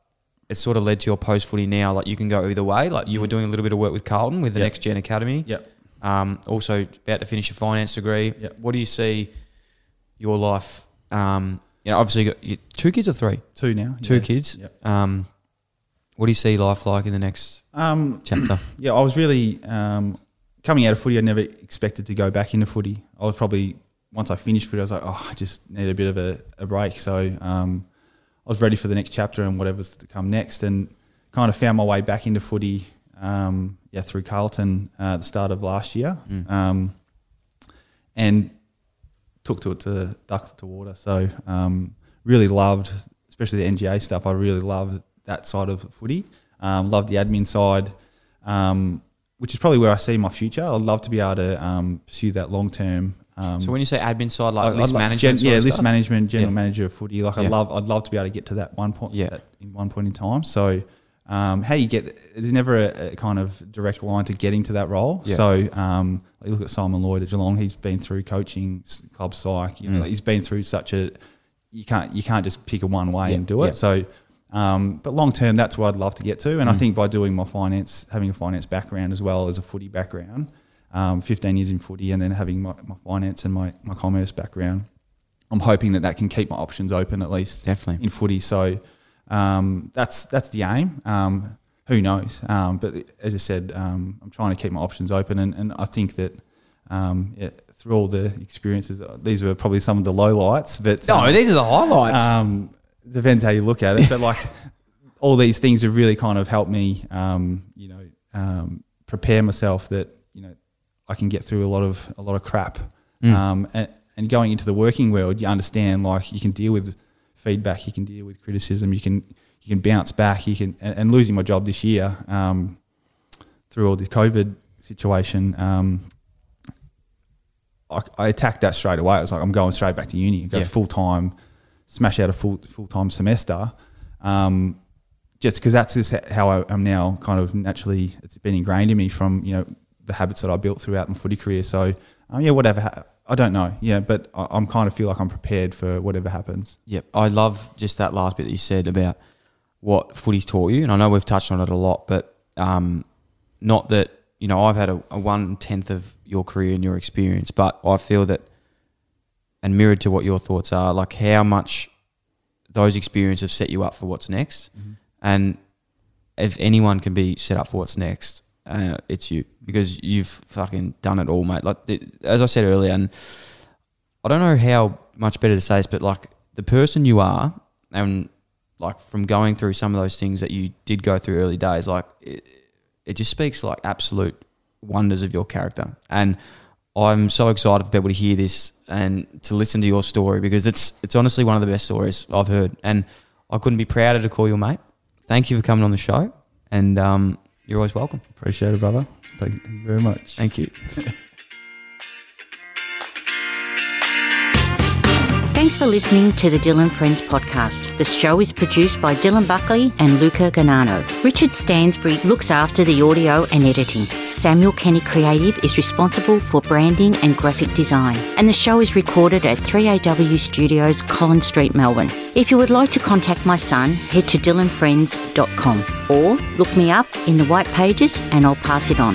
[SPEAKER 1] it's sort of led to your post footy now. Like you can go either way. Like you were doing a little bit of work with Carlton with the
[SPEAKER 3] Yep.
[SPEAKER 1] Next Gen Academy.
[SPEAKER 3] Yep.
[SPEAKER 1] Um, also about to finish a finance degree.
[SPEAKER 3] Yep.
[SPEAKER 1] What do you see your life? Um, you know, obviously you got you, two kids or three,
[SPEAKER 3] Two now.
[SPEAKER 1] two
[SPEAKER 3] yeah.
[SPEAKER 1] kids.
[SPEAKER 3] Yep.
[SPEAKER 1] Um, what do you see life like in the next
[SPEAKER 3] Um,
[SPEAKER 1] chapter?
[SPEAKER 3] yeah, I was really um, coming out of footy. I never expected to go back into footy. I was probably once I finished footy, I was like, oh, I just need a bit of a, a break. So um, I was ready for the next chapter and whatever's to come next, and kind of found my way back into footy. Um, yeah, through Carlton uh, at the start of last year,
[SPEAKER 1] Mm.
[SPEAKER 3] um, and took to it to duck to water. So um, really loved, especially the NGA stuff. I really loved that side of footy. Um, loved the admin side, um, which is probably where I see my future. I'd love to be able to um, pursue that long term. Um,
[SPEAKER 1] so when you say admin side,
[SPEAKER 3] I-
[SPEAKER 1] like
[SPEAKER 3] I'd
[SPEAKER 1] list
[SPEAKER 3] like-
[SPEAKER 1] management,
[SPEAKER 3] gen-
[SPEAKER 1] sort
[SPEAKER 3] yeah,
[SPEAKER 1] of
[SPEAKER 3] list
[SPEAKER 1] stuff?
[SPEAKER 3] management, general
[SPEAKER 1] Yeah.
[SPEAKER 3] manager of footy. Like
[SPEAKER 1] Yeah.
[SPEAKER 3] I love, I'd love to be able to get to that one point.
[SPEAKER 1] Yeah.
[SPEAKER 3] that- in one point in time. So um, how you get there's never a, a kind of direct line to getting to that role.
[SPEAKER 1] Yeah.
[SPEAKER 3] So um, you look at Simon Lloyd at Geelong. He's been through coaching, s- club psych.
[SPEAKER 1] Mm.
[SPEAKER 3] You know, like, he's been through such a you can't you can't just pick a one way
[SPEAKER 1] Yeah,
[SPEAKER 3] and do it.
[SPEAKER 1] yeah.
[SPEAKER 3] So. Um, but long term, that's where I'd love to get to, and I
[SPEAKER 1] Mm.
[SPEAKER 3] think by doing my finance, having a finance background as well as a footy background, um, 15 years in footy, and then having my, my finance and my, my commerce background, I'm hoping that that can keep my options open at least
[SPEAKER 1] Definitely.
[SPEAKER 3] in footy. So um, that's that's the aim. Um, who knows? Um, but as I said, um, I'm trying to keep my options open, and, and I think that um, yeah, through all the experiences, uh, these were probably some of the low lights. But
[SPEAKER 1] No,
[SPEAKER 3] um,
[SPEAKER 1] these are the highlights.
[SPEAKER 3] um, depends how you look at it. But like all these things have really kind of helped me, um, you know, um, prepare myself that you know I can get through a lot of a lot of crap. Um, and, and going into the working world, you understand like you can deal with feedback, you can deal with criticism, you can you can bounce back, you can. And, and losing my job this year um, through all the COVID situation. Um, I, I attacked that straight away. I was like, I'm going straight back to uni, go
[SPEAKER 1] Yeah.
[SPEAKER 3] full time, smash out a full full time semester, um, just because that's just how I, I'm now. Kind of naturally, it's been ingrained in me from you know the habits that I built throughout my footy career. So um, yeah, whatever. Ha- I don't know. Yeah, but I, I'm kind of feel like I'm prepared for whatever happens.
[SPEAKER 1] Yep, I love just that last bit that you said about what footy's taught you, and I know we've touched on it a lot, but um, not that you know I've had a, a one tenth of your career and your experience, but I feel that and mirrored to what your thoughts are, like how much those experiences have set you up for what's next, and if anyone can be set up for what's next, uh, it's you because you've fucking done it all, mate. Like the, as I said earlier, and I don't know how much better to say this, but like the person you are, and like from going through some of those things that you did go through early days, like it, it just speaks like absolute wonders of your character. And I'm so excited for people to hear this and to listen to your story because it's it's honestly one of the best stories I've heard, and I couldn't be prouder to call you a mate. Thank you for coming on the show, and um, you're always welcome.
[SPEAKER 3] Appreciate it, brother. Thank you very much.
[SPEAKER 1] Thank you.
[SPEAKER 2] Thanks for listening to the Dylan Friends podcast. The show is produced by Dylan Buckley and Luca Ganano. Richard Stansbury looks after the audio and editing. Samuel Kenny Creative is responsible for branding and graphic design. And the show is recorded at 3AW Studios, Collins Street, Melbourne. If you would like to contact my son, head to dylanfriends.com or look me up in the white pages and I'll pass it on.